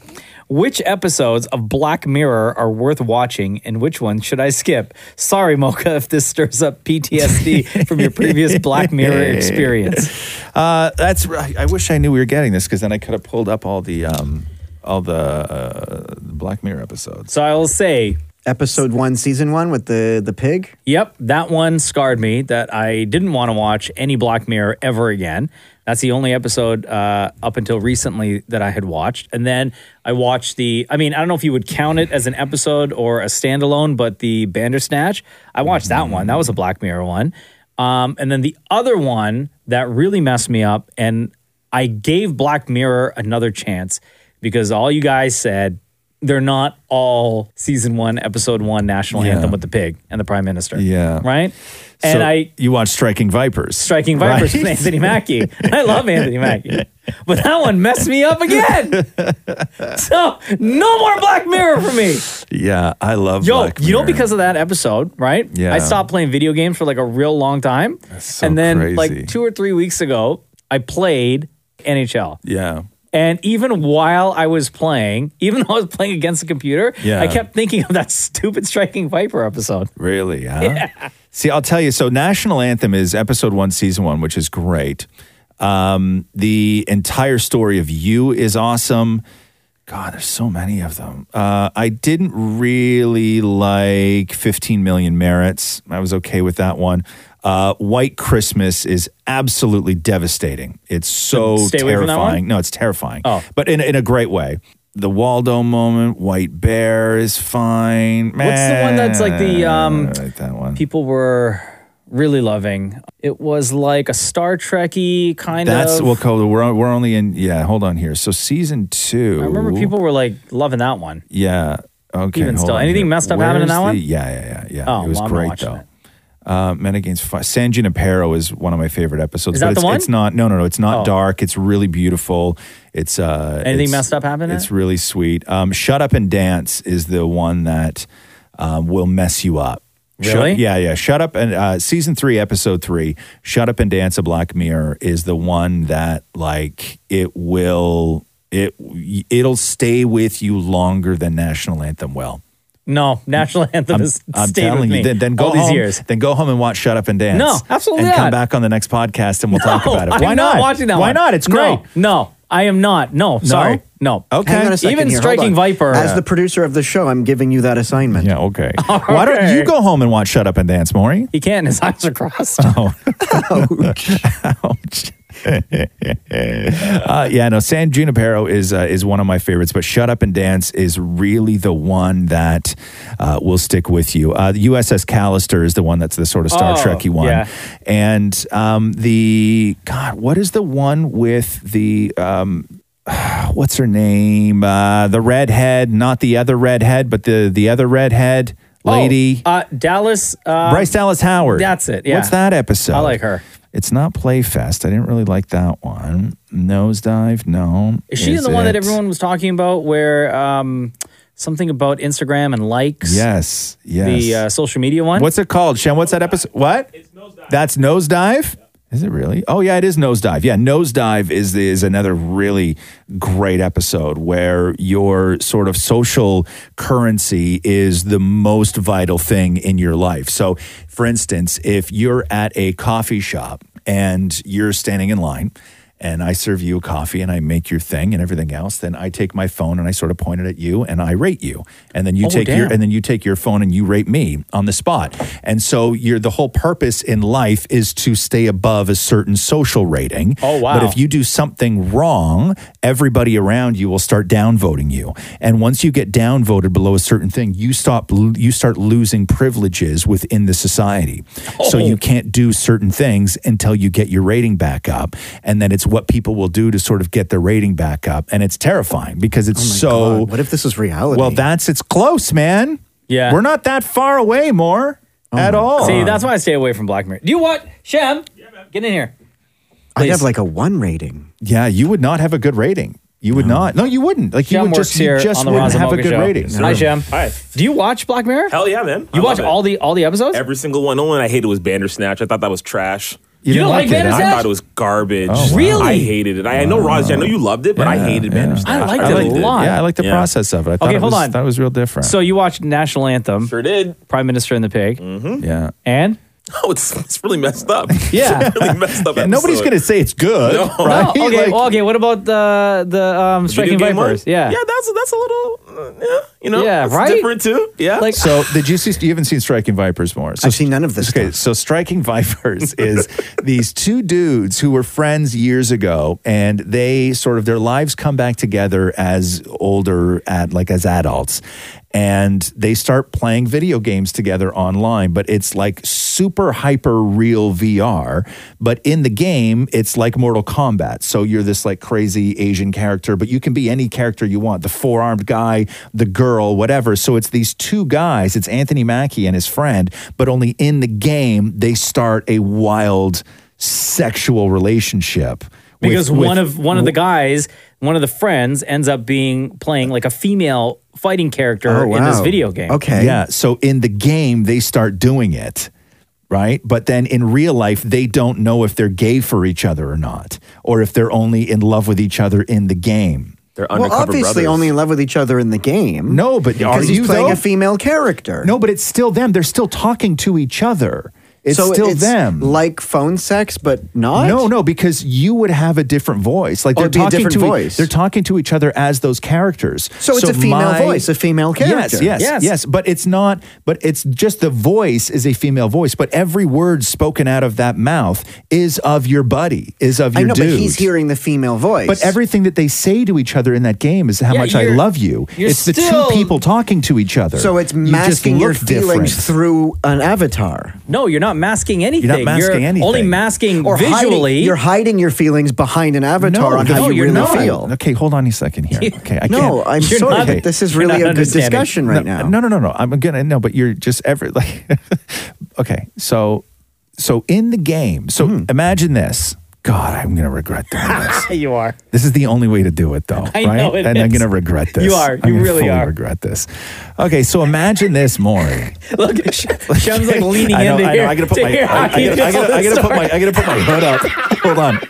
S5: which episodes of Black Mirror are worth watching, and which ones should I skip? Sorry, Mocha, if this stirs up PTSD from your previous Black Mirror experience.
S8: Uh, that's right. I wish I knew we were getting this because then I could have pulled up all the um, all the uh, Black Mirror episodes.
S5: So I will say,
S4: episode one, season one, with the the pig.
S5: Yep, that one scarred me. That I didn't want to watch any Black Mirror ever again. That's the only episode uh, up until recently that I had watched, and then I watched the. I mean, I don't know if you would count it as an episode or a standalone, but the Bandersnatch. I watched that one. That was a Black Mirror one, um, and then the other one that really messed me up, and I gave Black Mirror another chance because all you guys said they're not all season one, episode one national
S8: Yeah.
S5: anthem with the pig and the prime minister.
S8: Yeah.
S5: Right? And
S8: So
S5: I
S8: you watch Striking Vipers.
S5: striking vipers
S8: Right?
S5: with Anthony Mackie. I love Anthony Mackie. But that one messed me up again. so no more Black Mirror for me.
S8: Yeah, I love.
S5: Yo,
S8: Black
S5: you know,
S8: Mirror.
S5: because of that episode, right?
S8: Yeah.
S5: I stopped playing video games for like a real long time.
S8: so
S5: and then
S8: crazy.
S5: like two or three weeks ago, I played NHL.
S8: yeah.
S5: And even while I was playing, even though I was playing against the computer,
S8: Yeah.
S5: I kept thinking of that stupid Striking Viper episode.
S8: Really? Huh? See, I'll tell you. So, National Anthem is episode one, season one, which is great. Um, the entire story of you is awesome. God, there's so many of them. Uh, I didn't really like 15 Million Merits. I was okay with that one. Uh, White Christmas is absolutely devastating. It's so
S5: Stay away from that
S8: terrifying.
S5: one?
S8: No, it's terrifying. Oh. But in, in a great way. the Waldo moment. White Bear is fine.
S5: What's the one that's like the um
S8: that one
S5: people were really loving? It was like a Star Trekky kind
S8: That's
S5: of.
S8: well, Cole, we're we're only in. Yeah, hold on here. So season two.
S5: I remember people were like loving that one.
S8: Yeah. Okay.
S5: Even
S8: hold
S5: still,
S8: on
S5: anything
S8: here.
S5: messed up happened in
S8: Where's
S5: that one?
S8: the- Yeah, yeah, yeah, yeah.
S5: Oh,
S8: it was
S5: well, I'm not
S8: great
S5: watching
S8: though. Uh, Men Against Fire. San Junipero is one of my favorite episodes.
S5: Is that
S8: but it's,
S5: the one?
S8: It's not. No, no, no. It's not
S5: Oh.
S8: dark. It's really beautiful. It's uh.
S5: Anything
S8: it's-
S5: messed up happened in
S8: It's
S5: it?
S8: really sweet. Um, Shut up and dance is the one that um, will mess you up. Shut-
S5: Really?
S8: yeah, yeah. Shut up and uh, season three, episode three. Shut up and dance. A Black Mirror is the one that like it will it it'll stay with you longer than national anthem will.
S5: No, National Anthem is
S8: I'm
S5: stayed
S8: telling
S5: with
S8: you.
S5: me
S8: Then, then go
S5: all
S8: home,
S5: these years.
S8: Then go home and watch Shut Up and Dance.
S5: No, absolutely
S8: And come
S5: not.
S8: back on the next podcast and we'll talk
S5: No,
S8: about it.
S5: I'm
S8: Why
S5: not watching that
S8: Why
S5: one.
S8: not? It's
S5: No,
S8: great.
S5: No, I am not. No, sorry. No.
S8: Okay.
S4: Hang on a second
S5: Even
S4: here, hold
S5: Striking
S4: on.
S5: Viper.
S4: As the producer of the show, I'm giving you that assignment.
S8: uh, Yeah, okay. Why don't you go home and watch Shut Up and Dance, Maury?
S5: He can't. His eyes are crossed.
S8: Oh. Ouch. uh, yeah, no. San Junipero is uh, is one of my favorites, but Shut Up and Dance is really the one that uh, will stick with you. Uh, the USS Callister is the one that's the sort of Star
S11: Oh,
S8: Trekky one,
S11: yeah.
S8: and um, the God, what is the one with the um, what's her name? Uh, the redhead, not the other redhead, but the the other redhead lady.
S5: Oh, uh, Dallas. Uh,
S8: Bryce Dallas Howard.
S5: That's it. Yeah.
S8: What's that episode?
S5: I like her.
S8: It's not Playfest. I didn't really like that one. Nosedive? No.
S5: Is she in the one that everyone was talking about where um, something about Instagram and likes?
S8: Yes. Yes.
S5: The uh, social media one?
S8: What's it called, Shem? What's that episode? What? It's nosedive. That's nosedive. Is it really? Oh yeah, it is nosedive. Yeah, nosedive is the, is another really great episode where your sort of social currency is the most vital thing in your life. So, for instance, if you're at a coffee shop and you're standing in line and I serve you a coffee and I make your thing and everything else, then I take my phone and I sort of point it at you and I rate you. And then you
S11: Oh,
S8: take your
S11: damn.
S8: and then you take your phone and you rate me on the spot. And so you're the whole purpose in life is to stay above a certain social rating.
S11: Oh, wow.
S8: But if you do something wrong, everybody around you will start downvoting you. And once you get downvoted below a certain thing, you stop you start losing privileges within the society.
S4: Oh.
S8: So you can't do certain things until you get your rating back up. And then it's what people will do to sort of get their rating back up. And it's terrifying because it's so
S4: Oh What if this is reality?
S8: well, that's it's close, man.
S5: Yeah.
S8: We're not that far away, more
S4: Oh
S23: Oh
S8: at all.
S5: See, that's why I stay away from Black Mirror. Do you what? Shem? Get in here.
S8: I'd
S5: have
S4: like a one rating.
S8: Yeah, you would not have a good rating. You would not. No, you wouldn't. Like you
S5: Shem
S8: would
S5: works
S8: just,
S5: here
S8: you just
S5: on the
S8: wouldn't
S5: Raza
S8: have a
S5: Mocha
S8: good
S5: show.
S8: rating.
S5: Hi, Shem. Hi. Do you watch Black Mirror?
S23: Hell yeah, man.
S5: You watch all the all the episodes?
S23: Every single one. The only one I hated was Bandersnatch. I thought that was trash.
S5: You You don't don't like like it, Bandersnatch? huh?
S23: I thought it was garbage.
S5: Oh, wow. Really?
S23: I hated it. I, I know, Raj, I know you loved it, but I hated Bandersnatch.
S5: I liked it a lot.
S8: Yeah, I like the
S5: Yeah.
S8: process of it. I thought
S5: Okay,
S8: it
S5: hold
S8: was,
S5: on.
S8: That was real different.
S5: So you watched National Anthem. Sure
S23: did.
S5: Prime Minister and the Pig. Mm-hmm.
S8: Yeah.
S5: And?
S23: Oh, it's, it's really messed up.
S5: Yeah.
S23: It's a really messed up.
S5: Yeah, nobody's
S23: episode.
S5: gonna
S8: say it's good,
S23: No.
S5: No, okay, well, okay. What about the the um, Striking
S23: game one?
S5: Vipers? Yeah.
S23: Yeah, that's that's a little, uh, yeah, you know,
S5: Yeah,
S23: it's
S5: right?
S23: different too. Yeah,
S8: so did you see? You haven't seen Striking Vipers more. So, I've seen
S4: none of this.
S8: Okay, so Striking Vipers is these two dudes who were friends years ago, and they sort of their lives come back together as older at like as adults, and they start playing video games together online. But it's like super hyper real VR. But in the game, it's like Mortal Kombat. So you're this like crazy Asian character, but you can be any character you want the four armed guy, the girl, whatever. So it's these two guys, it's Anthony Mackie and his friend, but only in the game, they start a wild sexual relationship. with-
S5: because
S8: with-
S5: one of one of the guys, one of the friends, ends up being playing like a female fighting character
S8: Oh,
S5: in this video game.
S8: Yeah. So in the game, they start doing it, right? But then in real life, they don't know if they're gay for each other or not, or if they're only in love with each other in the game.
S23: They're
S4: Well, obviously, only in love with each other in the game.
S8: No, but are
S4: because he's
S8: you,
S4: playing
S8: though?
S4: a female character.
S8: No, but it's still them. They're still talking to each other. It's still them.
S4: Like phone sex, but not.
S8: No, no, because you would have a different voice. Like they're
S4: Oh, it'd be a
S8: talking
S4: different
S8: to e-
S4: voice.
S8: they're talking to each other as those characters.
S4: So it's a female voice, a female character.
S8: Yes, yes,
S4: Yes.
S8: yes, But it's not. But it's just the voice is a female voice. But every word spoken out of that mouth is of your buddy, is of your
S4: I know,
S8: dude.
S4: but he's hearing the female voice.
S8: But everything that they say to each other in that game is how
S4: Yeah,
S8: much I
S4: you're-
S8: love you.
S4: you're
S8: It's the
S4: still-
S8: two people talking to each other.
S4: so it's
S8: You just
S4: masking your
S8: look
S4: feelings through an avatar.
S5: No, you're not masking anything.
S4: masking anything.
S5: Only masking
S4: Or hiding-
S5: visually.
S4: you're hiding your feelings behind an avatar
S8: No,
S4: on
S8: the-
S4: how
S8: no,
S4: you
S8: you're
S4: really
S8: not.
S4: feel.
S8: Okay, hold on a second here. Okay, I
S4: No,
S8: can't.
S4: I'm You're sorry, not- but this is really you're not a good understanding. discussion right
S8: No, No, no, no, no. I'm gonna no, but you're just every like. okay, so so in the game, so
S4: Hmm.
S8: imagine this. God, I'm gonna regret doing this.
S5: you are.
S8: This is the only way to do it, though,
S5: I
S8: right?
S5: know it
S8: and I'm
S5: is.
S8: gonna regret this.
S5: You are.
S8: I'm
S5: You
S8: gonna
S5: really
S8: fully
S5: are.
S8: Regret this. Okay, so imagine this, Maury.
S5: Look, Shem's like leaning
S8: I know,
S5: in to
S8: I know.
S5: hear.
S8: I gotta put
S5: to
S8: my.
S5: hear
S8: I,
S5: how
S8: I
S5: you
S8: gotta, I,
S5: tell
S8: gotta, I
S5: this
S8: gotta put my.
S5: story.
S8: I gotta put my hood up. Hold on.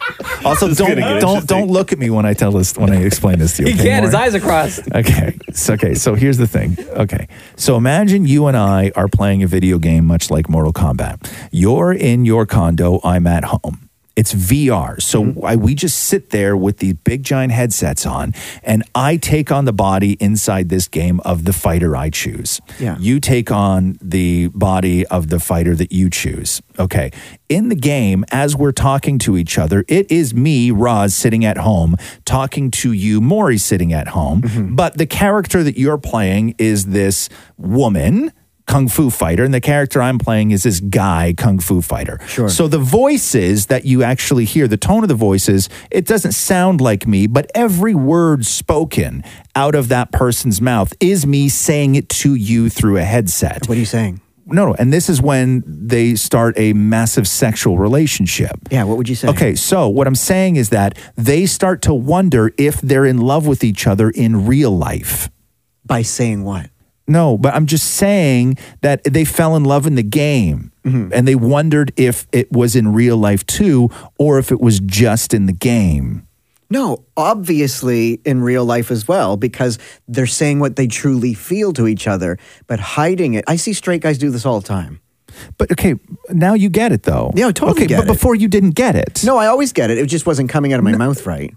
S8: Also, don't
S5: get
S8: don't don't look at me when I tell this when I explain this to you.
S5: He
S8: okay,
S5: can't. His
S8: Maury?
S5: eyes are crossed.
S8: Okay. So, okay. So here's the thing. Okay. So imagine you and I are playing a video game much like Mortal Kombat. You're in your condo, I'm at home. It's VR. So I, we just sit there with these big giant headsets on, and I take on the body inside this game of the fighter I choose.
S4: Yeah.
S8: You take on the body of the fighter that you choose. Okay. In the game, as we're talking to each other, it is me, Roz, sitting at home, talking to you, Maury, sitting at home. But the character that you're playing is this woman. Kung Fu fighter, and the character I'm playing is this guy, Kung Fu fighter. Sure. So the voices that you actually hear, the tone of the voices, it doesn't sound like me, but every word spoken out of that person's mouth is me saying it to you through a headset. What
S4: are you saying?
S8: No, no. And this is when they start a massive sexual relationship.
S4: Yeah, what would you say?
S8: Okay, so what I'm saying is that they start to wonder if they're in love with each other in real life.
S4: By saying what?
S8: No, but I'm just saying that they fell in love in the game
S4: Mm-hmm.
S8: and they wondered if it was in real life too or if it was just in the game.
S4: No, obviously in real life as well, because they're saying what they truly feel to each other, but hiding it. I see straight guys do this all the time.
S8: But okay, now you get it though.
S4: Yeah, I totally
S8: Okay,
S4: get
S8: but
S4: it.
S8: before you didn't get it.
S4: No, I always get it. It just wasn't coming out of my mouth right.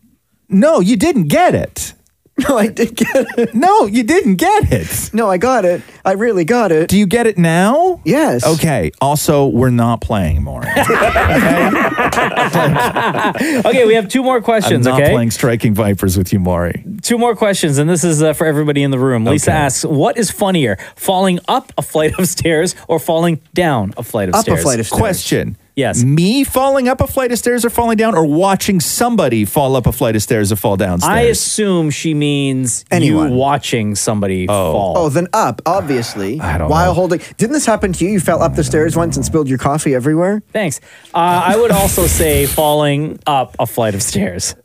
S8: No, you didn't get it.
S4: No, I did get it.
S8: No, you didn't get it.
S4: No, I got it. I really got it.
S8: Do you get it now?
S4: Yes.
S8: Okay, also, we're not playing more.
S5: okay, we have two more
S8: I'm
S5: questions.
S8: not
S5: okay,
S8: playing Striking Vipers with you, Maury.
S5: two more questions, and this is uh, for everybody in the room. Lisa asks, "What is funnier, falling up a flight of stairs or falling down a flight of
S8: Up a
S5: stairs?"
S8: flight of stairs. Question.
S5: Yes.
S8: Me falling up a flight of stairs or falling down, or watching somebody fall up a flight of stairs or fall
S5: I
S8: downstairs?
S5: assume she means
S8: Anyone.
S5: you watching somebody fall.
S4: Oh, then up, obviously. I
S5: don't
S4: while holding. Didn't this happen to you? You fell up the stairs once and spilled your coffee everywhere?
S5: Thanks. Uh, I would also say falling up a flight of stairs.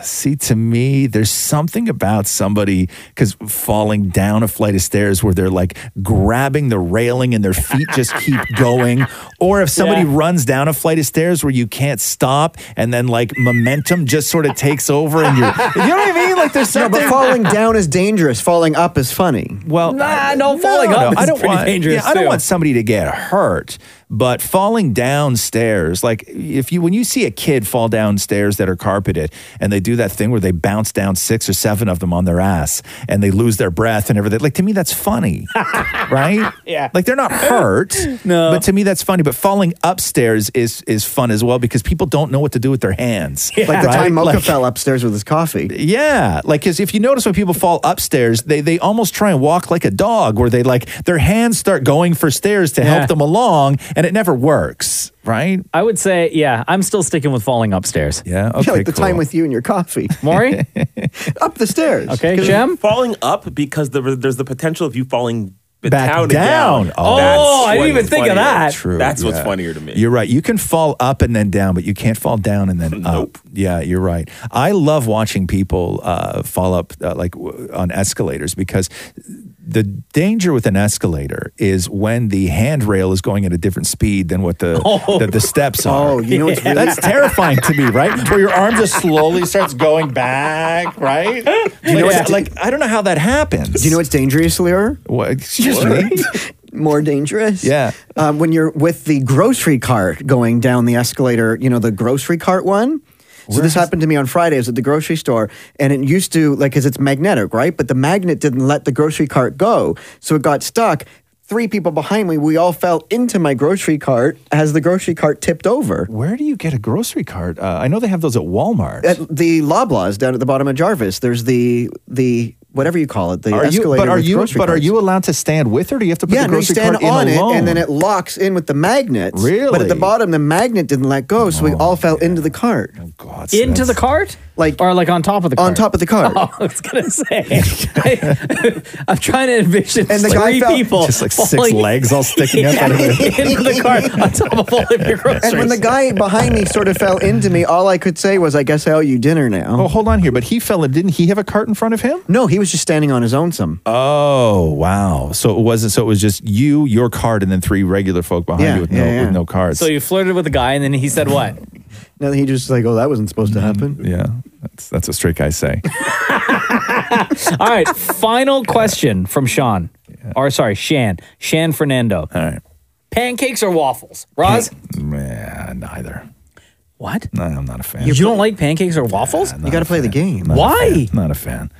S8: See, to me, there's something about somebody because falling down a flight of stairs where they're like grabbing the railing and their feet just keep going. Or if somebody runs down a flight of stairs where you can't stop and then like momentum just sort of takes over and you're, you know what I mean? Like there's
S4: No,
S8: something.
S4: but falling down is dangerous. Falling up is funny.
S8: Well,
S5: Nah, no, falling up is
S8: I don't
S5: pretty
S8: want,
S5: dangerous,
S8: Yeah, I don't
S5: too.
S8: want somebody to get hurt, but falling downstairs, like if you when you see a kid fall downstairs that are carpeted and they do that thing where they bounce down six or seven of them on their ass and they lose their breath and everything, like to me that's funny, right? Yeah, like they're not hurt, no, but to me that's funny. But falling upstairs is is fun as well because people don't know what to do with their hands,
S4: Like the
S8: right?
S4: time Mocha
S8: Like-
S4: fell upstairs with his coffee.
S8: yeah, like 'cause if you notice when people fall upstairs, they they almost try and walk like a dog, where they like their hands start going for stairs to
S5: Yeah.
S8: help them along, and it never works, right?
S5: I would say, yeah, I'm still sticking with falling upstairs.
S8: Yeah,
S4: yeah, like the time with you and your coffee.
S5: Maury?
S4: up the stairs.
S5: Okay,
S4: 'Cause-
S5: Shem?
S23: Falling up because there, there's the potential of you falling b-
S8: Back
S23: down,
S8: down.
S23: And down.
S8: Oh,
S23: That's
S5: I didn't
S23: what
S5: even
S23: is
S5: think of
S23: funnier.
S5: that.
S8: True,
S23: That's what's
S8: yeah.
S23: funnier to me.
S8: You're right. You can fall up and then down, but you can't fall down and then up. Yeah, you're right. I love watching people uh, fall up uh, like w- on escalators because the danger with an escalator is when the handrail is going at a different speed than what the that the steps are.
S4: Oh, you know what's really-
S8: that's terrifying to me, right? Where your arm just slowly starts going back, right? like,
S4: know what's-
S8: like, I don't know how that happens.
S4: Do you know what's dangerous, Lear?
S8: What? Excuse me.
S4: more dangerous.
S8: Yeah.
S4: Um, when you're with the grocery cart going down the escalator, you know, the grocery cart one. So this happened to me on Friday. I was at the grocery store, and it used to like because it's magnetic, right? But the magnet didn't let the grocery cart go, so it got stuck. Three people behind me, we all fell into my grocery cart as the grocery cart tipped over.
S8: Where do you get a grocery cart? Uh, I know they have those at Walmart.
S4: At the Loblaws down at the bottom of Jarvis, there's the the whatever you call it, the
S8: Are you,
S4: escalator.
S8: but are
S4: with
S8: you but
S4: grocery
S8: are
S4: carts.
S8: you allowed to stand with her? Do you have to put
S4: yeah,
S8: the
S4: no, you
S8: grocery
S4: stand
S8: cart in
S4: on it,
S8: alone?
S4: and then it locks in with the magnets. Really? But at the bottom, the magnet didn't let go, so we
S8: Oh,
S4: all fell into the cart. Oh
S8: God!
S5: Into the cart?
S4: Like
S5: or like on top
S8: Oh,
S5: of the cart?
S4: On top of the cart.
S5: Oh, I was gonna say. I, am trying to envision
S4: And the guy
S5: three
S4: felt-
S5: people,
S4: Just like
S8: six
S5: falling
S8: legs all sticking up out of it.
S5: into the cart on top of all of your groceries.
S4: And when the guy behind me sort of fell into me, all I could say was, "I guess I owe you dinner now."
S8: Oh, hold on here, but he fell. and Didn't he have a cart in front of him?
S4: No, he was just standing on his own. Some.
S8: Oh wow! So it wasn't. So it was just you, your card, and then three regular folk behind
S4: Yeah,
S8: you with no
S4: yeah, yeah.
S8: with no cards.
S5: So you flirted with the guy, and then he said what?
S4: No, he just like, "Oh, that wasn't supposed to happen."
S8: Mm, Yeah, that's that's what straight guys say.
S5: All right, final question from Sean. Or sorry, Shan. Shan Fernando.
S8: All right.
S5: Pancakes or waffles? Roz?
S8: Yeah, neither.
S5: What?
S8: No, I'm not a fan.
S5: You don't like pancakes or waffles?
S8: You got to play the
S4: game.
S5: Why?
S8: Not a fan.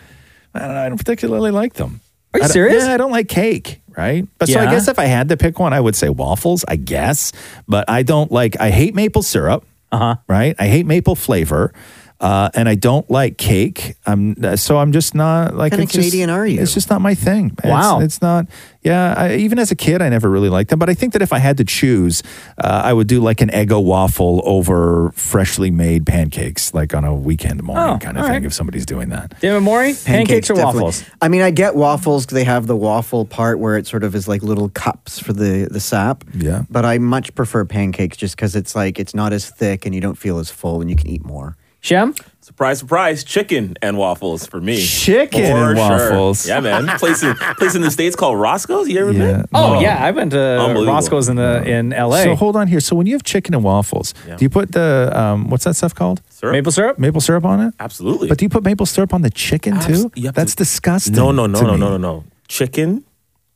S8: I don't, know, I don't particularly like them.
S5: Are you
S8: I don't-
S5: serious?
S8: Yeah, I don't like cake, right? But so
S5: Yeah.
S8: I guess if I had to pick one, I would say waffles, I guess. But I don't like, I hate maple syrup, uh-huh. right? I hate maple flavor. Uh, and I don't like cake. I'm, so I'm just not like
S4: Kinda
S8: it's just-
S4: Canadian are you?
S8: It's just not my thing. It's-
S4: Wow.
S8: it's not. Yeah, I, even as a kid, I never really liked them. But I think that if I had to choose, uh, I would do like an Eggo waffle over freshly made pancakes, like on a weekend morning
S5: Oh,
S8: kind of
S5: all
S8: thing.
S5: right.
S8: If somebody's doing that,
S5: David Maury, pancakes, or
S4: definitely.
S5: waffles?
S4: I mean, I get waffles 'cause they have the waffle part where it sort of is like little cups for the the sap.
S8: Yeah.
S4: But I much prefer pancakes just because it's like it's not as thick and you don't feel as full and you can eat more.
S5: Shem?
S23: Surprise, surprise, chicken and waffles for me.
S8: Chicken
S23: For
S8: and
S23: sure.
S8: waffles.
S23: Yeah, man. Place in, place in the States called Roscoe's. You ever been?
S5: Oh yeah, I went to
S23: Unbelievable.
S5: Roscoe's in the in L.A.
S8: So hold on here. So when you have chicken and waffles, do you put the um, what's that stuff called?
S5: Maple syrup.
S8: Maple syrup on it.
S23: Absolutely.
S8: But do you put maple syrup on the chicken too?
S23: you have
S8: That's disgusting.
S23: No, no, no,
S8: to
S23: no,
S8: me.
S23: no, no, no. Chicken,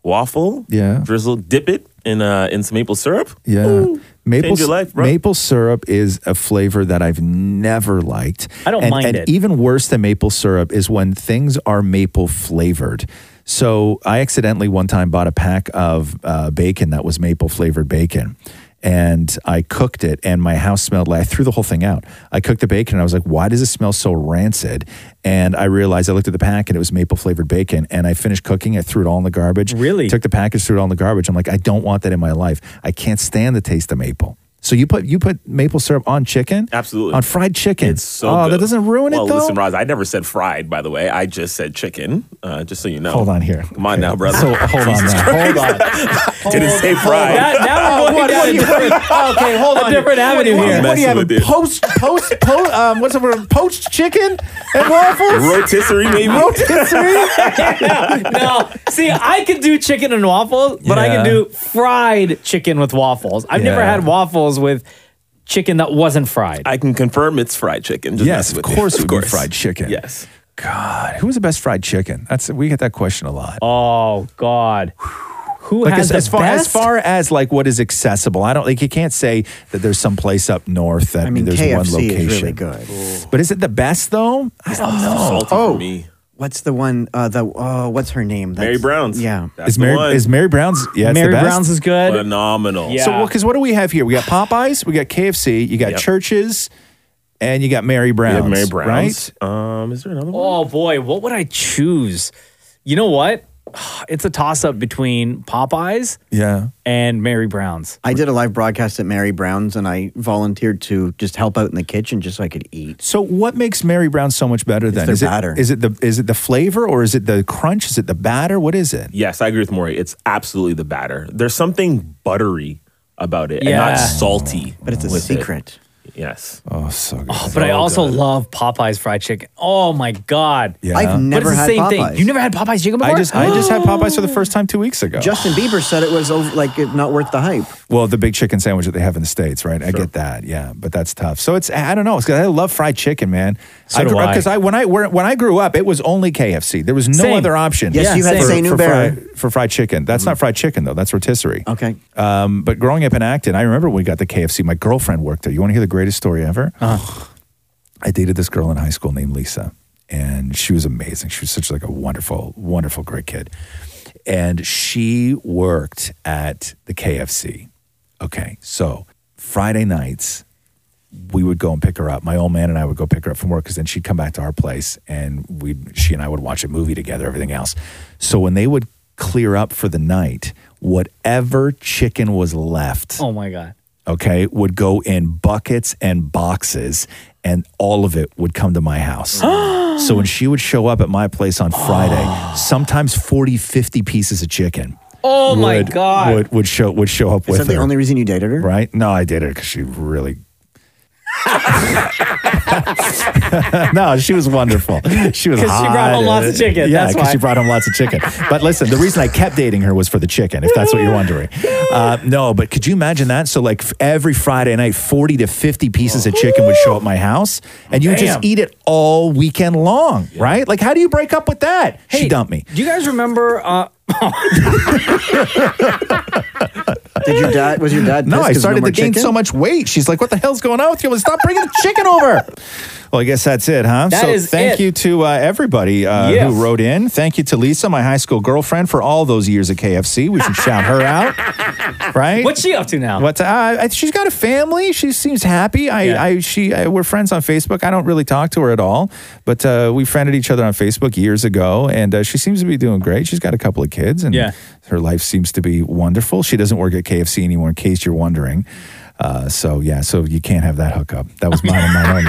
S23: waffle,
S8: Yeah.
S23: drizzle, dip it in uh in some maple syrup.
S8: Yeah. maple,
S23: change your life, bro.
S8: maple syrup is a flavor that I've never liked.
S5: I don't
S8: and,
S5: mind
S8: and
S5: it.
S8: Even worse than maple syrup is when things are maple flavored. So I accidentally one time bought a pack of uh, bacon that was maple flavored bacon. And I cooked it, and my house smelled like I threw the whole thing out. I cooked the bacon, and I was like, "Why does it smell so rancid?" And I realized I looked at the pack, and it was maple flavored bacon. And I finished cooking, I threw it all in the garbage. Really? Took the package, threw it all in the garbage. I'm like, I don't want that in my life. I can't stand the taste of maple. So you put you put maple syrup on chicken?
S23: Absolutely.
S8: On fried chicken. It's
S23: So
S8: oh, that
S23: good.
S8: doesn't ruin
S23: well,
S8: it though.
S23: listen, Roz, I never said fried, by the way. I just said chicken, uh, just so you know.
S8: Hold on here.
S23: Come on now, brother.
S8: So hold on
S23: Jesus
S8: now.
S23: Christ. Didn't say fried.
S5: Now, now
S8: Oh,
S5: we're going
S8: what-
S5: down
S8: what
S5: a
S8: do you-
S5: different,
S8: okay, hold
S5: a
S8: on.
S5: different avenue
S8: what,
S5: here.
S8: What do you have? Post, post, post. Um, what's the word? Poached chicken and waffles.
S23: Rotisserie, maybe.
S8: Rotisserie.
S5: no, see, I could do chicken and waffles, but I
S8: Yeah.
S5: can do fried chicken with waffles. I've never
S23: Yeah.
S5: had waffles with chicken that wasn't fried.
S23: I can confirm it's fried chicken. Just
S8: Yes,
S23: mess
S8: of
S23: with
S8: course,
S23: me.
S8: it would be fried chicken. Yes. God, who was the best fried chicken? That's we get that question a lot.
S5: Oh God, who
S8: like as,
S5: has the
S8: as far as
S5: best?
S8: far as like what is accessible? I don't like you can't say that there's some place up north that
S4: I mean,
S8: there's one
S4: KFC
S8: location.
S4: is really good.
S8: But is it the best though? I don't know.
S4: oh, what's the one? Uh, the oh, what's her name? That's,
S8: Mary Brown's.
S4: Yeah,
S8: is Mary is Mary Brown's? Yeah, it's the best?
S23: Phenomenal.
S8: So, because what do we have here? We got Popeyes, we got KFC, you got churches, and you got Mary
S23: We
S8: Brown's.
S23: have Mary Brown's.
S8: right?
S23: Um, is there another one?
S5: Oh boy, what would I choose? You know what? It's a toss up between Popeyes
S8: Yeah.
S5: and Mary Brown's.
S4: I did a live broadcast at Mary Brown's, and I volunteered to just help out in the kitchen just so I could eat.
S8: So, what makes Mary Brown so much better then?
S4: their
S8: is, it,
S4: batter.
S8: is it the is it the flavor or is it the crunch? Is it the batter? What is it?
S23: Yes, I agree with Maury. It's absolutely the batter. There's something buttery about it and
S5: Yeah.
S23: not salty. But
S4: it's a secret.
S23: Yes.
S8: Oh, so good.
S5: But I also love Popeyes fried chicken. Oh my god!
S8: Yeah. I've
S5: But it's
S8: never
S5: the
S8: had
S5: same
S8: Popeyes.
S5: Thing. You never had Popeyes chicken before?
S8: I just I just had Popeyes for the first time two weeks ago.
S4: Justin Bieber said it was over, like it not worth the hype.
S8: Well, the big chicken sandwich that they have in the states, right? I get that, yeah, but that's tough. So it's I don't know. It's 'cause I love fried chicken, man.
S5: So
S8: I
S5: do
S8: grew up
S5: I.
S8: because I when I were- when I grew up, it was only KFC. There was no
S5: Same.
S8: other option.
S5: Yes, Yeah, you had same. St.
S8: for
S5: Hubert.
S8: fried, for fried chicken. That's
S4: Mm-hmm.
S8: not fried chicken though. That's rotisserie.
S4: Okay.
S8: Um, but growing up in Acton, I remember when we got the KFC. My girlfriend worked there. You want to hear the greatest story ever?
S5: Uh-huh.
S8: I dated this girl in high school named Lisa, and she was amazing. She was such like a wonderful, wonderful, great kid. And she worked at the KFC. Okay, so Friday nights, we would go and pick her up. My old man and I would go pick her up from work because then she'd come back to our place and we, she and I would watch a movie together, everything else. So when they would clear up for the night, whatever chicken was left,
S5: Oh my god.
S8: okay, would go in buckets and boxes, and all of it would come to my house. so when she would show up at my place on Friday, sometimes 40, 50 pieces of chicken.
S5: Oh my
S8: would-
S5: god.
S8: Would, would show would show up
S5: Is
S8: with
S5: that the
S8: her.
S5: only
S4: reason you dated her?
S8: Right? No, I dated her because she really. no, she was wonderful. She was
S5: 'Cause she
S8: hot.
S5: brought home lots of chicken,
S8: Yeah,
S5: that's
S8: she
S5: why.
S8: brought home lots of chicken. But listen, the reason I kept dating her was for the chicken, if that's what you're wondering. Uh, no, but could you imagine that? So, like f- every Friday night, forty to fifty pieces of chicken would show up my house, and you would just
S5: Damn.
S8: eat it all weekend long, right? Like, how do you break up with that? she dumped me.
S5: Do you guys remember? Uh,
S4: Did your dad? Was your dad?
S8: No,
S4: pissed
S8: I
S4: 'cause
S8: started
S4: more
S8: to gain
S4: chicken?
S8: so much weight. She's like, "What the hell's going on with you? Stop bringing the chicken over." Well, I guess that's it, huh?
S5: That
S8: so
S5: is
S8: thank
S5: it.
S8: you to uh, everybody uh,
S5: Yes.
S8: who wrote in. Thank you to Lisa, my high school girlfriend, for all those years at KFC. We should shout her out, right?
S5: What's she up to now?
S8: What's uh, I, she's got a family. She seems happy. I,
S5: Yeah.
S8: I she I, we're friends on Facebook. I don't really talk to her at all, but uh, we friended each other on Facebook years ago, and uh, she seems to be doing great. She's got a couple of kids, and
S5: Yeah.
S8: her life seems to be wonderful. She doesn't work at KFC anymore, in case you're wondering. Uh, so yeah, so you can't have that hookup. That was mine and mine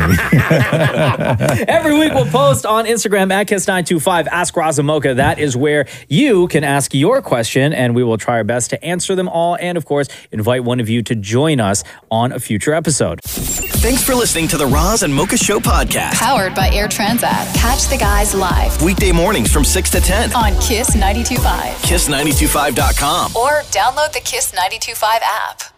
S8: only.
S5: Every week we'll post on Instagram at Kiss925 Ask Razamoka. That is where you can ask your question and we will try our best to answer them all and, of course, invite one of you to join us on a future episode.
S1: Thanks for listening to the Roz and Mocha Show podcast.
S3: Powered by Air Transat. Catch the guys live
S1: Weekday mornings from 6 to 10.
S3: on Kiss 92.5
S1: Kiss925.com.
S3: or download the Kiss 92.5 app.